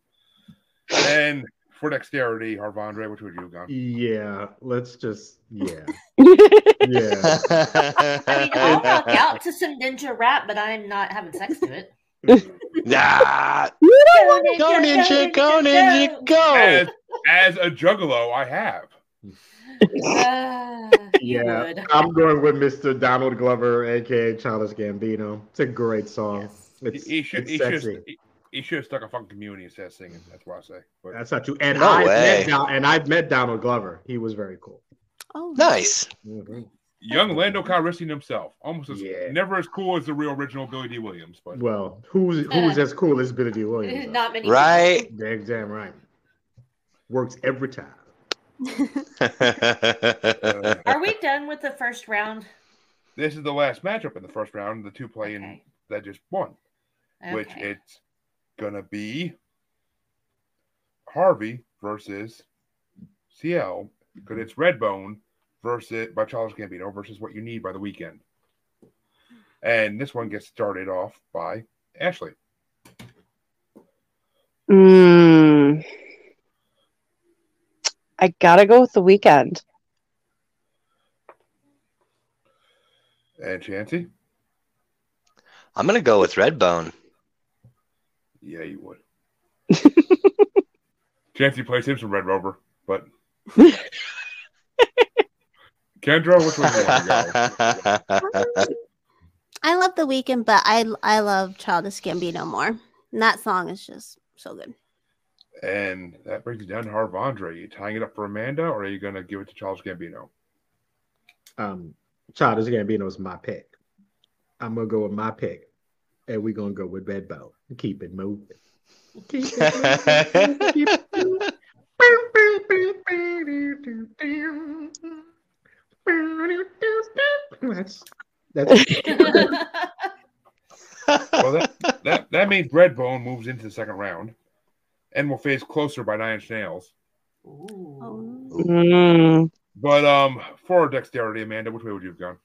Speaker 2: and for dexterity, Harvandre, which would you have gone?
Speaker 8: Yeah, let's just
Speaker 3: [LAUGHS]
Speaker 8: yeah.
Speaker 2: Yeah.
Speaker 4: I mean, I'll
Speaker 9: [LAUGHS]
Speaker 4: rock out to some ninja rap, but I'm not having sex to it.
Speaker 9: [LAUGHS] Nah.
Speaker 4: Go ninja,
Speaker 9: Go ninja, go ninja, go.
Speaker 2: As, as a juggalo, I have.
Speaker 4: Uh,
Speaker 8: [LAUGHS] Yeah,
Speaker 4: Good.
Speaker 8: I'm going with Mr. Donald Glover, aka Childish Gambino. It's a great song.
Speaker 2: He,
Speaker 8: It's,
Speaker 2: he should
Speaker 8: it's
Speaker 2: he should
Speaker 8: sexy.
Speaker 2: he, he should have stuck a fucking community instead of singing. That's what I say. But
Speaker 8: That's not true. And
Speaker 9: No
Speaker 8: I
Speaker 9: way.
Speaker 8: met Don- and I've met Donald Glover. He was very cool.
Speaker 3: Oh,
Speaker 9: Nice.
Speaker 2: Mm-hmm. young Lando Calrissian himself, almost as
Speaker 8: Yeah.
Speaker 2: never as cool as the real original Billy D. Williams, but
Speaker 8: Well, who's who's as cool as Billy D. Williams? though?
Speaker 4: Not many.
Speaker 9: Right.
Speaker 8: Damn, damn right. Works every
Speaker 9: [LAUGHS]
Speaker 8: time.
Speaker 4: people. Are we done with the first round?
Speaker 2: this is the last matchup in the first round. The two playing
Speaker 4: Okay.
Speaker 2: that just won, which
Speaker 4: Okay.
Speaker 2: it's gonna be Harvey versus CL because it's Redbone versus by Charles Gambino versus What You Need by the Weekend, and this one gets started off by Ashley.
Speaker 9: [LAUGHS]
Speaker 7: Mm. I gotta go with the weekend.
Speaker 2: And Chancy,
Speaker 9: I'm gonna go with Redbone.
Speaker 2: yeah, you [LAUGHS] would. Chancy plays him some Red Rover, but [LAUGHS] Kendra, which one do you want to go?
Speaker 3: I love the weekend, but I I love Childish Gambino more. And that song is just so good.
Speaker 2: And that brings down Harvandre. Are you tying it up for Amanda, or are you going to give it to Charles Gambino?
Speaker 8: Um, Childish Gambino is my pick. I'm gonna go with my pick, and we're gonna go with Redbone. Keep it moving. Keep it moving. Keep it moving. That's that's
Speaker 5: [LAUGHS]
Speaker 2: Well, that, that, that means Redbone moves into the second round and will face closer by nine inch nails.
Speaker 4: Ooh.
Speaker 7: Mm.
Speaker 2: But um, for dexterity, Amanda, which way would you have gone?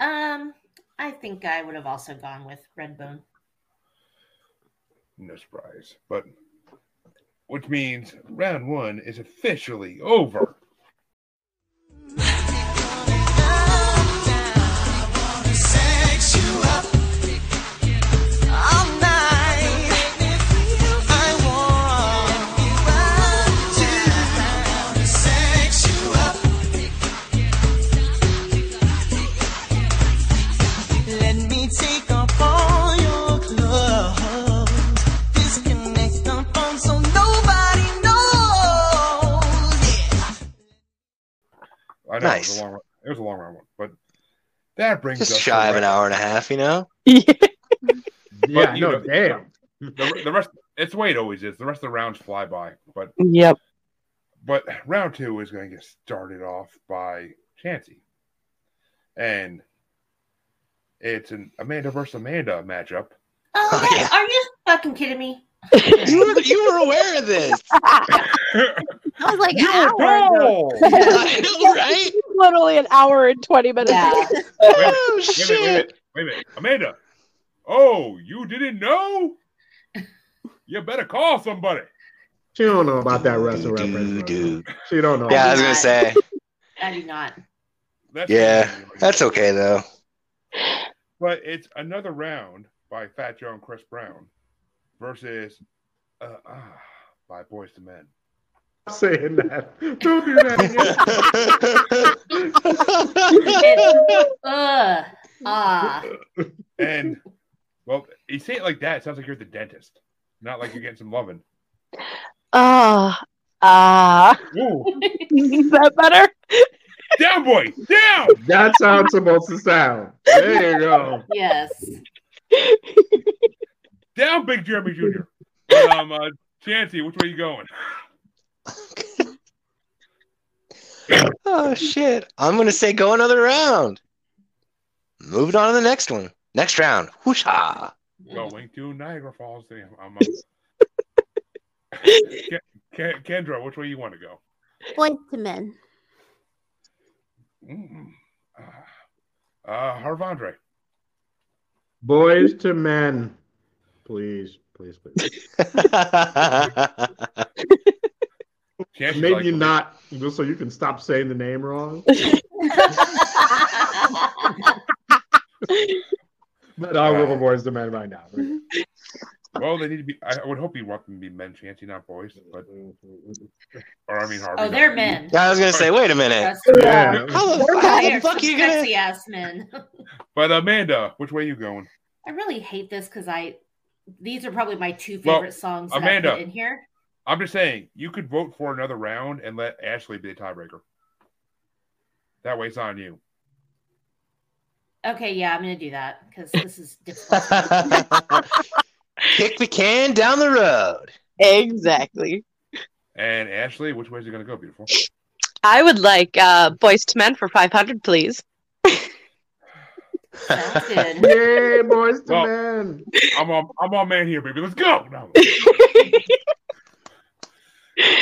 Speaker 4: Um, I think I would have also gone with Redbone.
Speaker 2: No surprise. But which means round one is officially over.
Speaker 10: Let me take off all your clothes. Disconnect the phone so nobody knows. Yeah.
Speaker 2: I know it, was
Speaker 9: Nice.
Speaker 2: a long, round- it was a long round one, but that brings us
Speaker 9: Just
Speaker 2: to
Speaker 9: shy of
Speaker 2: round-
Speaker 9: an hour and a half, you know?
Speaker 8: yeah.
Speaker 2: you
Speaker 8: no,
Speaker 2: know-
Speaker 8: damn.
Speaker 2: [LAUGHS] The, the rest, it's the way it always is. The rest of the rounds fly by, but
Speaker 7: Yep.
Speaker 2: But round two is going to get started off by Chansey. And it's an Amanda versus Amanda matchup.
Speaker 4: Oh,
Speaker 9: Oh,
Speaker 4: that-
Speaker 9: yeah.
Speaker 4: are you fucking kidding me?
Speaker 9: [LAUGHS] You were, you were aware of this.
Speaker 3: I was like,
Speaker 2: You're
Speaker 3: "Ow."
Speaker 2: wrong! Wait
Speaker 9: I know, right?
Speaker 7: [LAUGHS] Literally an hour and 20 minutes.
Speaker 4: Yeah.
Speaker 2: a
Speaker 9: Oh,
Speaker 2: minute, wait a
Speaker 9: shit.
Speaker 2: minute, wait a minute. Amanda. Oh, you didn't
Speaker 4: [LAUGHS]
Speaker 2: know? You better call somebody.
Speaker 8: She don't know about that wrestling reference. bro.
Speaker 9: Dude.
Speaker 8: She don't know.
Speaker 9: Yeah, I was gonna say.
Speaker 4: I do not.
Speaker 2: That's
Speaker 9: Yeah, that's okay though.
Speaker 2: But it's another round by Fat Joe and Chris Brown versus uh, ah, by Boys to Men.
Speaker 8: Stop saying that. [LAUGHS] Don't do that
Speaker 4: [LAUGHS]
Speaker 8: again.
Speaker 4: It's- Ugh. Ah. [LAUGHS]
Speaker 2: And well, You say it like that, it sounds like you're at the dentist, not like you're getting some loving.
Speaker 4: Uh,
Speaker 7: Ah, ah. Is that better?
Speaker 2: Down, boy, down.
Speaker 8: That's how
Speaker 4: [LAUGHS]
Speaker 8: it's supposed to sound. There you go.
Speaker 4: Yes.
Speaker 2: Down, Big Jeremy Jr. But, um, uh, Chancey, which way you going?
Speaker 9: Oh shit! I'm gonna say go another round. Moving on to the next one. Next round. Whoosha! [LAUGHS]
Speaker 2: Going to Niagara Falls. Damn, I'm, uh...
Speaker 9: [LAUGHS]
Speaker 2: Ke- Ke- Kendra, which way you want to go?
Speaker 3: Boys to men.
Speaker 2: Mm. Uh, Harvandre.
Speaker 8: Boys to men. Please, please,
Speaker 9: [LAUGHS]
Speaker 8: please.
Speaker 2: Chancey's
Speaker 8: Maybe
Speaker 2: like,
Speaker 8: not, just so you can stop saying the name wrong. but I'll roll boys to men right now.
Speaker 2: Well, they need to be. I I would hope you want them to be men, Chancey, not boys. But or I mean, Harvey.
Speaker 4: Oh, they're men.
Speaker 9: I was gonna say, wait a minute.
Speaker 4: That's-
Speaker 8: Yeah.
Speaker 9: How the,
Speaker 4: They're
Speaker 9: how
Speaker 4: some
Speaker 9: the fuck you gonna? [LAUGHS]
Speaker 4: sexy ass men. [LAUGHS]
Speaker 2: But Amanda, which way are you going?
Speaker 4: I really hate this because I these are probably my two
Speaker 2: Well,
Speaker 4: favorite songs that I
Speaker 2: Amanda.
Speaker 4: put in here.
Speaker 2: I'm just saying you could vote for another round and let Ashley be the tiebreaker. That way, it's on you.
Speaker 4: Okay, yeah, I'm gonna do that because this is
Speaker 9: [LAUGHS]
Speaker 4: difficult.
Speaker 9: Kick the can down the road.
Speaker 7: Exactly.
Speaker 2: And Ashley, which way is it going to go? Beautiful.
Speaker 7: I would like uh, Boys to Men for 500, please.
Speaker 4: Sounds
Speaker 8: [LAUGHS]
Speaker 4: good.
Speaker 8: Yay, boys to
Speaker 2: Well-
Speaker 8: men.
Speaker 2: I'm on. I'm on man here, baby. Let's go. No.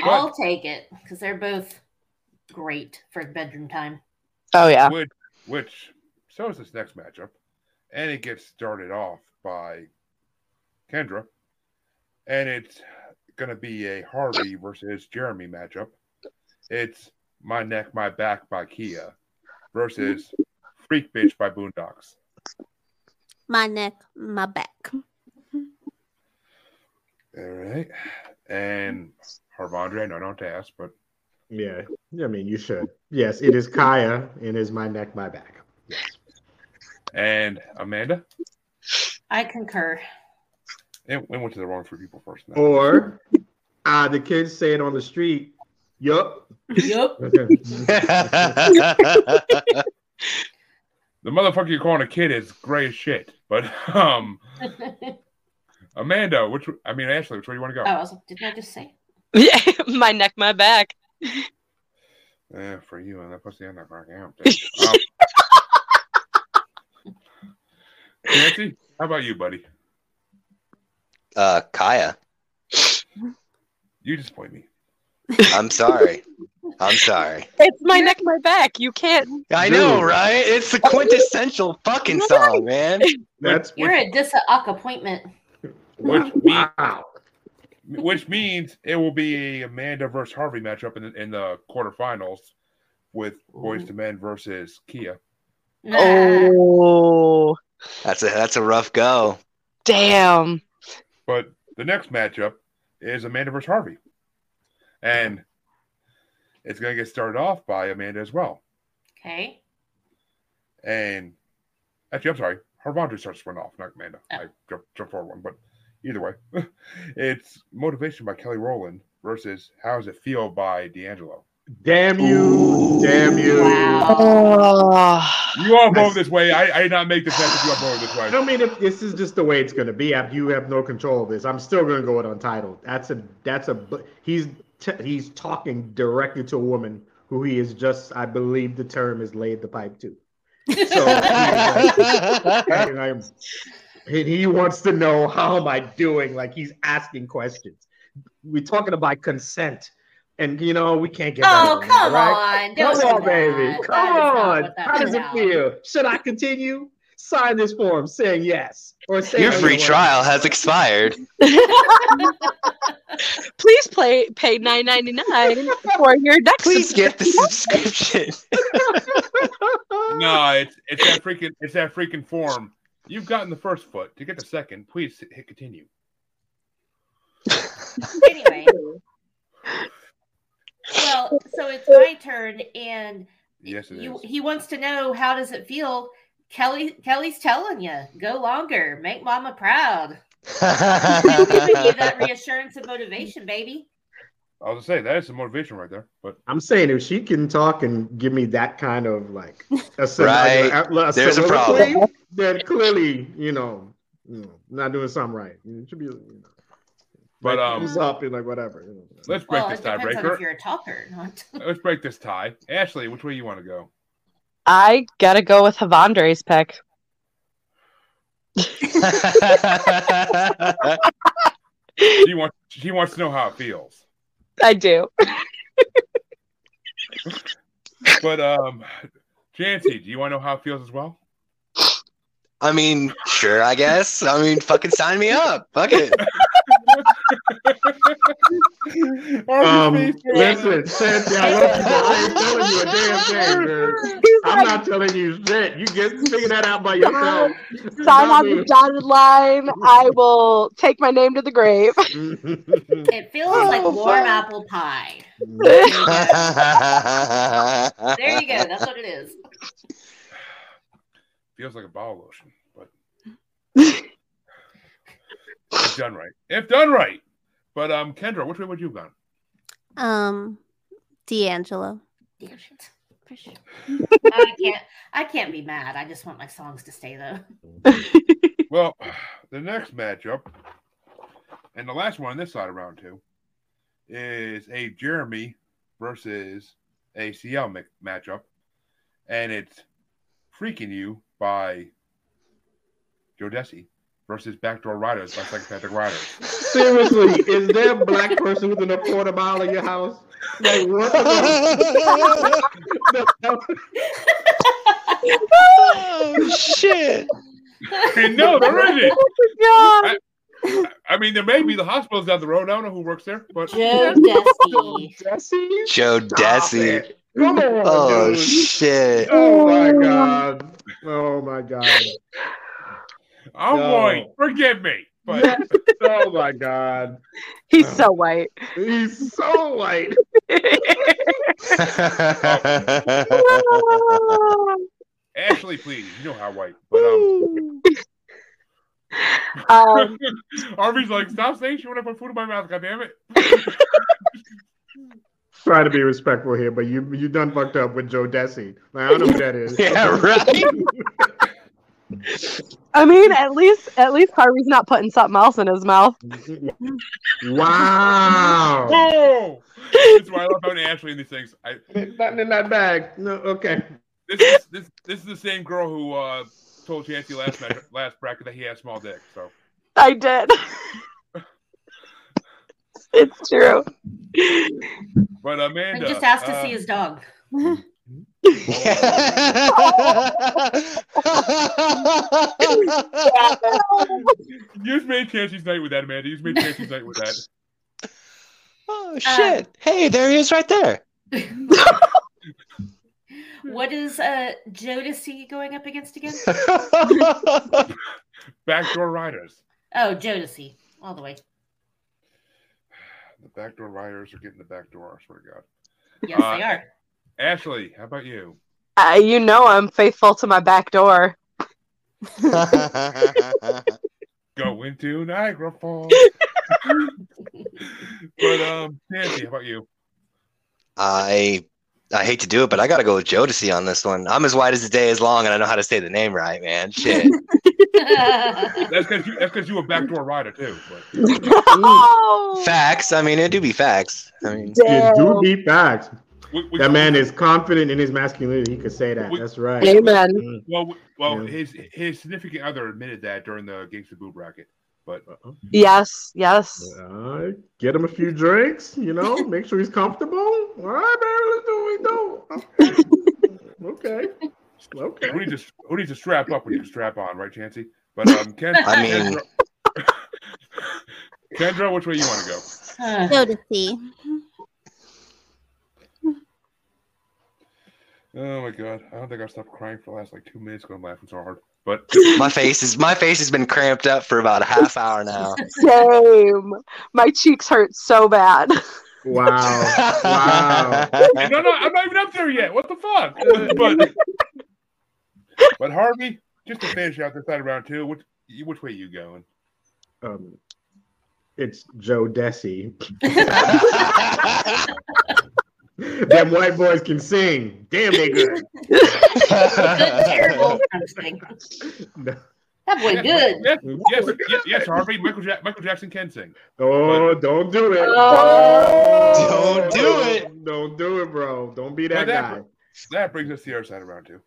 Speaker 4: I'll take it because they're both great for bedroom time.
Speaker 7: Oh, yeah.
Speaker 2: which, which so is this next matchup, and it gets started off by Kendra, and it's gonna be a Harvey versus Jeremy matchup. It's "My Neck, My Back" by Kia versus "Freak Bitch" by Boondocks.
Speaker 3: My neck, my back.
Speaker 2: All right, and Harvandre, I know I don't have to ask, but
Speaker 8: Yeah, I mean, you should. Yes, it is Kaya. It is my neck, my back. Yes.
Speaker 2: and Amanda,
Speaker 4: I concur. [LAUGHS]
Speaker 2: it, it went to the wrong three people first. now.
Speaker 8: Or uh, the kids say it on the street. Yup.
Speaker 4: Yup.
Speaker 2: [LAUGHS] The motherfucker you're calling a kid is gray as shit. But um,
Speaker 4: oh,
Speaker 2: Amanda, which I mean Ashley, which way do you want to
Speaker 4: I
Speaker 2: go?
Speaker 4: [LAUGHS] was like, didn't I just say?
Speaker 7: my neck, my back.
Speaker 2: Eh, for you and that pussy on that rock out.
Speaker 7: [LAUGHS]
Speaker 9: Oh.
Speaker 2: Um, Uh, Nancy, how about you, buddy?
Speaker 9: Uh, Kaya,
Speaker 2: You disappoint me.
Speaker 9: I'm sorry. I'm sorry.
Speaker 7: It's my neck, my back. You can't.
Speaker 9: I know, right? It's the quintessential fucking song, man.
Speaker 8: That's
Speaker 4: You're a disoc appointment.
Speaker 2: Which means,
Speaker 8: wow.
Speaker 2: which means it will be a Amanda versus Harvey matchup in the, in the quarterfinals with Boys to Men versus Kia.
Speaker 4: Nah.
Speaker 7: Oh,
Speaker 9: That's a that's a rough go.
Speaker 7: damn.
Speaker 8: [LAUGHS]
Speaker 2: But the next matchup is Amanda versus Harvey. And it's going to get started off by Amanda as well.
Speaker 4: Okay.
Speaker 2: And actually, I'm sorry, Harvandre starts to run off, not Amanda.
Speaker 4: Oh.
Speaker 2: I jumped, jumped forward one, but either way, [LAUGHS] it's Motivation by Kelly Rowland versus How Does It Feel by D'Angelo.
Speaker 8: Damn you. Damn you.
Speaker 4: Wow.
Speaker 7: Oh.
Speaker 2: You all vote this way. I, I did not make the bet if you all voted this
Speaker 8: I
Speaker 2: way.
Speaker 8: don't mean if this is just the way it's going to be. You have no control of this. I'm still going to go with untitled. That's a that's a bu- he's t- he's talking directly to a woman who he is just I believe the term is laid the pipe to. So [LAUGHS] and I'm- and he wants to know how am I doing? Like he's asking questions. We're talking about consent, and you know we can't get. that
Speaker 4: Oh,
Speaker 8: right
Speaker 4: come
Speaker 8: now, right?
Speaker 4: on. Don't
Speaker 8: Come
Speaker 4: do
Speaker 8: on,
Speaker 4: that.
Speaker 8: baby.
Speaker 4: Oh,
Speaker 8: Come
Speaker 4: That is not
Speaker 8: on.
Speaker 4: what that's
Speaker 8: How does it
Speaker 4: about.
Speaker 8: feel? Should I continue? Sign this form saying yes or say
Speaker 9: Your
Speaker 8: no,
Speaker 9: free
Speaker 8: you won't.
Speaker 9: trial has expired.
Speaker 7: [LAUGHS] Please play, pay nine ninety nine for your next.
Speaker 9: Please get the subscription.
Speaker 2: No, it's it's that freaking it's that freaking form. You've gotten the first foot. To get the second, please hit continue.
Speaker 4: Anyway. Well, so it's my turn, and
Speaker 2: Yes, it is.
Speaker 4: [LAUGHS] you, he wants to know how does it feel Kelly Kelly's telling you, go longer, make mama proud. She's giving you
Speaker 2: [LAUGHS]
Speaker 4: that
Speaker 2: I
Speaker 4: reassurance and motivation, baby.
Speaker 2: was gonna say that is some motivation right there, but
Speaker 8: [LAUGHS] I'm saying if she can talk and give me that kind of like, a sen-
Speaker 9: Right.
Speaker 8: like, a- a
Speaker 9: There's a
Speaker 8: soliloquy,
Speaker 9: problem.
Speaker 8: Then clearly, you know, you know, not doing something right. It should be, you know,
Speaker 2: but um,
Speaker 8: thumbs up and like whatever. you know.
Speaker 2: let's break
Speaker 4: Well,
Speaker 2: this
Speaker 4: it
Speaker 2: tie,
Speaker 4: depends on
Speaker 2: breaker.
Speaker 4: if you're a talker or not.
Speaker 2: [LAUGHS] Let's break this tie. Ashley, which way you want to
Speaker 7: [LAUGHS]
Speaker 2: go?
Speaker 7: I gotta go with Havandre's
Speaker 9: [LAUGHS]
Speaker 7: pick.
Speaker 2: she wants she wants to know how it feels.
Speaker 7: I do.
Speaker 2: [LAUGHS] But um, Jancy, do you want to know how it feels as well?
Speaker 9: I mean, sure, I guess. I mean, fucking sign me up. Fuck it.
Speaker 8: Um, listen, Santi, I love you, but I ain't telling you a damn
Speaker 7: [LAUGHS]
Speaker 8: thing, man. I'm not telling you shit. You get figure that out by yourself.
Speaker 7: Sign on the dotted line. I will take my name to the
Speaker 9: [LAUGHS]
Speaker 7: grave.
Speaker 4: It feels like
Speaker 7: Oh,
Speaker 4: warm
Speaker 7: fuck.
Speaker 4: apple pie. There you go.
Speaker 8: [LAUGHS]
Speaker 4: That's what it is.
Speaker 2: Feels like a bowel lotion,
Speaker 7: [LAUGHS]
Speaker 2: but if done right, if done right. But um, Kendra, which way would you have gone?
Speaker 3: Um, D'Angelo.
Speaker 4: Damn shit. For sure. I can't. I can't be mad. I just want my songs to stay though.
Speaker 2: Well, [SIGHS] the next matchup, and the last one on this side of round two, is a Jeremy versus a CL ma- matchup, and it's "Freaking You" by Jodeci versus "Backdoor Riders" by Psychopathic
Speaker 4: [LAUGHS]
Speaker 2: Riders.
Speaker 8: Seriously,
Speaker 7: [LAUGHS]
Speaker 8: is there a black person within a quarter mile of your house? Like what?
Speaker 7: [LAUGHS]
Speaker 8: The
Speaker 2: [LAUGHS]
Speaker 9: oh [LAUGHS] shit!
Speaker 2: And no, there
Speaker 4: [LAUGHS]
Speaker 2: isn't.
Speaker 7: God.
Speaker 2: I mean, there may be the hospitals down the road. I don't know who works there, but [LAUGHS]
Speaker 4: Joe Desi.
Speaker 8: Jesse?
Speaker 9: Joe Desi.
Speaker 8: Come on,
Speaker 9: Oh
Speaker 8: dude.
Speaker 9: shit!
Speaker 8: Oh my god. Oh my god.
Speaker 2: I'm
Speaker 8: No.
Speaker 2: white. Forgive me.
Speaker 7: [LAUGHS]
Speaker 2: But
Speaker 8: Yes. Oh my god.
Speaker 7: He's so white.
Speaker 8: He's so white.
Speaker 2: [LAUGHS] Ashley, please, you know how white. But um,
Speaker 4: [LAUGHS]
Speaker 2: [LAUGHS]
Speaker 7: um,
Speaker 2: Arby's like, stop saying she want to put food in my mouth. God damn it.
Speaker 8: Try to be respectful here, but you you done fucked up with Joe Desi. Like, I don't know who that is.
Speaker 9: [LAUGHS] yeah, right.
Speaker 7: I mean, at least at least Harvey's not putting something else in his mouth.
Speaker 8: Wow.
Speaker 2: Oh, that's why I love having Ashley in these things. I
Speaker 8: Nothing in that bag. No, okay.
Speaker 2: this is this this is the same girl who uh, told Chancey last night, last bracket that he had small dick. So
Speaker 7: I did. [LAUGHS] it's true.
Speaker 2: but
Speaker 4: I
Speaker 2: Amanda
Speaker 4: just asked to
Speaker 2: uh,
Speaker 4: see his dog.
Speaker 2: You just made Chancey's night with that, Amanda. You just made Chancey's night with that.
Speaker 4: Um,
Speaker 9: oh shit! hey, there he is, right there.
Speaker 4: What is uh Joe Desi going up against again?
Speaker 2: Backdoor Riders.
Speaker 4: Oh, Joe Desi, all the way.
Speaker 2: The backdoor riders are getting the back door, I swear to God.
Speaker 4: Yes,
Speaker 2: Uh,
Speaker 4: they are.
Speaker 2: Ashley, how about
Speaker 8: [LAUGHS]
Speaker 2: you?
Speaker 7: Uh, you know I'm faithful to my back door.
Speaker 2: Go into Niagara Falls.
Speaker 8: [LAUGHS]
Speaker 2: but um Nancy, how about
Speaker 4: [LAUGHS]
Speaker 2: you?
Speaker 9: I I hate to do it, but I gotta go with Jodeci on this one. I'm as wide as the day is long, and I know how to say the name right, man. [LAUGHS] Shit.
Speaker 2: That's because you that's because you a backdoor rider too. But
Speaker 7: oh,
Speaker 9: facts. I mean, it do be facts. I mean,
Speaker 8: You do be facts.
Speaker 2: we, we,
Speaker 8: That man is confident in his masculinity. He could say that. That's right. Mm.
Speaker 7: Amen.
Speaker 2: well we- well
Speaker 8: Yeah.
Speaker 2: his his significant other admitted that during the gangster boo bracket. But
Speaker 8: Uh-huh.
Speaker 7: Yes, yes.
Speaker 8: Uh, get him a few drinks, you know,
Speaker 7: [LAUGHS]
Speaker 8: make sure he's comfortable. All right, man, let's do
Speaker 7: [LAUGHS]
Speaker 8: what we do. Okay. Okay.
Speaker 2: who needs to who needs to strap up when you can strap on, right, Chancey? But
Speaker 8: [LAUGHS]
Speaker 2: um Kendra, [LAUGHS]
Speaker 9: I mean-
Speaker 2: Kendra- Kendra, which way you want to go?
Speaker 4: Uh,
Speaker 3: So to see.
Speaker 2: Oh my god. I don't think I stopped crying for the last like two minutes because I'm laughing so [LAUGHS] hard. But
Speaker 9: my face is my face has been cramped up for about a half hour now.
Speaker 7: Same. My cheeks hurt so bad.
Speaker 8: Wow. Wow.
Speaker 2: [LAUGHS] no no, I'm not even up there yet. What the fuck? but But Harvey, just to finish out this side of round two, which you- which way you
Speaker 4: [LAUGHS]
Speaker 2: going?
Speaker 8: Um, it's Joe
Speaker 7: [LAUGHS]
Speaker 8: Desi. Them white boys can sing. Damn, they
Speaker 7: [LAUGHS]
Speaker 8: good.
Speaker 4: terrible. I'm just kidding. That boy good.
Speaker 2: Yes, yes, yes, yes, Harvey. Michael, ja- Michael Jackson can sing.
Speaker 8: Oh, don't do it.
Speaker 2: Oh. Don't do
Speaker 8: it. Don't do it, bro. Don't be
Speaker 2: But
Speaker 8: that guy.
Speaker 2: that brings us to the other side of round two.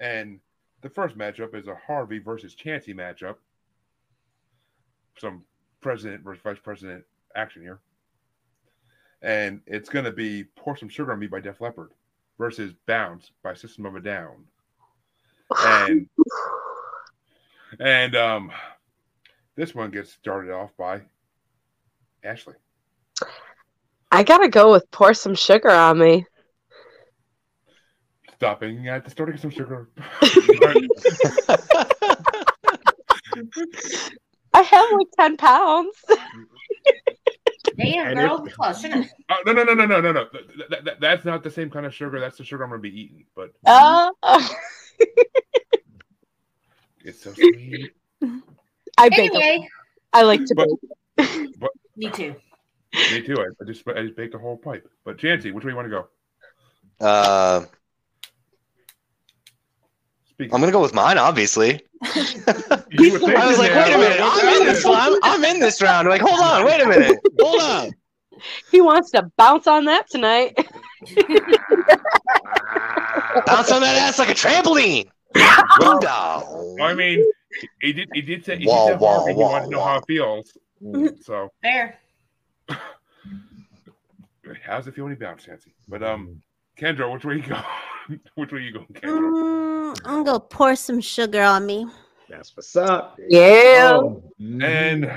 Speaker 2: And the first matchup is a Harvey versus Chansey matchup. Some president versus vice president action here. And it's going to be Pour Some Sugar on Me by Def Leppard versus Bounce by System of a Down. And, and um, this one gets started off by Ashley.
Speaker 7: I gotta go with pour some sugar on me.
Speaker 2: Stopping at the store to get some sugar.
Speaker 7: [LAUGHS] I have like ten pounds.
Speaker 4: Damn,
Speaker 2: And
Speaker 4: girl.
Speaker 2: it-
Speaker 4: Well, shouldn't
Speaker 2: Oh, no, no, no, no, no, no, no. Th- th- th- th- that's not the same kind of sugar. That's the sugar I'm going to be eating, but
Speaker 7: Oh, [LAUGHS]
Speaker 2: it's
Speaker 9: [LAUGHS]
Speaker 2: so sweet.
Speaker 7: I bake. a-
Speaker 4: anyway,
Speaker 7: I like to bake. [LAUGHS]
Speaker 2: But
Speaker 4: me too.
Speaker 2: me too. I, I just I just baked a whole pipe. But Chansey, which way you want to go?
Speaker 9: [LAUGHS] Uh,
Speaker 2: Speak.
Speaker 9: I'm gonna go with mine, [LAUGHS] obviously.
Speaker 2: You were
Speaker 9: I was like, wait a minute, I'm in this one. I'm in this round. Like, hold on, wait a
Speaker 2: [LAUGHS]
Speaker 9: minute, hold on.
Speaker 7: [LAUGHS] He wants to bounce on that tonight.
Speaker 9: Bounce on that ass like a trampoline. Boom down.
Speaker 2: I mean, he did. He did say. He
Speaker 9: Wah,
Speaker 2: did tell
Speaker 9: wah,
Speaker 2: Harvey he
Speaker 9: wah,
Speaker 2: wanted to know
Speaker 9: wah. Mm.
Speaker 2: how it feels. So
Speaker 4: Fair.
Speaker 2: how's it feel when he bounced, Chansey? But um, Kendra, which way you go? [LAUGHS] which way you going, Kendra?
Speaker 3: Mm, I'm gonna pour some sugar on me.
Speaker 8: That's what's up.
Speaker 7: Yeah.
Speaker 8: Oh,
Speaker 2: And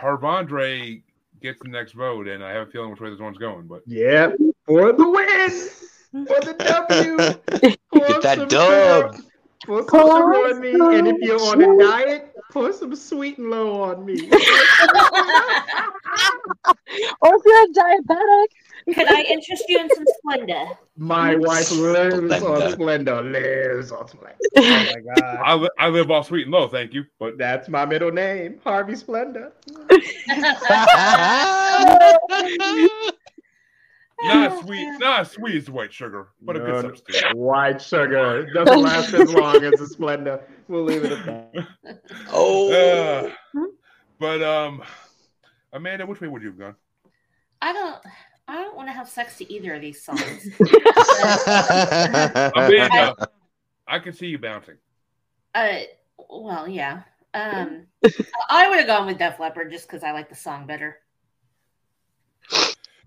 Speaker 2: Harvandre gets the next vote, and I have a feeling which way this one's going. But
Speaker 8: yeah, for the
Speaker 7: Oh,
Speaker 8: win, for the W, Pour
Speaker 9: Get that
Speaker 8: some
Speaker 9: dub.
Speaker 8: sugar- Pour some
Speaker 7: Pour
Speaker 8: sugar on me,
Speaker 7: some
Speaker 8: and if you're on
Speaker 7: sugar.
Speaker 8: a diet, pour some sweet and low on me.
Speaker 7: Or if you're a diabetic,
Speaker 4: Could I
Speaker 7: [LAUGHS]
Speaker 4: interest you in some Splenda?
Speaker 8: My wife lives on
Speaker 9: Splendor.
Speaker 8: Splendor, lives on [LAUGHS] Splendor. Oh my god.
Speaker 2: I, li- I live off sweet and low, thank you. But
Speaker 8: That's my middle name, Harvey
Speaker 7: [LAUGHS]
Speaker 8: Splendor.
Speaker 2: not sweet, not sweet as white sugar, but a
Speaker 8: No,
Speaker 2: good substitute.
Speaker 8: White sugar. It doesn't
Speaker 2: [LAUGHS]
Speaker 8: last as long as a Splendor. We'll leave it at that.
Speaker 9: Oh,
Speaker 2: Uh, [SIGHS] but um, Amanda, which way would you have gone?
Speaker 4: I don't. I don't want to have sex to either of these songs.
Speaker 2: Amanda, I can see you bouncing.
Speaker 4: Uh, well, yeah. Um, I would have gone with Def Leppard just because I like the song better.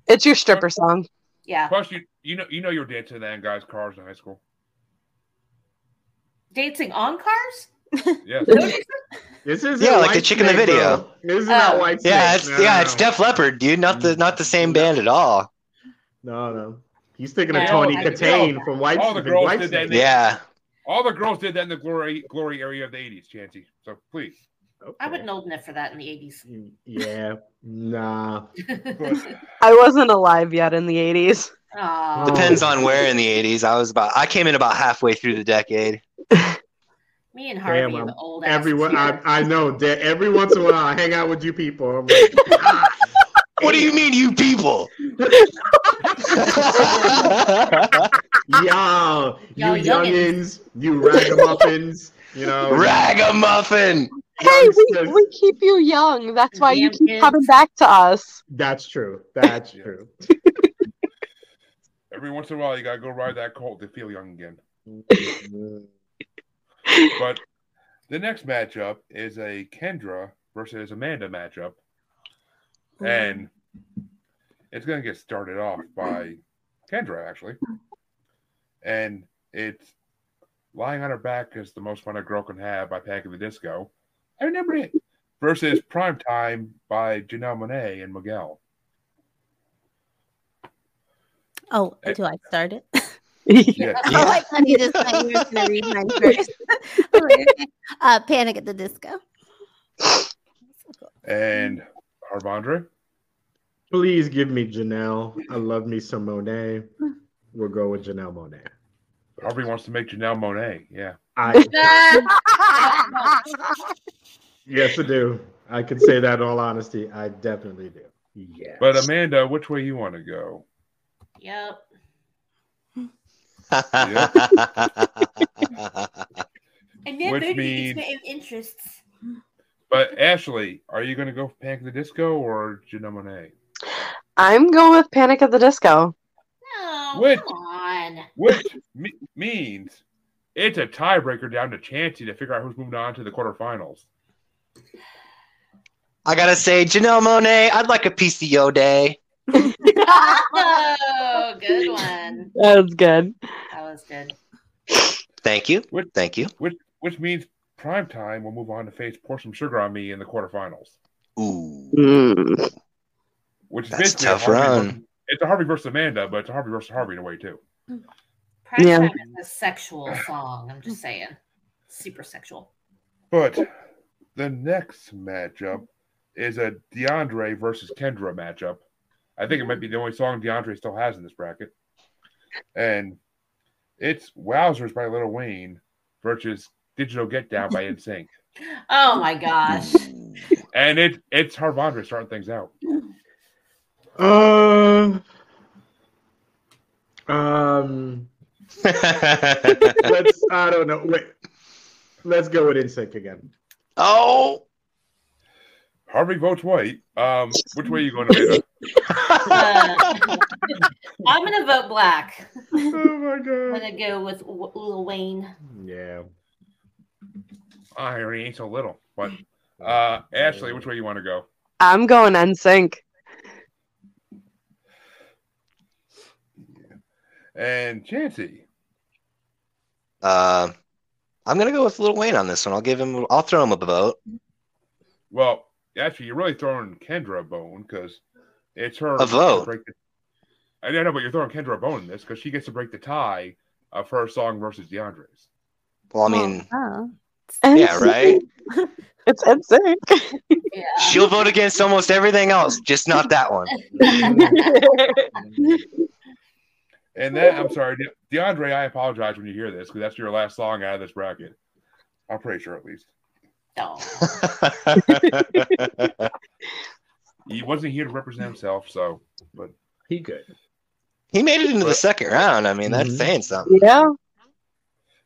Speaker 7: it's your stripper song.
Speaker 4: Yeah,
Speaker 2: Plus, you you know you know you're dancing in that guy's cars in high school.
Speaker 4: dancing on cars.
Speaker 2: Yes,
Speaker 8: This is
Speaker 9: Yeah, like the chick in the video.
Speaker 8: This is not
Speaker 4: Oh.
Speaker 8: white
Speaker 9: yeah,
Speaker 8: Snake.
Speaker 9: it's
Speaker 8: No,
Speaker 9: yeah,
Speaker 8: no,
Speaker 9: it's
Speaker 8: no.
Speaker 9: Def Leppard, dude. Not the not the same band at all.
Speaker 8: No, no. He's thinking of
Speaker 4: No,
Speaker 8: Tony
Speaker 4: I-
Speaker 8: Katane from White.
Speaker 2: All the
Speaker 8: from
Speaker 2: girls
Speaker 8: White
Speaker 2: did that
Speaker 8: Snake.
Speaker 9: Yeah,
Speaker 2: all the girls did that in the glory glory area of the '80s, Chansey. So please,
Speaker 4: I
Speaker 8: Okay.
Speaker 4: wasn't old enough for that in the eighties.
Speaker 8: Yeah, nah.
Speaker 4: [LAUGHS]
Speaker 7: I wasn't alive yet in the 80s.
Speaker 9: depends
Speaker 8: Oh.
Speaker 9: on where in the '80s. I was about. I came in about halfway through the decade.
Speaker 4: Me and Harvey
Speaker 8: Damn,
Speaker 4: are
Speaker 8: I'm-
Speaker 4: the old asses
Speaker 8: Everyone, I,
Speaker 4: here.
Speaker 8: I know. that Every once in a while, I hang out with you people. I'm
Speaker 4: [LAUGHS]
Speaker 8: like, ah,
Speaker 9: What do you mean, you people?
Speaker 8: [LAUGHS] y'all,
Speaker 4: Y'all
Speaker 8: you
Speaker 4: youngins.
Speaker 8: youngins, you ragamuffins, you know,
Speaker 9: Ragamuffin.
Speaker 7: Hey, we,
Speaker 8: youngsters.
Speaker 7: we keep you young. That's why you
Speaker 4: Damn
Speaker 7: keep
Speaker 4: kids.
Speaker 7: coming back to us.
Speaker 8: That's true. That's true.
Speaker 2: every once in a while you gotta go ride that colt to feel young
Speaker 8: [LAUGHS]
Speaker 2: again.
Speaker 8: Ooh,
Speaker 2: But the next matchup is a Kendra versus Amanda matchup.
Speaker 8: Mm.
Speaker 2: And it's going to get started off by Kendra, actually. And it's Lying on Her Back is the Most Fun a Girl Can Have by Pack of the Disco. I remember
Speaker 4: [LAUGHS]
Speaker 2: it. Versus Primetime by Janelle Monet and
Speaker 9: [LAUGHS]
Speaker 2: Miguel.
Speaker 3: Oh, do I start it? [LAUGHS]
Speaker 2: Yeah.
Speaker 3: Oh, I thought you just thought you were gonna read
Speaker 2: [LAUGHS]
Speaker 3: mine first. [LAUGHS] I'm like, okay. uh, Panic at the Disco.
Speaker 2: And Harvandre?
Speaker 8: Please give me Janelle. I love me some Monet. We'll go with Janelle Monet.
Speaker 2: But Aubrey wants to make Janelle Monet. Yeah.
Speaker 4: [LAUGHS]
Speaker 8: yes, I do. I can say that in all honesty. I definitely do. Yeah.
Speaker 2: But Amanda, which way you want to go?
Speaker 4: Yep. [LAUGHS] And then
Speaker 2: Which
Speaker 4: Moody
Speaker 2: means-
Speaker 4: needs to interests.
Speaker 2: But Ashley, are you going to go for Panic at the Disco or Janelle Monet?
Speaker 7: I'm going with Panic at the Disco.
Speaker 2: Which,
Speaker 4: Oh, on.
Speaker 2: which me- means it's a tiebreaker down to Chansey to figure out who's moving on to the quarterfinals.
Speaker 9: I gotta say, Janelle Monet, I'd like a piece of your
Speaker 7: [LAUGHS]
Speaker 9: day.
Speaker 4: oh, good one.
Speaker 7: That was good.
Speaker 4: That was good.
Speaker 9: Thank you. Thank you.
Speaker 2: Which which means primetime will move on to face Pour Some Sugar on Me in the quarterfinals.
Speaker 9: Ooh.
Speaker 2: Which is
Speaker 9: That's a
Speaker 2: basically
Speaker 9: tough
Speaker 2: Harvey
Speaker 9: run.
Speaker 2: versus- it's a Harvey versus Amanda, but it's a Harvey versus Harvey in a way too.
Speaker 4: Prime
Speaker 2: Yeah.
Speaker 4: Time is a sexual song. I'm just saying. Super sexual.
Speaker 2: But the next matchup is a DeAndre versus Kendra matchup. I think it might be the only song DeAndre still has in this bracket. And it's Wowzers by Little Wayne versus Digital Get Down by NSYNC.
Speaker 4: Oh my gosh.
Speaker 2: And it it's Harvandre starting things out.
Speaker 8: Uh, um, let's. I don't know. Wait. Let's go with Insync again.
Speaker 9: Oh.
Speaker 2: Harvey votes white. Um, which way are you going to
Speaker 4: Uh, [LAUGHS] I'm gonna vote black.
Speaker 8: Oh my god.
Speaker 4: I'm gonna go with W- Lil Wayne. [SIGHS]
Speaker 8: Yeah.
Speaker 2: I already ain't so little. But uh Ashley, which way you want to go?
Speaker 7: I'm going NSYNC.
Speaker 2: And Chansey.
Speaker 9: Uh, I'm gonna go with Lil Wayne on this one. I'll give him. I'll throw him a vote.
Speaker 2: Well, actually, you're really throwing Kendra a bone because it's her
Speaker 9: A vote.
Speaker 2: break the- I don't know, but you're throwing Kendra a bone in this because she gets to break the tie of her song versus DeAndre's.
Speaker 9: Well, I mean,
Speaker 3: Oh.
Speaker 9: yeah, right.
Speaker 7: It's NSYNC.
Speaker 9: She'll vote against almost everything else, just not that one.
Speaker 2: And that, I'm sorry, De- DeAndre, I apologize when you hear this because that's your last song out of this bracket. I'm pretty sure, at
Speaker 8: [LAUGHS]
Speaker 2: least.
Speaker 4: No.
Speaker 2: he wasn't here to represent himself, so, but
Speaker 8: he good.
Speaker 9: He made it into the second round. I mean, that's
Speaker 8: Mm-hmm.
Speaker 2: Mhm.
Speaker 9: saying something.
Speaker 7: Yeah.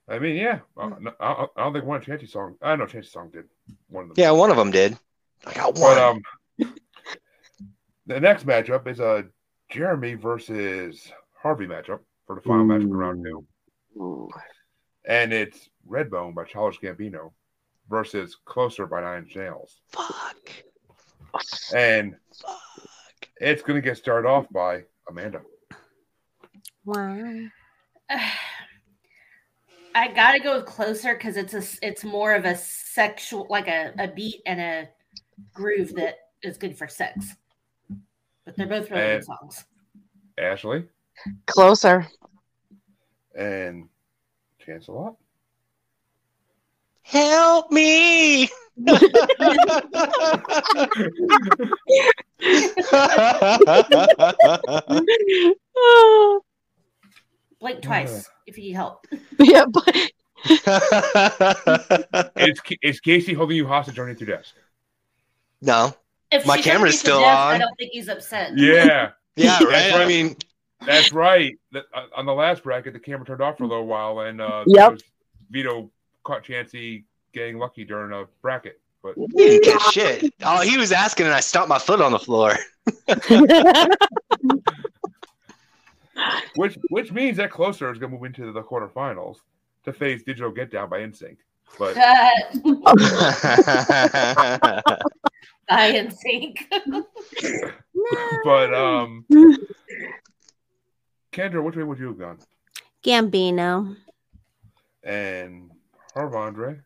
Speaker 2: I mean, yeah, uh,
Speaker 8: Hmm.
Speaker 2: no, I, I- I don't think one of Chancey's song. I know Chancey's song did one of them.
Speaker 9: Yeah, one of them did. I got one.
Speaker 2: But um, the next matchup is a Jeremy versus Harvey matchup for the final matchup in round two, and it's Redbone by Charles Gambino versus Closer by Nine Inch Nails.
Speaker 9: Fuck.
Speaker 2: And it's gonna get started off by Amanda.
Speaker 3: Wow.
Speaker 4: I gotta go closer because it's a s- it's more of a sexual like a, a beat and a groove that is good for sex. But they're both really
Speaker 2: And
Speaker 4: good songs.
Speaker 2: Ashley
Speaker 7: Closer.
Speaker 2: and Chance a
Speaker 9: [LAUGHS]
Speaker 2: lot.
Speaker 9: Help
Speaker 7: [LAUGHS]
Speaker 9: me. [LAUGHS]
Speaker 5: [LAUGHS]
Speaker 4: [SIGHS] Blink twice if you need help.
Speaker 7: [LAUGHS] yeah, but
Speaker 2: is, is Casey holding you hostage underneath your desk?
Speaker 9: No.
Speaker 4: [LAUGHS] If
Speaker 9: My
Speaker 4: she doesn't
Speaker 9: camera's
Speaker 4: use the
Speaker 9: still
Speaker 4: desk, I
Speaker 9: on.
Speaker 4: don't think he's upset.
Speaker 2: Yeah.
Speaker 9: [LAUGHS] Yeah,
Speaker 2: That's
Speaker 9: right? I mean-
Speaker 2: that's right. That- uh, on the last bracket, the camera turned off for a little while, and uh,
Speaker 7: Yep.
Speaker 2: there was Vito caught Chansey getting lucky during a bracket. But
Speaker 9: He didn't get shit. Oh, he was asking, and I stomped my foot on the floor.
Speaker 2: which which means that closer is going to move into the quarterfinals to face Digital Get Down by NSYNC.
Speaker 5: [LAUGHS]
Speaker 2: But [LAUGHS]
Speaker 7: [LAUGHS]
Speaker 4: I in sync.
Speaker 2: but um, Kendra, which way would you have gone?
Speaker 3: Gambino.
Speaker 2: And Harvandre,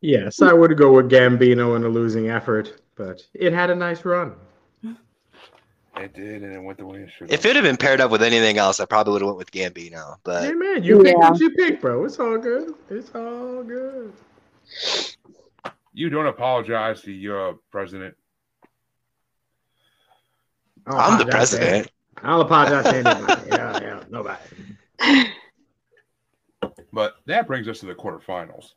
Speaker 8: Yes, I would go with Gambino in a losing effort, but it had a nice run.
Speaker 2: it did, and it went the way it should.
Speaker 9: If it had been paired up with anything else, I probably would have went with Gambino. But
Speaker 8: Hey man, you pick
Speaker 2: Yeah.
Speaker 8: what you pick, bro. It's all good. It's all good.
Speaker 2: You don't apologize to your president.
Speaker 8: I'll
Speaker 2: I'm the
Speaker 8: apologize to-
Speaker 2: president. [LAUGHS]
Speaker 8: I'll apologize to anybody. yeah, yeah, nobody.
Speaker 2: But that brings us to the quarterfinals.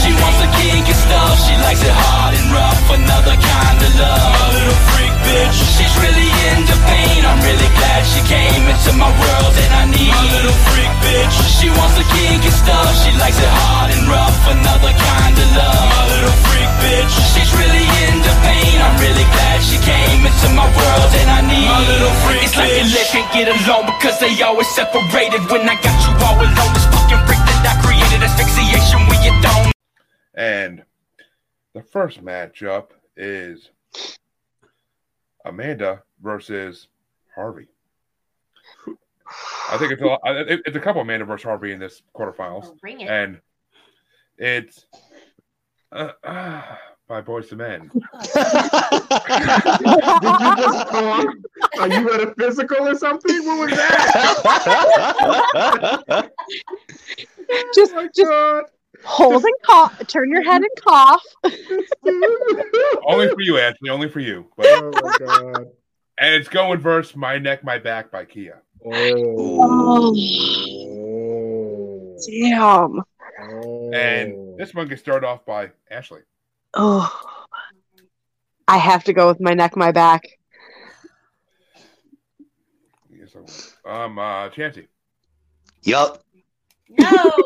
Speaker 10: She wants the kinky stuff. She likes it hard and rough. Another kind of love. A little freak bitch. She's really into pain. I'm really glad she came into my world and I need. A little freak bitch. She wants the kinky stuff. She likes it hard and rough. Another kind of love. My little freak bitch. She's really into pain. I'm really glad she came into my world and I need. My little freak it's like they can't get along because they always separated. When I got you all alone, this fucking freak that I created asphyxiation when you don't.
Speaker 2: And the first matchup is Amanda versus Harvey. I think it's a, lot- I- it- it's a couple Amanda versus Harvey in this quarterfinals.
Speaker 4: Oh, bring it.
Speaker 2: And it's uh, uh, by Boys to Men.
Speaker 8: [LAUGHS] Did you just go off? Are you at a [LAUGHS] physical or something? What was that?
Speaker 2: [LAUGHS]
Speaker 8: Oh
Speaker 7: just, just hold and cough. Turn your head and cough.
Speaker 2: only for you, Anthony. Only for you. But-
Speaker 8: [LAUGHS] oh my god!
Speaker 2: And it's going versus My Neck, My Back by Kia.
Speaker 8: Oh,
Speaker 7: Oh. Damn.
Speaker 8: oh.
Speaker 2: And this one gets started off by Ashley.
Speaker 7: Oh. I have to go with my neck, my back.
Speaker 2: Yes, I will. Um, uh, Chansey.
Speaker 9: Yup.
Speaker 7: [LAUGHS]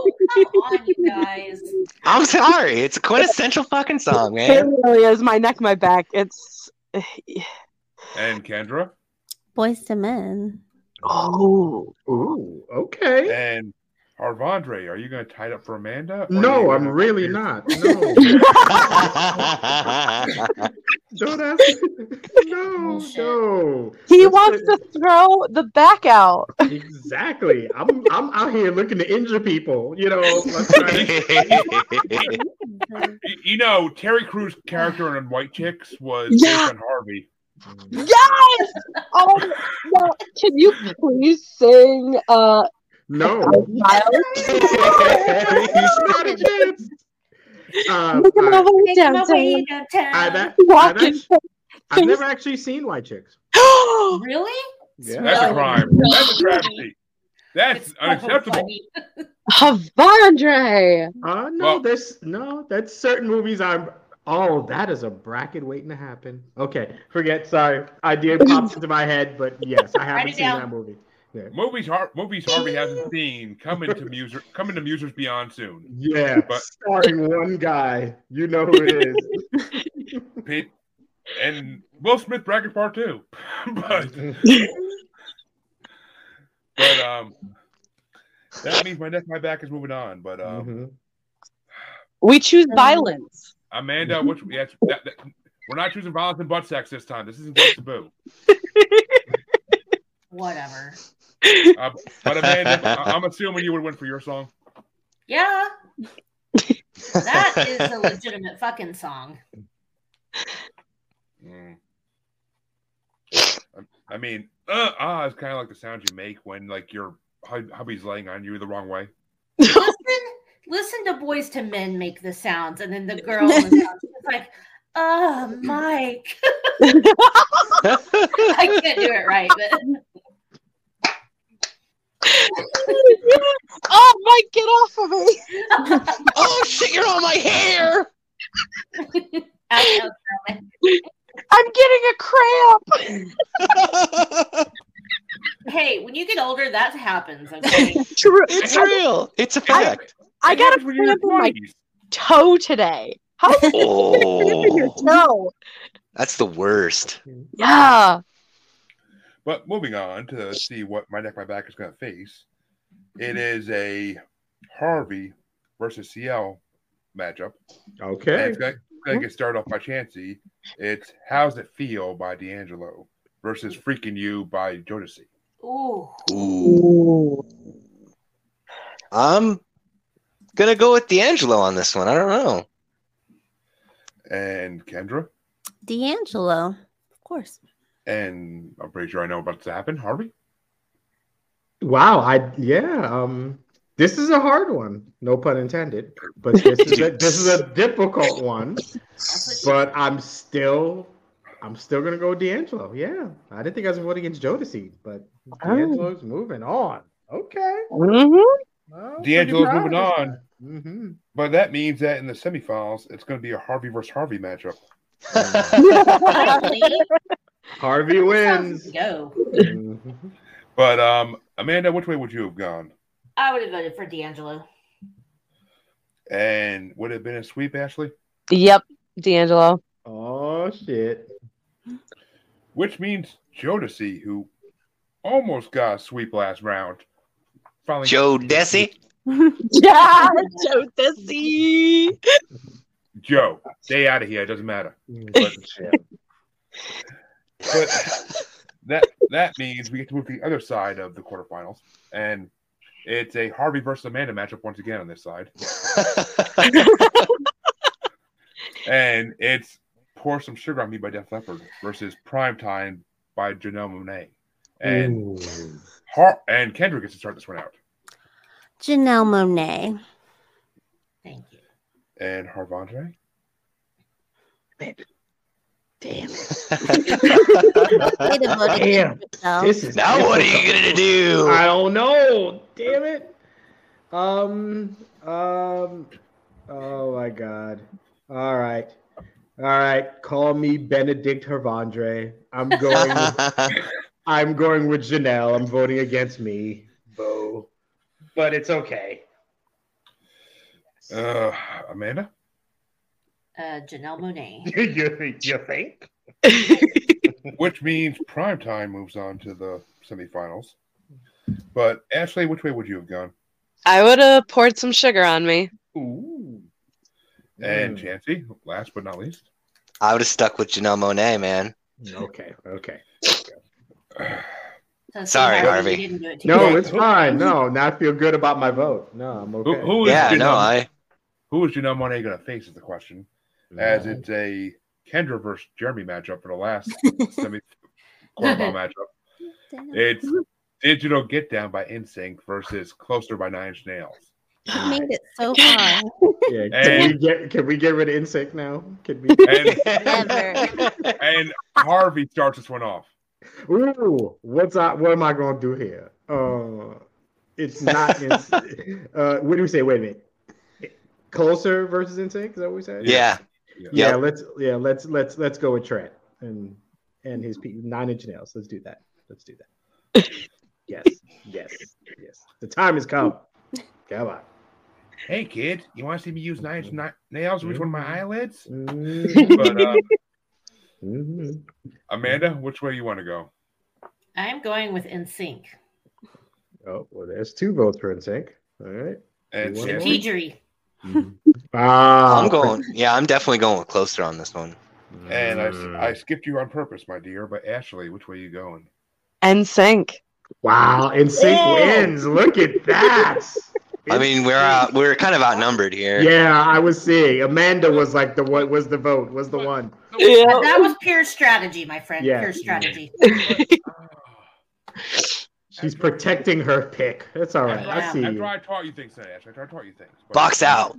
Speaker 9: I'm [LAUGHS] sorry. It's a quintessential fucking song,
Speaker 7: It
Speaker 9: man.
Speaker 7: really is my neck, my back. It's [SIGHS]
Speaker 2: And Kendra.
Speaker 3: Boys to men.
Speaker 7: Oh.
Speaker 8: Ooh. Okay.
Speaker 2: And Arvandre, are you going to tie it up for Amanda?
Speaker 8: No, I'm really not. No.
Speaker 2: [LAUGHS]
Speaker 9: [LAUGHS]
Speaker 8: Don't ask. No, no.
Speaker 7: He wants to throw the back out.
Speaker 8: Exactly. I'm I'm out here looking to injure people. You know. left and right.
Speaker 2: Y- You know, Terry Crews' character in White Chicks was
Speaker 7: Yeah.
Speaker 2: based on Harvey.
Speaker 7: Yes! Oh, no. Can you please sing? Uh, [LAUGHS]
Speaker 8: no. Not a chance. Uh,
Speaker 7: Make 'em
Speaker 8: I-
Speaker 7: all the way
Speaker 4: Make 'em all the
Speaker 7: downtown.
Speaker 4: way downtown.
Speaker 8: I've, act- I've,
Speaker 7: Walking.
Speaker 8: act- I've never actually seen White Chicks.
Speaker 4: Really?
Speaker 8: Yeah.
Speaker 2: That's a
Speaker 4: Really?
Speaker 2: crime. That's a travesty. That's unacceptable.
Speaker 7: Havandre.
Speaker 8: Uh, no,
Speaker 2: Well-
Speaker 8: there's no. That's certain movies. I'm. Oh, that is a bracket waiting to happen. Okay, forget. Sorry, idea popped into my head, but yes, I
Speaker 4: [LAUGHS] Write
Speaker 8: haven't
Speaker 4: it
Speaker 8: seen
Speaker 4: down.
Speaker 8: that movie. Yeah.
Speaker 2: Movies, Har- movies Harvey hasn't seen coming to music, coming to Musers Beyond soon.
Speaker 8: Yeah,
Speaker 2: But-
Speaker 8: starring one guy. You know who it
Speaker 2: [LAUGHS]
Speaker 8: is.
Speaker 2: Pete and Will Smith bracket part two, [LAUGHS] but but um, that means my neck, my back is moving on. But um,
Speaker 8: Mhm.
Speaker 7: We choose violence.
Speaker 2: Amanda, which yeah, that, that, we're not choosing violence and butt sex this time. This isn't just taboo.
Speaker 4: Whatever.
Speaker 2: Uh, but Amanda, I- I'm assuming you would win for your song.
Speaker 7: [LAUGHS]
Speaker 4: Yeah. That is a legitimate fucking song.
Speaker 2: Mm. I- I mean, uh, ah, it's kind of like the sound you make when like your hu- hubby's laying on you the wrong way.
Speaker 4: Listen, listen to boys to men make the sounds, and then the girl
Speaker 7: [LAUGHS]
Speaker 4: is like, "Oh, Mike, [LAUGHS] I can't do it right." But
Speaker 7: oh, Mike, get off of me.
Speaker 9: oh shit, you're on my hair.
Speaker 4: I know, Carmen.
Speaker 7: I'm getting a cramp.
Speaker 4: [LAUGHS] hey, when you get older, that happens. Okay,
Speaker 7: True.
Speaker 9: It's real. It's a fact.
Speaker 7: I got a
Speaker 2: When you're in
Speaker 7: cramp in
Speaker 2: your
Speaker 7: my
Speaker 2: 20s.
Speaker 7: toe today. How [LAUGHS] is it in your
Speaker 9: Oh,
Speaker 7: toe?
Speaker 9: that's the worst.
Speaker 7: Yeah.
Speaker 2: But moving on to see what my neck, my back is going to face. It is a Harvey versus CL matchup. And
Speaker 8: Okay.
Speaker 2: it's going to get started off by Chansey. It's How's It Feel by D'Angelo versus Freaking You by Jodeci.
Speaker 4: ooh,
Speaker 9: Ooh. I'm gonna go with D'Angelo on this one. I don't know.
Speaker 2: And Kendra.
Speaker 3: D'Angelo. Of course.
Speaker 2: And I'm pretty sure I know what's to happen. Harvey.
Speaker 8: Wow. I yeah. Um, this is a hard one. No pun intended. But this is a, this is
Speaker 4: [LAUGHS]
Speaker 8: a difficult one.
Speaker 4: that's what she-
Speaker 8: But I'm still, I'm still gonna go with D'Angelo. Yeah, I didn't think I was voting against Jodeci, but
Speaker 7: Oh.
Speaker 8: D'Angelo's moving on. [LAUGHS] Okay.
Speaker 7: Mhm.
Speaker 8: Well,
Speaker 2: D'Angelo's
Speaker 8: pretty
Speaker 2: moving
Speaker 8: proud.
Speaker 2: on.
Speaker 8: Mhm.
Speaker 2: But that means that in the semifinals, it's going to be a Harvey versus Harvey matchup.
Speaker 8: Harvey wins.
Speaker 4: Go.
Speaker 2: [LAUGHS] But um, Amanda, which way would you have gone?
Speaker 4: I would have voted for D'Angelo.
Speaker 2: And would it have been a sweep, Ashley?
Speaker 7: Yep, D'Angelo.
Speaker 8: Oh shit!
Speaker 2: Which means Jodeci, who almost got a sweep last round, finally.
Speaker 9: Joe Desi.
Speaker 7: Yeah, Joe Desi.
Speaker 2: Joe, stay out of here. It doesn't matter.
Speaker 7: Mm.
Speaker 2: But, but that that means we get to move to the other side of the quarterfinals, and it's a Harvey versus Amanda matchup once again on this
Speaker 7: [LAUGHS]
Speaker 2: side. and it's "Pour Some Sugar on Me" by Def Leppard versus "Primetime" by Janelle Monae, and Har- and Kendrick gets to start this one out,
Speaker 3: Janelle Monet.
Speaker 2: and Harvandre.
Speaker 7: Damn it.
Speaker 8: Damn. This is
Speaker 9: Now what are you
Speaker 8: difficult.
Speaker 9: gonna do?
Speaker 8: I don't know. Damn it. Um. Um. Oh my god. All right. All right. Call me Benedict Hervandre. I'm going.
Speaker 9: [LAUGHS]
Speaker 8: with- I'm going with Janelle. I'm voting against me. Bo. But it's okay.
Speaker 2: Uh, Amanda,
Speaker 4: Uh, Janelle Monet.
Speaker 8: [LAUGHS] you, you think?
Speaker 2: which means Primetime moves on to the semifinals. But Ashley, which way would you have gone?
Speaker 7: I would have poured some sugar on me.
Speaker 2: Ooh. And
Speaker 8: Hmm.
Speaker 2: Chansey, last but not least.
Speaker 9: I would have stuck with Janelle Monet, man.
Speaker 8: Okay. Okay.
Speaker 9: Sorry, Harvey.
Speaker 8: No, it's fine. No, now I feel good about my vote. No, I'm okay.
Speaker 2: Who is Janelle, Who is Janelle Monet going to face is the question, as it's a Kendra versus Jeremy matchup for the
Speaker 9: [LAUGHS]
Speaker 2: last semi quarterfinal matchup. It's Digital Get Down by NSYNC versus Closer by Nine Inch Nails.
Speaker 3: You made it so far.
Speaker 8: [LAUGHS] Yeah, can,
Speaker 2: And-
Speaker 8: [LAUGHS] we get, can we get rid of insect now? [LAUGHS] Can we?
Speaker 2: And, and Harvey starts this one off.
Speaker 8: Ooh, what's I, what am I gonna do here? Uh, it's not.
Speaker 9: [LAUGHS]
Speaker 8: ins- uh, what do we say? Wait a minute. Closer versus insect. Is that what we said?
Speaker 9: Yeah.
Speaker 8: Yeah.
Speaker 9: Yep.
Speaker 8: Let's yeah. Let's let's let's go with Trent and and his pe- nine inch nails. Let's do that. Let's do that.
Speaker 9: [LAUGHS]
Speaker 8: yes. Yes. Yes. The time has come. Come on. Mm-hmm.
Speaker 2: Hey, kid, you want to see me use nine inch ni- nails to reach one of my eyelids?
Speaker 8: Mhm.
Speaker 2: But, um,
Speaker 8: Mhm.
Speaker 2: Amanda, which way you want to go?
Speaker 4: I'm going with NSYNC.
Speaker 8: Oh, well, there's two votes for NSYNC. All right.
Speaker 2: And
Speaker 8: You want one?
Speaker 4: Strategery.
Speaker 8: Ah,
Speaker 9: I'm going. Yeah, I'm definitely going with closer on this one.
Speaker 2: And I s-
Speaker 8: Mm-hmm.
Speaker 2: I, skipped you on purpose, my dear. But Ashley, which way you going?
Speaker 7: And sank.
Speaker 8: Wow, and Ah, sync wins. Look at that.
Speaker 9: I mean, we're out, we're kind of outnumbered here.
Speaker 8: Yeah, I was seeing. Amanda was like the one was the vote, was the one.
Speaker 4: But that was pure strategy, my friend.
Speaker 8: Yeah.
Speaker 4: Pure strategy.
Speaker 8: She's protecting her pick. That's all right. I see
Speaker 2: After
Speaker 8: you.
Speaker 2: I taught you things, today, Ashley, after I taught you things. But-
Speaker 9: Box out.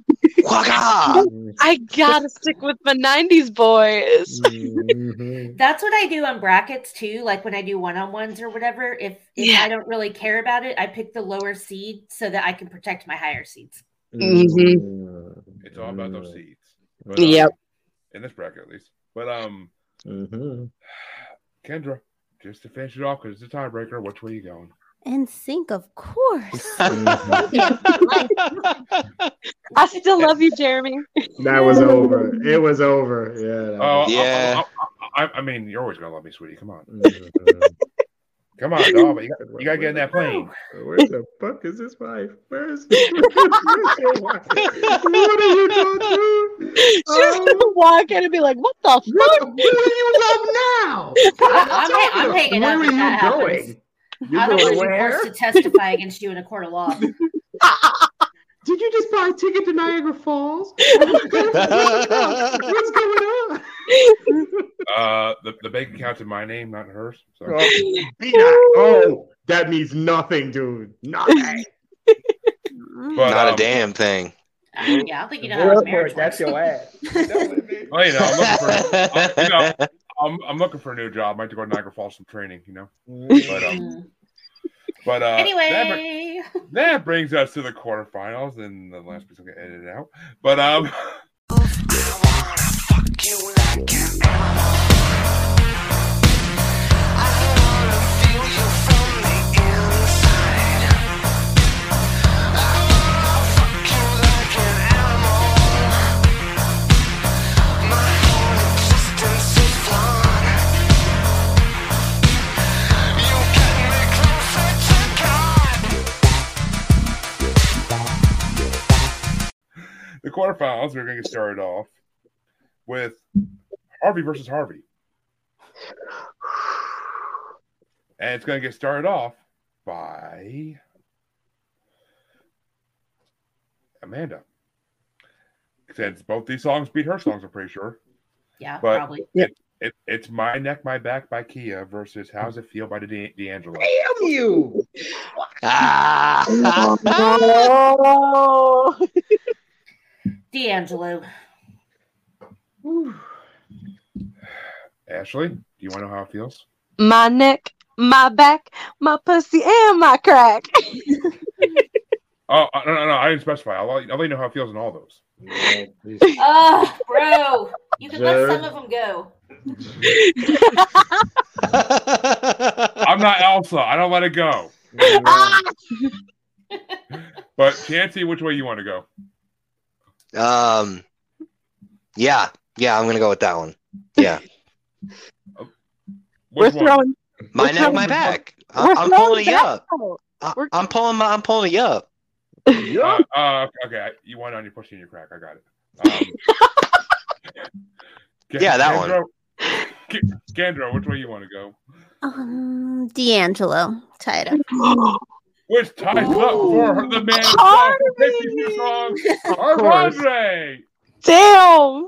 Speaker 7: I gotta stick with my '90s boys.
Speaker 8: Mm-hmm.
Speaker 4: That's what I do on brackets too. Like when I do one on ones or whatever, if, if I don't really care about it, I pick the lower seed so that I can protect my higher seeds.
Speaker 2: It's all about those seeds. um,
Speaker 7: Yep.
Speaker 2: In this bracket, at least. But um,
Speaker 8: Mm-hmm. [LAUGHS]
Speaker 2: Kendra, just to finish it off, because it's a tiebreaker. Which way you going?
Speaker 3: And sync, of
Speaker 7: [LAUGHS]
Speaker 3: course.
Speaker 7: I still love you, Jeremy.
Speaker 8: That was over. It was over. Yeah. that
Speaker 2: Oh,
Speaker 8: was-
Speaker 2: yeah. I, I, I mean, you're always gonna love me, sweetie. Come
Speaker 8: [LAUGHS]
Speaker 2: on.
Speaker 8: Mm-hmm.
Speaker 2: Come on, dog. But you, got, you gotta get in that plane.
Speaker 8: Where the fuck is his wife? Where is, where is your wife? What are you Um, doing? dude?
Speaker 4: [LAUGHS]
Speaker 7: She's gonna walk in and be like, "What the fuck?"
Speaker 8: Who do you love now?
Speaker 4: [LAUGHS] I'm, ha- I'm hanging
Speaker 8: Where
Speaker 4: out.
Speaker 8: are
Speaker 4: if that
Speaker 8: you
Speaker 4: happens.
Speaker 8: going?
Speaker 4: I
Speaker 8: You're
Speaker 4: don't
Speaker 8: going
Speaker 4: want to be
Speaker 8: where?
Speaker 4: forced to testify against you in a court
Speaker 8: [LAUGHS]
Speaker 4: of law.
Speaker 8: Did you just buy a ticket to Niagara Falls? What's going on?
Speaker 2: Uh, the, the bank account's in my name, not hers. So.
Speaker 8: Oh, be not- oh, that means nothing, dude. Nothing.
Speaker 2: [LAUGHS] But,
Speaker 9: Not
Speaker 2: um,
Speaker 9: a damn thing.
Speaker 4: yeah, I don't think you know how
Speaker 8: Go for
Speaker 4: marriage
Speaker 8: it, That's
Speaker 4: works.
Speaker 8: your ass.
Speaker 2: Oh, you know, I'm looking for, I'm, you know, I'm, I'm looking for a new job. I might have to go to Niagara Falls some training, you know. But um, But uh, that, br-
Speaker 4: [LAUGHS] anyway,
Speaker 2: that brings us to the quarterfinals, and the last piece will get edited out. But um, [LAUGHS] the quarterfinals, we're going to get started off with Harvey versus Harvey. And it's going to get started off by Amanda. Since both these songs beat her songs, I'm pretty sure.
Speaker 4: yeah,
Speaker 2: But
Speaker 4: probably.
Speaker 2: it, it, it's My Neck, My Back by Kia versus How's It Feel by the De- D'Angelo.
Speaker 7: Damn you!
Speaker 4: D'Angelo.
Speaker 2: Ashley, do you want to know how it feels?
Speaker 7: my neck, my back, my pussy, and my crack.
Speaker 2: Oh, uh, no, no, no. I didn't specify. I'll, let- I'll let you know how it feels in all those.
Speaker 4: Oh, [LAUGHS] bro, you can let
Speaker 2: Jared.
Speaker 4: some of
Speaker 2: [LAUGHS]
Speaker 4: them go.
Speaker 2: I'm not Elsa. I don't let it go. but Chansey, which way you want to go?
Speaker 9: Um, yeah, yeah, I'm gonna go with that one. Yeah,
Speaker 7: We're
Speaker 2: Which one?
Speaker 7: throwing.
Speaker 9: my
Speaker 7: we're
Speaker 9: neck,
Speaker 7: throwing-
Speaker 9: my back. I-
Speaker 7: we're
Speaker 9: I'm
Speaker 7: throwing
Speaker 9: pulling you
Speaker 7: back
Speaker 9: up.
Speaker 7: out. We're-
Speaker 9: I'm pulling my. I'm pulling you up.
Speaker 2: Uh, uh, okay, I- you want on your pushing your crack. I got it. Um, [LAUGHS]
Speaker 9: Yeah, that one.
Speaker 2: one. Gandro, which way you want to go?
Speaker 3: Um, D'Angelo, tie
Speaker 7: [GASPS]
Speaker 3: it up. [GASPS]
Speaker 2: Which ties up for the man song, the song, Armandre.
Speaker 7: Damn.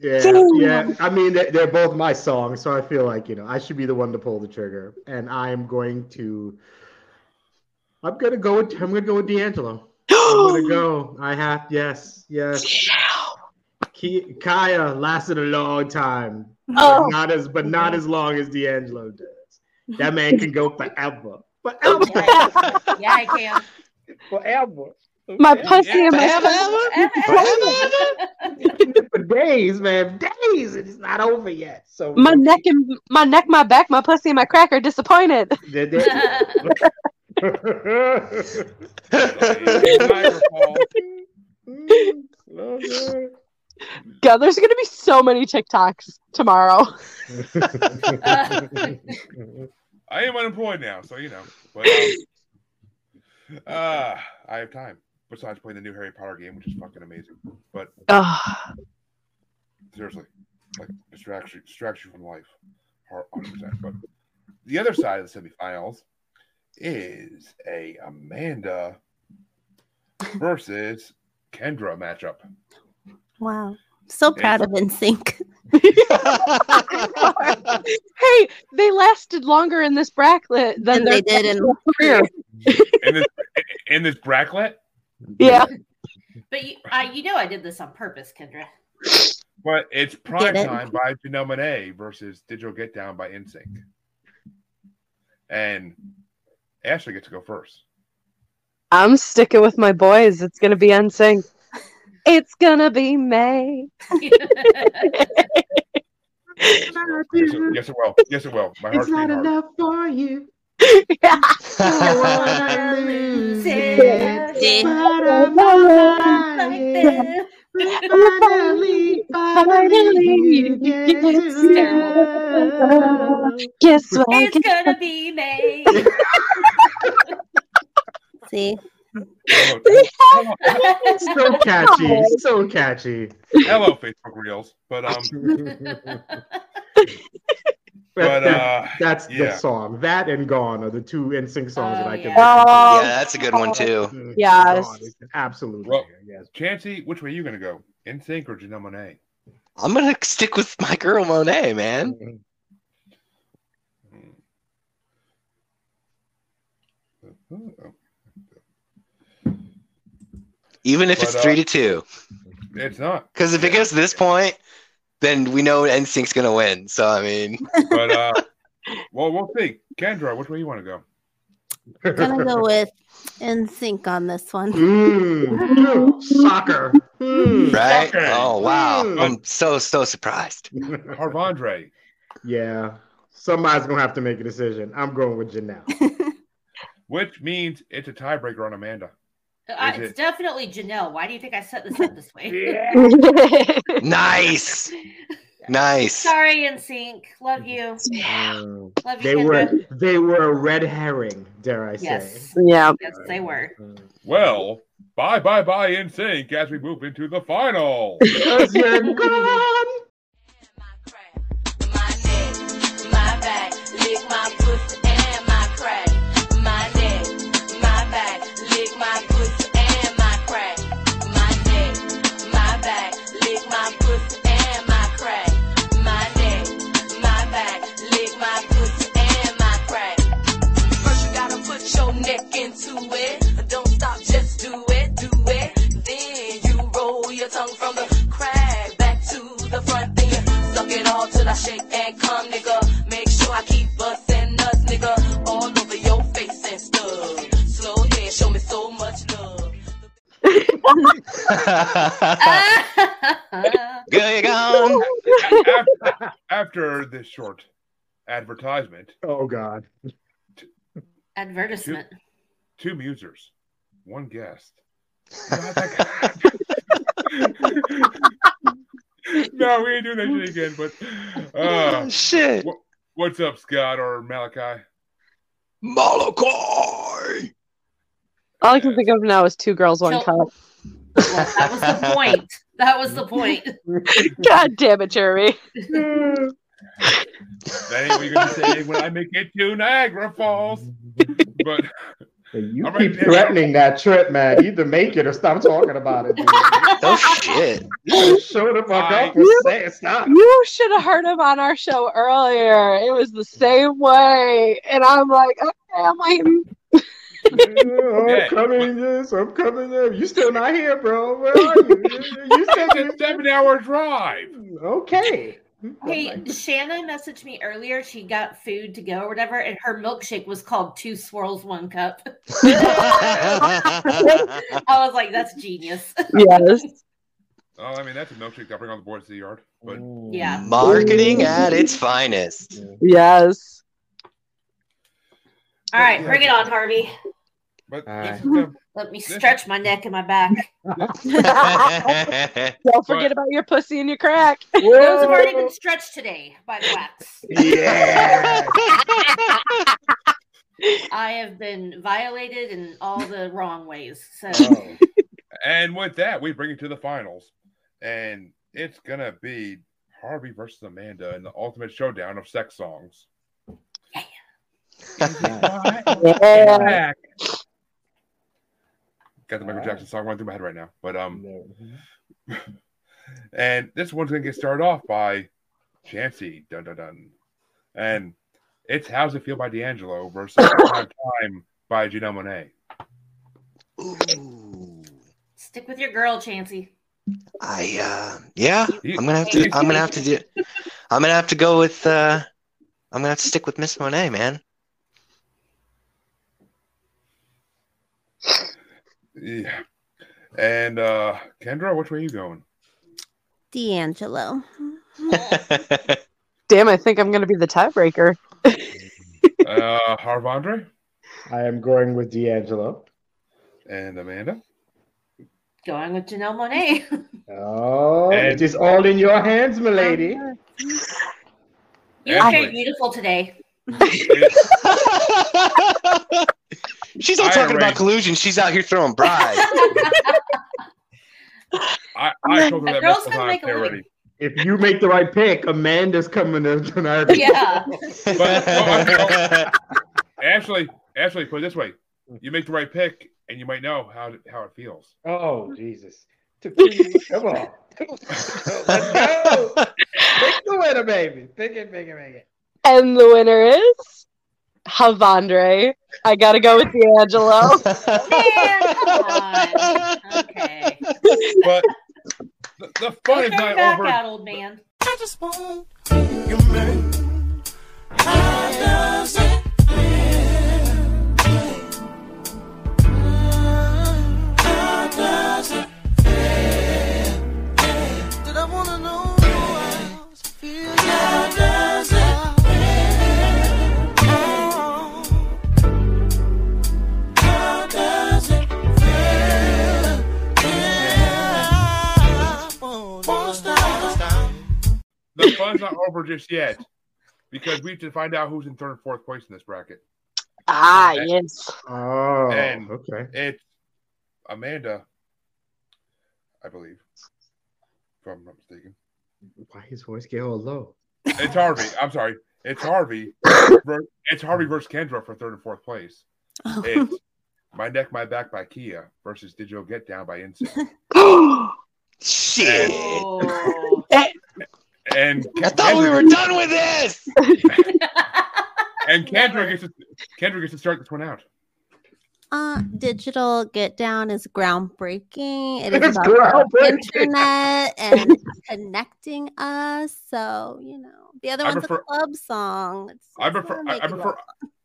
Speaker 8: Yeah,
Speaker 7: Damn.
Speaker 8: yeah. I mean, they're, they're both my songs, so I feel like you know I should be the one to pull the trigger, and I am going to. I'm gonna go with. I'm gonna go with
Speaker 9: [GASPS]
Speaker 8: D'Angelo. I'm gonna go. I have yes, yes. Ki- Kaya lasted a long time,
Speaker 7: Oh.
Speaker 8: but not as but not as long as D'Angelo does. That man can go forever, forever,
Speaker 4: Yeah, I can.
Speaker 8: forever.
Speaker 7: My pussy and my
Speaker 9: Forever,
Speaker 7: crack.
Speaker 9: ever?
Speaker 8: For days, man, days, and it's not over yet. So [LAUGHS]
Speaker 7: My neck and my neck, my back, my pussy, and my crack are disappointed.
Speaker 8: They're- [LAUGHS]
Speaker 7: [LAUGHS]
Speaker 8: they're-
Speaker 2: If I recall,
Speaker 7: God, there's gonna be so many TikToks tomorrow. [LAUGHS]
Speaker 2: I am unemployed now, so you know. But um,
Speaker 7: [LAUGHS]
Speaker 2: uh, I have time. Besides playing the new Harry Potter game, which is fucking amazing. But
Speaker 7: Ugh.
Speaker 2: seriously, like distracts you, distracts you from life, hundred percent. But the other side of the semifinals is a
Speaker 7: [LAUGHS]
Speaker 2: Amanda versus Kendra matchup.
Speaker 3: Wow. So proud of NSYNC.
Speaker 7: hey, they lasted longer in this bracket than
Speaker 3: And they
Speaker 7: their
Speaker 3: did in-
Speaker 7: career.
Speaker 2: In this in this bracket,
Speaker 7: Yeah,
Speaker 4: But you, I, you know, I did this on purpose, Kendra.
Speaker 2: but it's prime
Speaker 3: it.
Speaker 2: time by Janelle Monae versus Digital Get Down by NSYNC. And Ashley gets to go first.
Speaker 7: I'm sticking with my boys. It's gonna be NSYNC. It's gonna
Speaker 4: [LAUGHS]
Speaker 7: be May.
Speaker 2: Yes, it will. Yes, it will. Yes, it will. My heart's beating
Speaker 8: it's not
Speaker 2: hard.
Speaker 8: enough for you.
Speaker 7: [LAUGHS] Yeah.
Speaker 8: I wanna lose it, but
Speaker 3: Did
Speaker 8: I'm alive. Finally, finally, you get to love.
Speaker 7: Guess what? I
Speaker 4: It's
Speaker 7: get?
Speaker 4: gonna be
Speaker 2: [LAUGHS]
Speaker 4: May.
Speaker 3: see.
Speaker 2: Hello, hello,
Speaker 7: [LAUGHS]
Speaker 5: [LAUGHS]
Speaker 8: So catchy, so catchy.
Speaker 2: hello, Facebook Reels. But um, but
Speaker 8: That-
Speaker 2: uh,
Speaker 8: that's
Speaker 2: yeah.
Speaker 8: the song. That and Gone are the two NSYNC songs
Speaker 4: Oh,
Speaker 8: that I can.
Speaker 7: Oh,
Speaker 9: yeah, that's a good one too.
Speaker 8: listen to.
Speaker 7: Yes.
Speaker 8: Gone is an absolute
Speaker 2: Well-
Speaker 8: banger, yes.
Speaker 2: Chansey, which way are you gonna go? In sync or Janelle Monae?
Speaker 9: I'm gonna stick with my girl Monet, man. Even if it's
Speaker 2: But, uh,
Speaker 9: three to two,
Speaker 2: It's not.
Speaker 9: because if it gets to this point, then we know NSYNC's gonna win. So I mean,
Speaker 2: But uh, Well, we'll see. Kendra, which way you want to go?
Speaker 3: I'm
Speaker 2: [LAUGHS]
Speaker 3: gonna go with in sync on this one.
Speaker 2: Hmm.
Speaker 3: Hmm.
Speaker 8: Soccer.
Speaker 9: Right?
Speaker 2: Okay.
Speaker 9: Oh wow.
Speaker 2: Hmm.
Speaker 9: I'm so so surprised.
Speaker 2: Harvandre.
Speaker 8: Yeah. Somebody's gonna have to make a decision. I'm going with Janelle.
Speaker 2: Which means it's a tiebreaker on Amanda.
Speaker 4: Uh,
Speaker 2: Is
Speaker 4: it's
Speaker 2: it-
Speaker 4: definitely Janelle. Why do you think I set this up this
Speaker 8: [LAUGHS]
Speaker 4: way?
Speaker 9: Nice. Nice.
Speaker 4: Sorry, in sync. Love you.
Speaker 8: Um,
Speaker 4: Love you,
Speaker 8: they were
Speaker 4: Kendra.
Speaker 8: they were a red herring, dare I say.
Speaker 4: Yes.
Speaker 7: Yeah.
Speaker 4: Yes, they were.
Speaker 2: Uh, Well, bye bye bye in sync as we move into the final.
Speaker 8: [LAUGHS] Because you're gone.
Speaker 12: my back, lick my pussy and my crack. My neck, my back, lick my pussy and my crack. My neck, my back, lick my pussy and my crack. My neck, my back, lick my pussy and my crack. First you gotta put your neck into it. Don't stop, just do it, do it. Then you roll your tongue from the crack back to the front. Then you suck it all till I shake and come, nigga. Make sure I keep bustin' nuts,
Speaker 7: [LAUGHS]
Speaker 12: nigga, all over your face and stuff. Slow down, show me so much love.
Speaker 9: Good gone.
Speaker 2: after, after this short advertisement,
Speaker 8: Oh God.
Speaker 4: Advertisement.
Speaker 2: two musers, one
Speaker 8: [LAUGHS]
Speaker 2: guest. no, we ain't doing that shit again. But uh,
Speaker 9: Oh, shit.
Speaker 2: wha- what's up, Scott or Malachi?
Speaker 9: Malachi.
Speaker 7: All I can think of now is two girls,
Speaker 4: So- [LAUGHS]
Speaker 7: one cup.
Speaker 4: That was the point. That was the point.
Speaker 7: God damn it, Jeremy.
Speaker 2: That ain't what you're gonna say when I make it to Niagara Falls. But
Speaker 8: You
Speaker 2: All right,
Speaker 8: keep
Speaker 2: yeah.
Speaker 8: threatening that trip, man. Either make it or stop talking about it.
Speaker 9: [LAUGHS] Oh shit.
Speaker 8: Dude. Show the fuck up and say it. Stop.
Speaker 7: You should have heard him on our show earlier. It was the same way. And I'm like, okay, I'm waiting.
Speaker 8: Oh, I'm coming, yes, I'm coming. Yes. You still not here, bro? Where are [LAUGHS] you? You said
Speaker 2: it's a seven-hour drive.
Speaker 8: Okay.
Speaker 4: Hey, Shanna messaged me earlier. She got food to go or whatever, and her milkshake was called Two Swirls, One Cup. [LAUGHS] I was like, that's genius. [LAUGHS]
Speaker 2: [LAUGHS]
Speaker 7: Yes.
Speaker 2: Oh, I mean that's a milkshake I bring on the boards to the yard. But
Speaker 4: Yeah.
Speaker 9: Marketing at its finest.
Speaker 7: Yes.
Speaker 4: All right, bring it on, Harvey.
Speaker 2: but
Speaker 9: Alright.
Speaker 2: this is the-
Speaker 4: Let me stretch my neck and my back.
Speaker 7: Don't forget about your pussy and your crack.
Speaker 4: Those have already been stretched today by the wax.
Speaker 8: Yeah.
Speaker 4: [LAUGHS] I have been violated in all the wrong ways. So
Speaker 2: [LAUGHS] and with that, we bring it to the finals, and it's gonna be Harvey versus Amanda in the ultimate showdown of sex songs. Got the Michael Jackson song running through my head right now, but um,
Speaker 8: mm-hmm.
Speaker 2: [LAUGHS] and this one's gonna get started off by Chancy, dun dun dun, and it's "How's It Feel" by D'Angelo
Speaker 8: [COUGHS]
Speaker 2: versus "Time Time" by Janelle Monae.
Speaker 4: stick with your girl, Chancy.
Speaker 9: I uh yeah, I'm gonna have to I'm gonna have to do I'm gonna have to go with uh I'm gonna have to stick with Miss Monet, man.
Speaker 2: Yeah. And uh Kendra, which way are you
Speaker 8: [LAUGHS]
Speaker 2: going?
Speaker 3: D'Angelo.
Speaker 7: Damn, I think I'm going to be the tiebreaker. [LAUGHS]
Speaker 2: Uh Harvandre
Speaker 8: I am going with D'Angelo.
Speaker 2: and Amanda.
Speaker 4: Going with Janelle [LAUGHS] Monet.
Speaker 8: Oh,
Speaker 2: And-
Speaker 8: it is all in your hands, milady.
Speaker 4: Um, You look very
Speaker 2: Anyway.
Speaker 4: beautiful today. [LAUGHS]
Speaker 9: She's not
Speaker 2: I
Speaker 9: talking about
Speaker 2: arranged-
Speaker 9: collusion, she's out here throwing bribes.
Speaker 2: I, I told her
Speaker 4: A
Speaker 2: that
Speaker 4: girl's
Speaker 2: multiple
Speaker 4: gonna
Speaker 2: times
Speaker 4: make a living.
Speaker 2: already.
Speaker 8: If you make the right pick, Amanda's coming to tonight.
Speaker 4: [LAUGHS] Yeah.
Speaker 2: But no, I- Ashley, Ashley, put it this way. You make the right pick and you might know how how it feels.
Speaker 8: Oh, Jesus. Come on. Let's go. Pick the winner, baby. Pick it, pick it, pick it.
Speaker 7: And the winner is Havandre. I got to go with
Speaker 4: Man,
Speaker 7: D'Angelo.
Speaker 2: [LAUGHS]
Speaker 4: come on. Okay.
Speaker 2: But the, the fun
Speaker 4: Don't
Speaker 2: is not
Speaker 4: turn back
Speaker 2: over.
Speaker 4: out, old man.
Speaker 12: I just want you, man. I love
Speaker 2: over just yet because we have to find out who's in third and fourth place in this bracket.
Speaker 7: Ah, yes.
Speaker 8: [LAUGHS] Oh,
Speaker 2: and
Speaker 8: okay.
Speaker 2: It's Amanda, I believe, if I'm not mistaken.
Speaker 8: Why his voice get all low?
Speaker 2: It's Harvey. I'm sorry. It's Harvey. ver- it's Harvey versus Kendra for third and fourth place. It's My Neck, My Back by Kia versus Did You Get Down by Insane.
Speaker 9: Shit.
Speaker 2: And
Speaker 9: I [GASPS] thought we were done with this.
Speaker 3: [LAUGHS]
Speaker 2: And Kendra gets to, Kendra gets to start this one out.
Speaker 3: Uh, digital get down is groundbreaking. It
Speaker 2: It's
Speaker 3: is about the
Speaker 2: groundbreaking.
Speaker 3: internet and [LAUGHS] connecting us. So you know, the other
Speaker 2: I
Speaker 3: one's
Speaker 2: prefer-
Speaker 3: a club song. It's
Speaker 2: I
Speaker 3: it's
Speaker 2: prefer
Speaker 3: gonna
Speaker 2: I,
Speaker 3: make
Speaker 2: I
Speaker 3: you
Speaker 2: prefer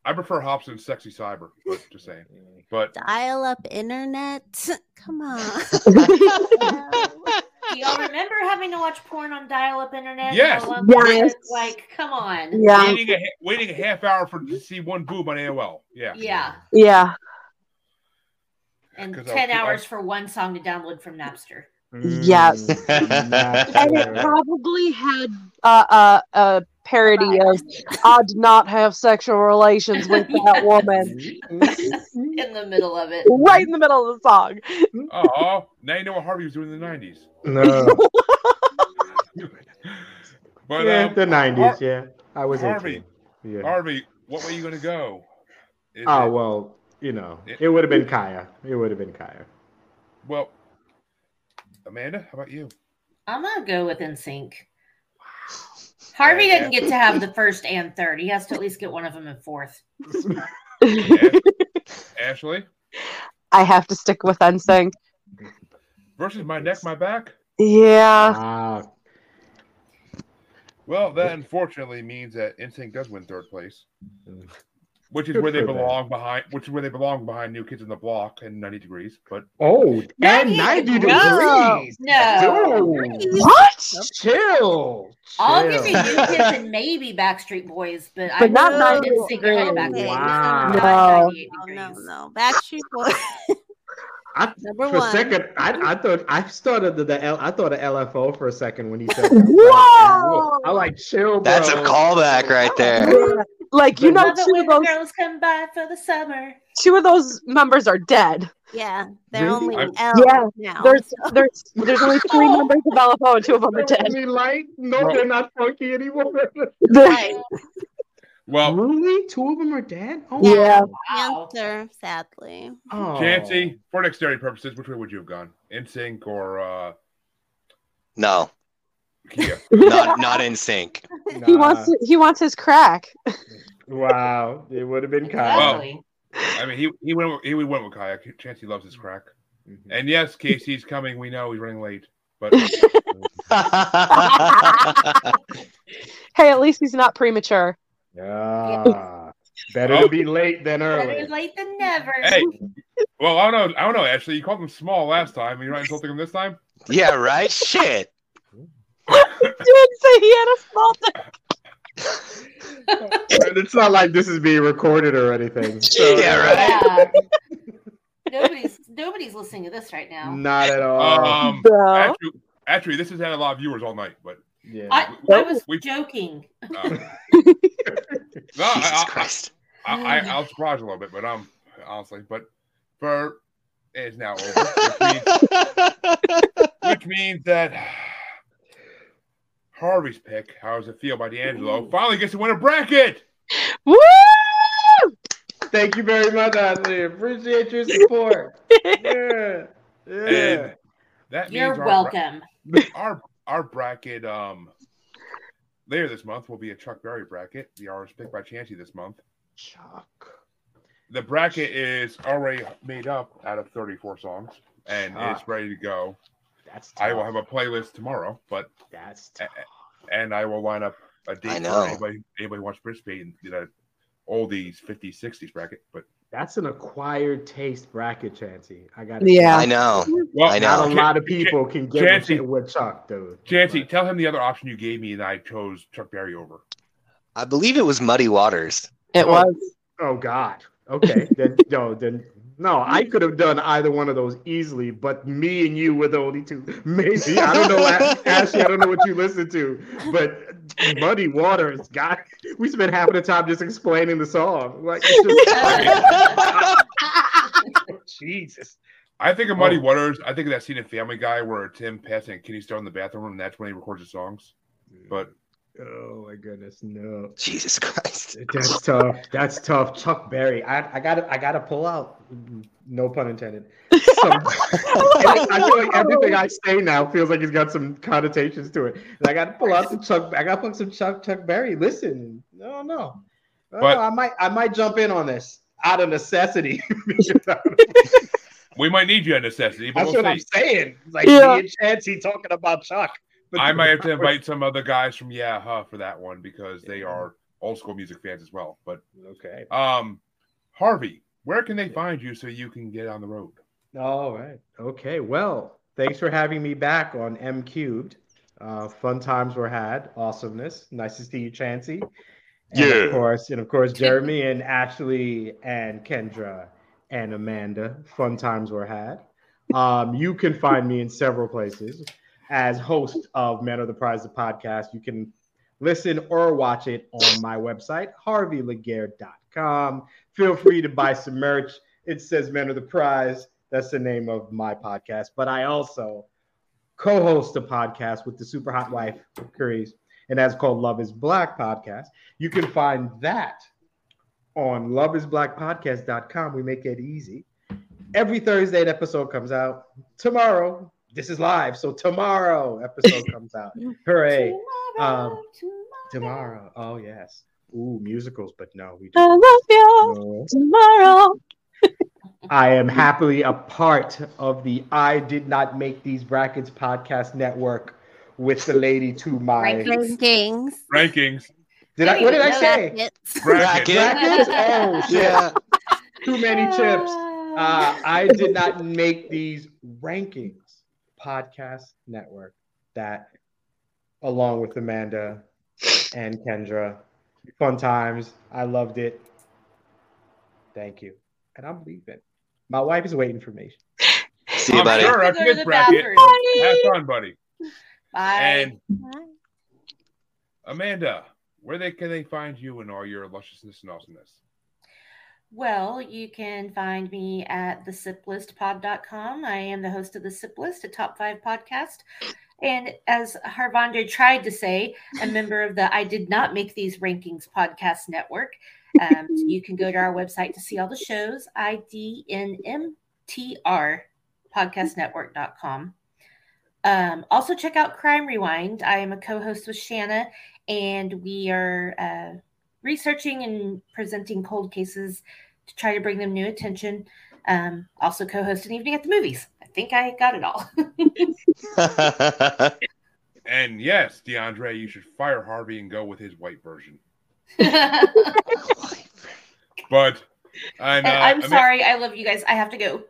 Speaker 2: I prefer Hobson's sexy cyber,
Speaker 3: [LAUGHS]
Speaker 2: but just saying. But
Speaker 3: dial up internet. [LAUGHS]
Speaker 8: [LAUGHS]
Speaker 3: Come on.
Speaker 4: Do y'all remember having to watch porn on dial-up internet?
Speaker 2: Yes.
Speaker 4: Y'all love
Speaker 2: Yes.
Speaker 4: that? Like, come on.
Speaker 2: waiting a, ha- waiting a half hour for to see one boob on AOL. Yeah.
Speaker 4: Yeah.
Speaker 7: Yeah.
Speaker 4: And
Speaker 2: 'Cause I-
Speaker 4: ten
Speaker 2: I-
Speaker 4: hours for one song to download from Napster.
Speaker 7: Yes. and it
Speaker 8: Mm. [LAUGHS]
Speaker 7: probably had uh, uh, a parody of I did not have sexual relations with that woman
Speaker 2: [LAUGHS]
Speaker 4: In the middle of it.
Speaker 7: right in the middle of the song. [LAUGHS]
Speaker 2: Oh, now you know what Harvey was doing in the nineties.
Speaker 8: No.
Speaker 2: [LAUGHS] But
Speaker 8: yeah,
Speaker 2: um,
Speaker 8: the nineties.
Speaker 2: Har-
Speaker 8: Yeah, I was
Speaker 2: Harvey.
Speaker 8: 18. Yeah.
Speaker 2: Harvey, what way you gonna go? Is
Speaker 8: oh
Speaker 2: it-
Speaker 8: well, you know,
Speaker 2: It-
Speaker 8: it, would have been Kaya. It would have been Kaya.
Speaker 2: well, Amanda, how about you?
Speaker 4: I'm gonna go with NSYNC. Harvey doesn't get to have the first and third. He has to at least get one of them in
Speaker 2: [LAUGHS]
Speaker 4: fourth.
Speaker 2: Ashley
Speaker 7: I have to stick with NSYNC.
Speaker 2: versus my neck, my back.
Speaker 7: Yeah.
Speaker 8: Wow.
Speaker 2: Well, that unfortunately means that Instinct does win third place, which is where they
Speaker 8: Mm. for them.
Speaker 2: belong behind, which is where they belong behind New Kids in the Block and 90 Degrees. But
Speaker 8: Oh, and
Speaker 4: is-
Speaker 8: ninety
Speaker 4: No.
Speaker 8: degrees.
Speaker 4: No.
Speaker 8: Dude, what? Chill.
Speaker 4: I'll give you
Speaker 8: chill. [LAUGHS]
Speaker 4: New Kids and maybe Backstreet Boys, but, I
Speaker 7: But not
Speaker 4: know
Speaker 7: 90
Speaker 4: NSYNC ahead of
Speaker 7: Degrees.
Speaker 4: Backstreet.
Speaker 8: Wow.
Speaker 4: Not
Speaker 7: No.
Speaker 4: 98
Speaker 3: No,
Speaker 4: degrees.
Speaker 3: [LAUGHS] no, Backstreet Boys.
Speaker 8: I,
Speaker 3: [LAUGHS] Number
Speaker 8: for
Speaker 3: one.
Speaker 8: a second, I, I thought I started the, the L, I thought of LFO for a second when he said [LAUGHS]
Speaker 7: [LAUGHS]
Speaker 9: [LAUGHS]
Speaker 7: Whoa!
Speaker 8: I like chill. Bro.
Speaker 9: That's a callback right there.
Speaker 7: Like you know,
Speaker 4: Love it
Speaker 7: two
Speaker 4: when
Speaker 7: of
Speaker 4: the
Speaker 7: those
Speaker 4: girls come by for the summer.
Speaker 7: two of those members are dead.
Speaker 3: Yeah, they're
Speaker 8: Really?
Speaker 3: only
Speaker 2: I'm-
Speaker 3: L
Speaker 7: Yeah,
Speaker 3: now.
Speaker 7: There's
Speaker 3: [LAUGHS]
Speaker 7: there's there's only three members of LFO and two of them are
Speaker 8: I
Speaker 7: dead.
Speaker 8: mean, like, no,
Speaker 2: Bro.
Speaker 8: they're not funky anymore. [LAUGHS]
Speaker 3: Right.
Speaker 2: well,
Speaker 8: really, two of them are dead. Oh,
Speaker 7: Yeah.
Speaker 4: Wow.
Speaker 3: Answer, sadly.
Speaker 8: Oh.
Speaker 2: Chancy, for dexterity purposes, which way would you have gone? Instinct or uh,
Speaker 9: No,
Speaker 8: [LAUGHS]
Speaker 2: Kia?
Speaker 9: not not in sync.
Speaker 7: [LAUGHS] He wants to, he wants his crack.
Speaker 8: Wow, it would have been Kaya.
Speaker 4: Exactly.
Speaker 2: I mean, he he went with- he went with kayak. Chancey loves
Speaker 8: Mm-hmm.
Speaker 2: his crack. And yes, Casey's coming. We know he's running late,
Speaker 4: [LAUGHS]
Speaker 2: but
Speaker 7: Hey, at least he's not premature.
Speaker 8: Yeah. Better
Speaker 2: Oh.
Speaker 8: to be late than
Speaker 4: Better
Speaker 8: early.
Speaker 4: late than never.
Speaker 2: hey, well, I don't know. I don't know. Ashley, you called him small last time. You're not insulting him this time.
Speaker 9: yeah, right. Shit.
Speaker 7: You didn't say he had a small dick.
Speaker 8: And it's not like this is being recorded or anything. So
Speaker 9: [LAUGHS] Yeah, right.
Speaker 4: Yeah. nobody's nobody's listening to this right now.
Speaker 8: Not at all.
Speaker 2: Um,
Speaker 7: No.
Speaker 2: actually, actually, this has had a lot of viewers all night, but
Speaker 8: yeah.
Speaker 4: I, I was
Speaker 2: We-
Speaker 4: joking.
Speaker 2: uh, [LAUGHS]
Speaker 4: [LAUGHS]
Speaker 2: no,
Speaker 9: Jesus
Speaker 2: I, I,
Speaker 9: Christ.
Speaker 2: I, I, I'll surprise you a little bit, but um, honestly, but for it's now over, which means, which means that Harvey's pick, "How Does It Feel" by D'Angelo, finally gets to win a bracket.
Speaker 7: Woo!
Speaker 8: Thank you very much, Ashley. Appreciate your support. [LAUGHS] yeah. Yeah.
Speaker 2: And that
Speaker 4: You're
Speaker 2: means our bra-
Speaker 4: welcome.
Speaker 2: [LAUGHS] our our bracket um later this month will be a Chuck Berry bracket. The hours picked by Chancey this month.
Speaker 8: Chuck.
Speaker 2: The bracket is already made up out of 34 songs and it's
Speaker 8: Chuck.
Speaker 2: ready to go.
Speaker 8: That's tough.
Speaker 2: I will have a playlist tomorrow, but
Speaker 8: That's tough.
Speaker 2: and I will line up a date
Speaker 9: know.
Speaker 2: for anybody anybody who wants to participate in the oldies 50s 60s bracket. But
Speaker 8: That's an acquired taste bracket, Chancy. I got
Speaker 7: Yeah.
Speaker 9: I know.
Speaker 2: well,
Speaker 9: I
Speaker 8: Not a
Speaker 9: know.
Speaker 8: lot of people can get with-
Speaker 2: Chancy.
Speaker 8: with Chuck, dude.
Speaker 2: Chancey, tell him the other option you gave me, and I chose Chuck Berry over.
Speaker 9: I believe it was Muddy Waters.
Speaker 7: It was.
Speaker 8: [LAUGHS] Oh God. Okay. then no. Then No, I could have done either one of those easily, but me and you were the only two. Maybe I don't know, A-
Speaker 9: [LAUGHS]
Speaker 8: Ashley. I don't know what you listen to, but Muddy Waters. God, we spent half of the time just explaining the song. Like, it's
Speaker 2: just, Jesus. I think of
Speaker 8: Oh.
Speaker 2: Muddy Waters. I think of that scene in Family Guy where Tim Pass and Kitty Star in the bathroom, and that's when he records his songs. But
Speaker 8: oh my goodness, no!
Speaker 9: Jesus Christ,
Speaker 8: that's tough. That's tough. Chuck Berry. I, I gotta I gotta pull out. No pun intended. Some- [LAUGHS] I feel like everything I say now feels like it's got some connotations to it. And I gotta pull out some Chuck. I gotta pull some Chuck Chuck Berry. Listen, no, no. Oh,
Speaker 2: But-
Speaker 8: I might I might jump in on this out of necessity. [LAUGHS]
Speaker 2: we might need you at necessity. But
Speaker 8: That's
Speaker 2: we'll
Speaker 8: what I'm
Speaker 2: see.
Speaker 8: saying. Like
Speaker 2: Yeah.
Speaker 8: me and Chancey talking about Chuck.
Speaker 2: I might have to invite some other guys from Yeah Huh for that one because they are old school music fans as well. But
Speaker 8: okay,
Speaker 2: um, Harvey, where can they find you so you can get on the road?
Speaker 8: All right. Okay. Well, thanks for having me back on M Cubed. Uh, fun times were had. Awesomeness. Nice to see you, Chansey. And
Speaker 9: Yeah.
Speaker 8: Of course, and
Speaker 2: [LAUGHS]
Speaker 8: of course, Jeremy and Ashley and Kendra and Amanda. Fun times were had. Um, you can find me in several places as host of Man of the Prize, the podcast. You can listen or watch it on my website, harveylaguerre.com. Feel free to buy some merch. It says Man of the Prize. That's the name of my podcast. But I also co-host a podcast with the super hot wife Curries, and that's called Love Is Black podcast. You can find that on loveisblackpodcast.com. We make it easy. Every Thursday, an episode comes out. Tomorrow, this is live, so tomorrow [LAUGHS] episode comes out. Hooray! Tomorrow, tomorrow. Oh yes. Ooh, musicals, but no, we
Speaker 7: I
Speaker 8: don't.
Speaker 7: love you tomorrow.
Speaker 8: [LAUGHS] I am happily a part of the I Did Not Make These Brackets podcast network with the lady to my.
Speaker 3: Rankings.
Speaker 2: Rankings.
Speaker 8: Did I, what did I say?
Speaker 2: Brackets.
Speaker 8: Brackets?
Speaker 4: [LAUGHS]
Speaker 3: Brackets.
Speaker 8: Oh, shit.
Speaker 9: Yeah.
Speaker 8: Too many chips. Uh, I did not make these rankings podcast network that, along with Amanda and Kendra, fun times. I loved it. Thank you. And I'm leaving. My wife is waiting for me.
Speaker 9: See you,
Speaker 2: I'm
Speaker 9: buddy.
Speaker 2: sure
Speaker 4: Go
Speaker 2: after
Speaker 4: to
Speaker 2: this
Speaker 4: the
Speaker 2: bracket,
Speaker 4: bathroom.
Speaker 2: have fun, buddy.
Speaker 4: Bye.
Speaker 2: And Amanda, where they can they find you and all your lusciousness and awesomeness?
Speaker 4: Well, you can find me at thesiplistpod.com. I am the host of the Sip List, a top five podcast. And as Harvando tried to say, a member of the I Did Not Make These Rankings podcast network. Um, you can go to our website to see all the shows, IDNMTR podcastnetwork.com. Um, also, check out Crime Rewind. I am a co host with Shanna, and we are uh, researching and presenting cold cases to try to bring them new attention. Um, also, co host an evening at the movies. I think I got it all. [LAUGHS]
Speaker 2: and yes, DeAndre, you should fire Harvey and go with his white
Speaker 4: [LAUGHS]
Speaker 2: version. But and,
Speaker 4: And
Speaker 2: uh,
Speaker 4: [LAUGHS] I'm
Speaker 2: Ama-
Speaker 4: sorry. I love you guys. I have to go.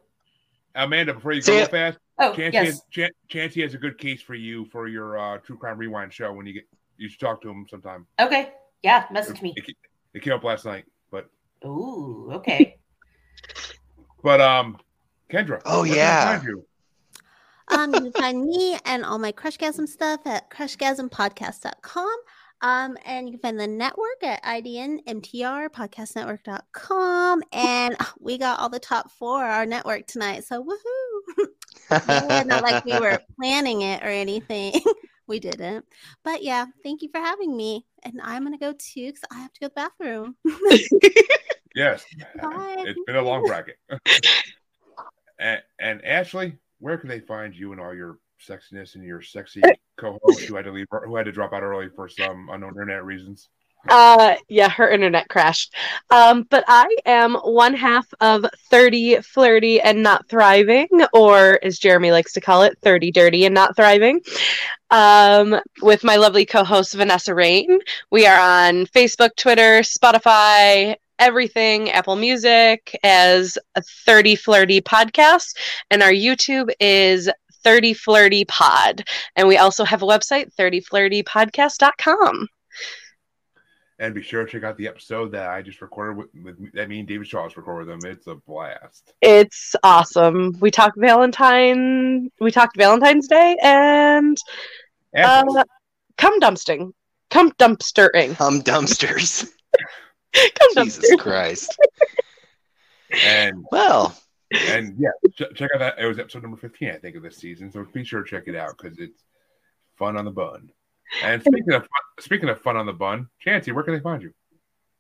Speaker 2: Amanda, before you
Speaker 4: See
Speaker 2: go
Speaker 4: ya.
Speaker 2: real fast,
Speaker 4: Oh,
Speaker 2: Chancey,
Speaker 4: yes.
Speaker 2: has, Chan- Chancey has a good case for you for your uh, True Crime Rewind show when you get you should talk to him sometime.
Speaker 4: Okay. Yeah. Message me.
Speaker 2: It, ca- it came up last night, but
Speaker 4: Ooh, okay.
Speaker 2: but um, Kendra.
Speaker 9: Oh,
Speaker 2: where can they
Speaker 9: yeah.
Speaker 2: find you?
Speaker 3: um, you can find me and all my Crushgasm stuff at crushgasmpodcast.com. Um, and you can find the network at IDN MTR podcastnetwork.com. And ah, we got all the top four our network tonight. So woohoo! Yeah, Not like
Speaker 5: [LAUGHS]
Speaker 3: we [LAUGHS] were planning it or anything. [LAUGHS] we didn't. But yeah, thank you for having me. And I'm gonna go too because I have to go to the bathroom. [LAUGHS]
Speaker 2: Yes, [LAUGHS]
Speaker 3: Bye.
Speaker 2: it's been a long bracket. [LAUGHS] and, and Ashley, where can they find you and all your sexiness and your sexy co-host who had to leave, who had to drop out early for some unknown internet reasons?
Speaker 7: Uh, yeah, her internet crashed. Um, but I am one half of 30 flirty and not thriving, or as Jeremy likes to call it, 30 dirty and not thriving. Um, with my lovely co host Vanessa Rain. We are on Facebook, Twitter, Spotify, everything, Apple Music as a 30 flirty podcast, and our YouTube is 30 flirty pod. And we also have a website, 30flirtypodcast.com.
Speaker 2: And be sure to check out the episode that I just recorded with, with that me and David Shaw's recorded with them. It's a blast.
Speaker 7: It's awesome. We talked Valentine. We talked Valentine's Day and uh, cum dumpsting, cum dumpstering,
Speaker 9: cum dumpsters.
Speaker 7: [LAUGHS] cum
Speaker 9: Jesus
Speaker 7: dumpsters.
Speaker 9: Christ.
Speaker 2: And
Speaker 9: well,
Speaker 2: and yeah, ch- check out that. It was episode number 15, I think, of this season. So be sure to check it out because it's fun on the bun. And speaking of fun, speaking of fun on the bun, Chancey, where can they find you?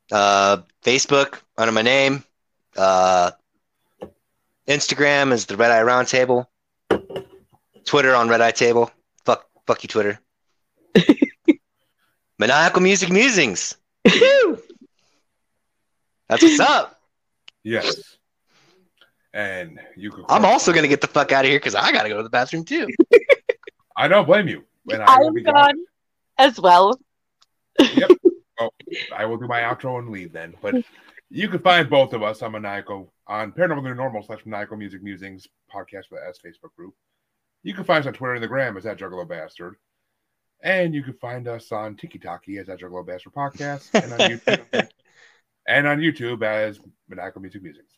Speaker 9: Uh, Facebook under my name. Uh, Instagram is the Red Eye Roundtable. Twitter on Red Eye Table. Fuck, fuck
Speaker 2: [LAUGHS]
Speaker 9: you, Twitter. Maniacal Music Musings. That's what's up.
Speaker 2: Yes. And you can.
Speaker 9: I'm also gonna get the fuck out of here because I gotta go to the bathroom too.
Speaker 2: I don't blame you. And I will
Speaker 7: I'm
Speaker 2: be
Speaker 7: gone as well.
Speaker 2: Oh, I will do my outro and leave then. But you can find both of us on Maniacal on Paranormal New Normal slash Maniacal Music Musings podcast with S Facebook group. You can find us on Twitter and the Gram as that Juggalo Bastard. And you can find us on Tiki Taki as that Juggalo Bastard podcast and on YouTube, and on YouTube as Maniacal Music Musings.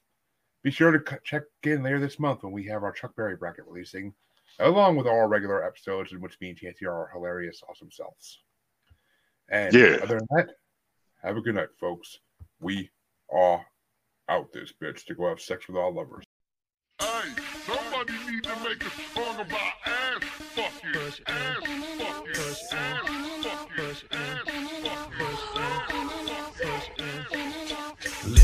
Speaker 2: Be sure to c- check in later this month when we have our Chuck Berry bracket releasing, along with all our regular episodes in which me and Chanty are our hilarious, awesome selves. And
Speaker 11: Yeah.
Speaker 2: other than that, have a good night, folks. We are out this bitch to go have sex with our lovers.
Speaker 11: Hey, somebody need to make a song about ass fucking. Ass fucking. Ass fucking. Ass
Speaker 10: Let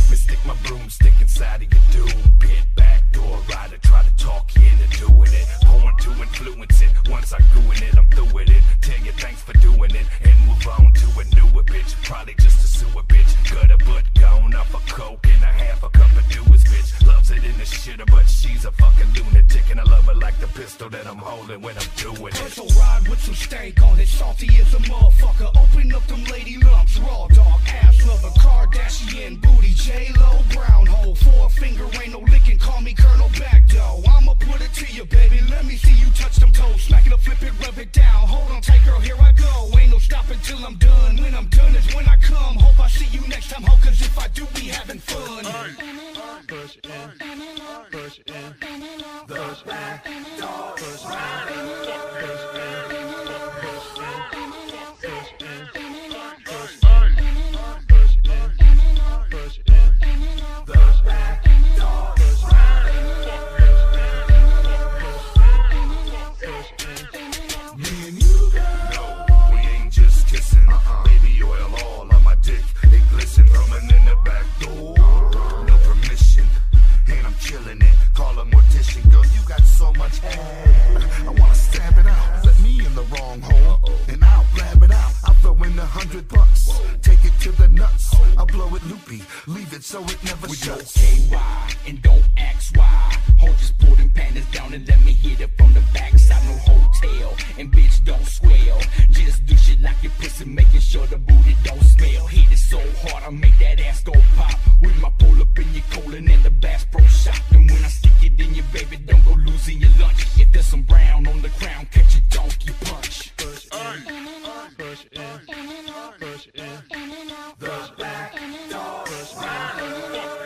Speaker 10: me stick my broomstick inside of your dude. Bent back door rider, try to talk you into doing it. Born to influence it. Once I grew in it, I'm through with it. Tell you thanks for doing it and move on to a newer bitch. Probably just a sewer bitch. Got a butt gone off a coke and a half a cup of Dewis bitch. Loves it in the shitter, but she's a fucking lunatic and I love her like the pistol that I'm holding when I'm doing it. Pistol ride with some stank on it, salty as a motherfucker. Open up them lady lumps, raw dog ass lover, Kardashian booty, J Lo brown hole, four finger ain't no licking. Call me Colonel Backdoor. I'ma put it to you, baby. Let me see you touch them toes, smack it up, flip it, rub it down. Hold on tight, girl, here I go. Ain't no stopping till I'm done. When I'm done is when I come. Um, Hope I see you next time, ho, cause if I do, we having fun. Push in, push in, the back door Me and you, girl. No, we ain't just kissing. Baby oil all on my dick. It glisten rumming in the back door. No permission. And I'm killing it. Call a mortician. Girl, you got so much ass. I wanna stab it out. Let me in the wrong hole. And I'll blab it out. I'll throw in a hundred bucks. Take it to the nuts. I'll blow it loopy. Leave it so it never we shuts. Don't KY and don't ask why. Hold just pull them panties down and let me hit it from the backside. No hotel. And bitch, don't swell. Just do shit like your pussy, making sure the booty don't smell. Hit it so hard, I make that ass go pop. With my pull up in your colon and the Bass Pro Shop. And when I stick it in your baby, don't go losing your lunch. If there's some brown on the crown, catch a donkey punch. Push in, push in, push in. The back door. Push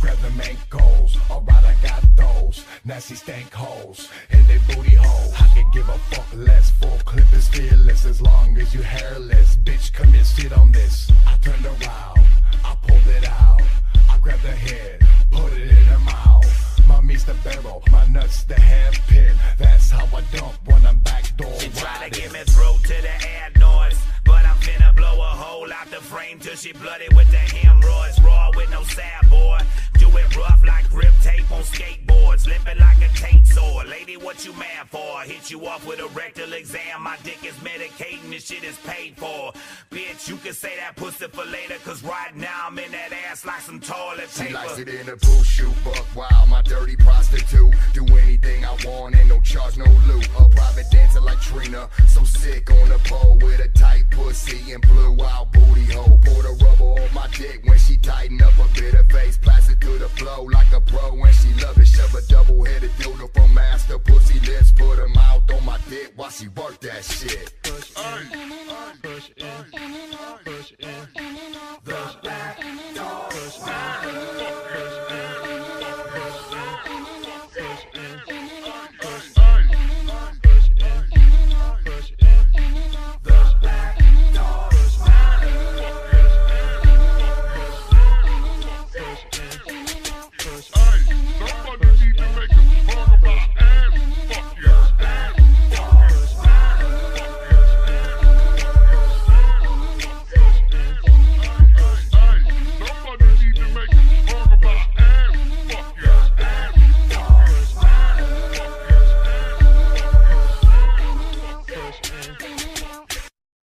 Speaker 10: Grab the mangoes, alright, I got those. Nasty stank holes in they booty hole. I could give a fuck less. Full clip is fearless as long as you hairless. Bitch, come here, sit on this. I turned around, I pulled it out. I grabbed the head, put it in her mouth. My meat's the barrel, my nuts the hairpin. That's how I dump when I'm back door.
Speaker 13: She try to get me through to the air noise, but I'm finna blow a hole out the frame till she blooded with the hemorrhoids. Raw with no sad boy, do it rough like grip tape on skateboards, limping like a taint sore. Lady, what you mad for? Hit you off with a rectal exam. My dick is medicating, this shit is paid for. Bitch, you can say that pussy for later, cause right now I'm in that ass. ass like some toilet
Speaker 10: She likes it
Speaker 13: paper.
Speaker 10: in a pool shoe, buck wild, my dirty prostitute. Do anything I want and don't charge no loot. A private dancer like Trina, so sick on the pole with a tight pussy and blue out booty hole. Pour the rubber on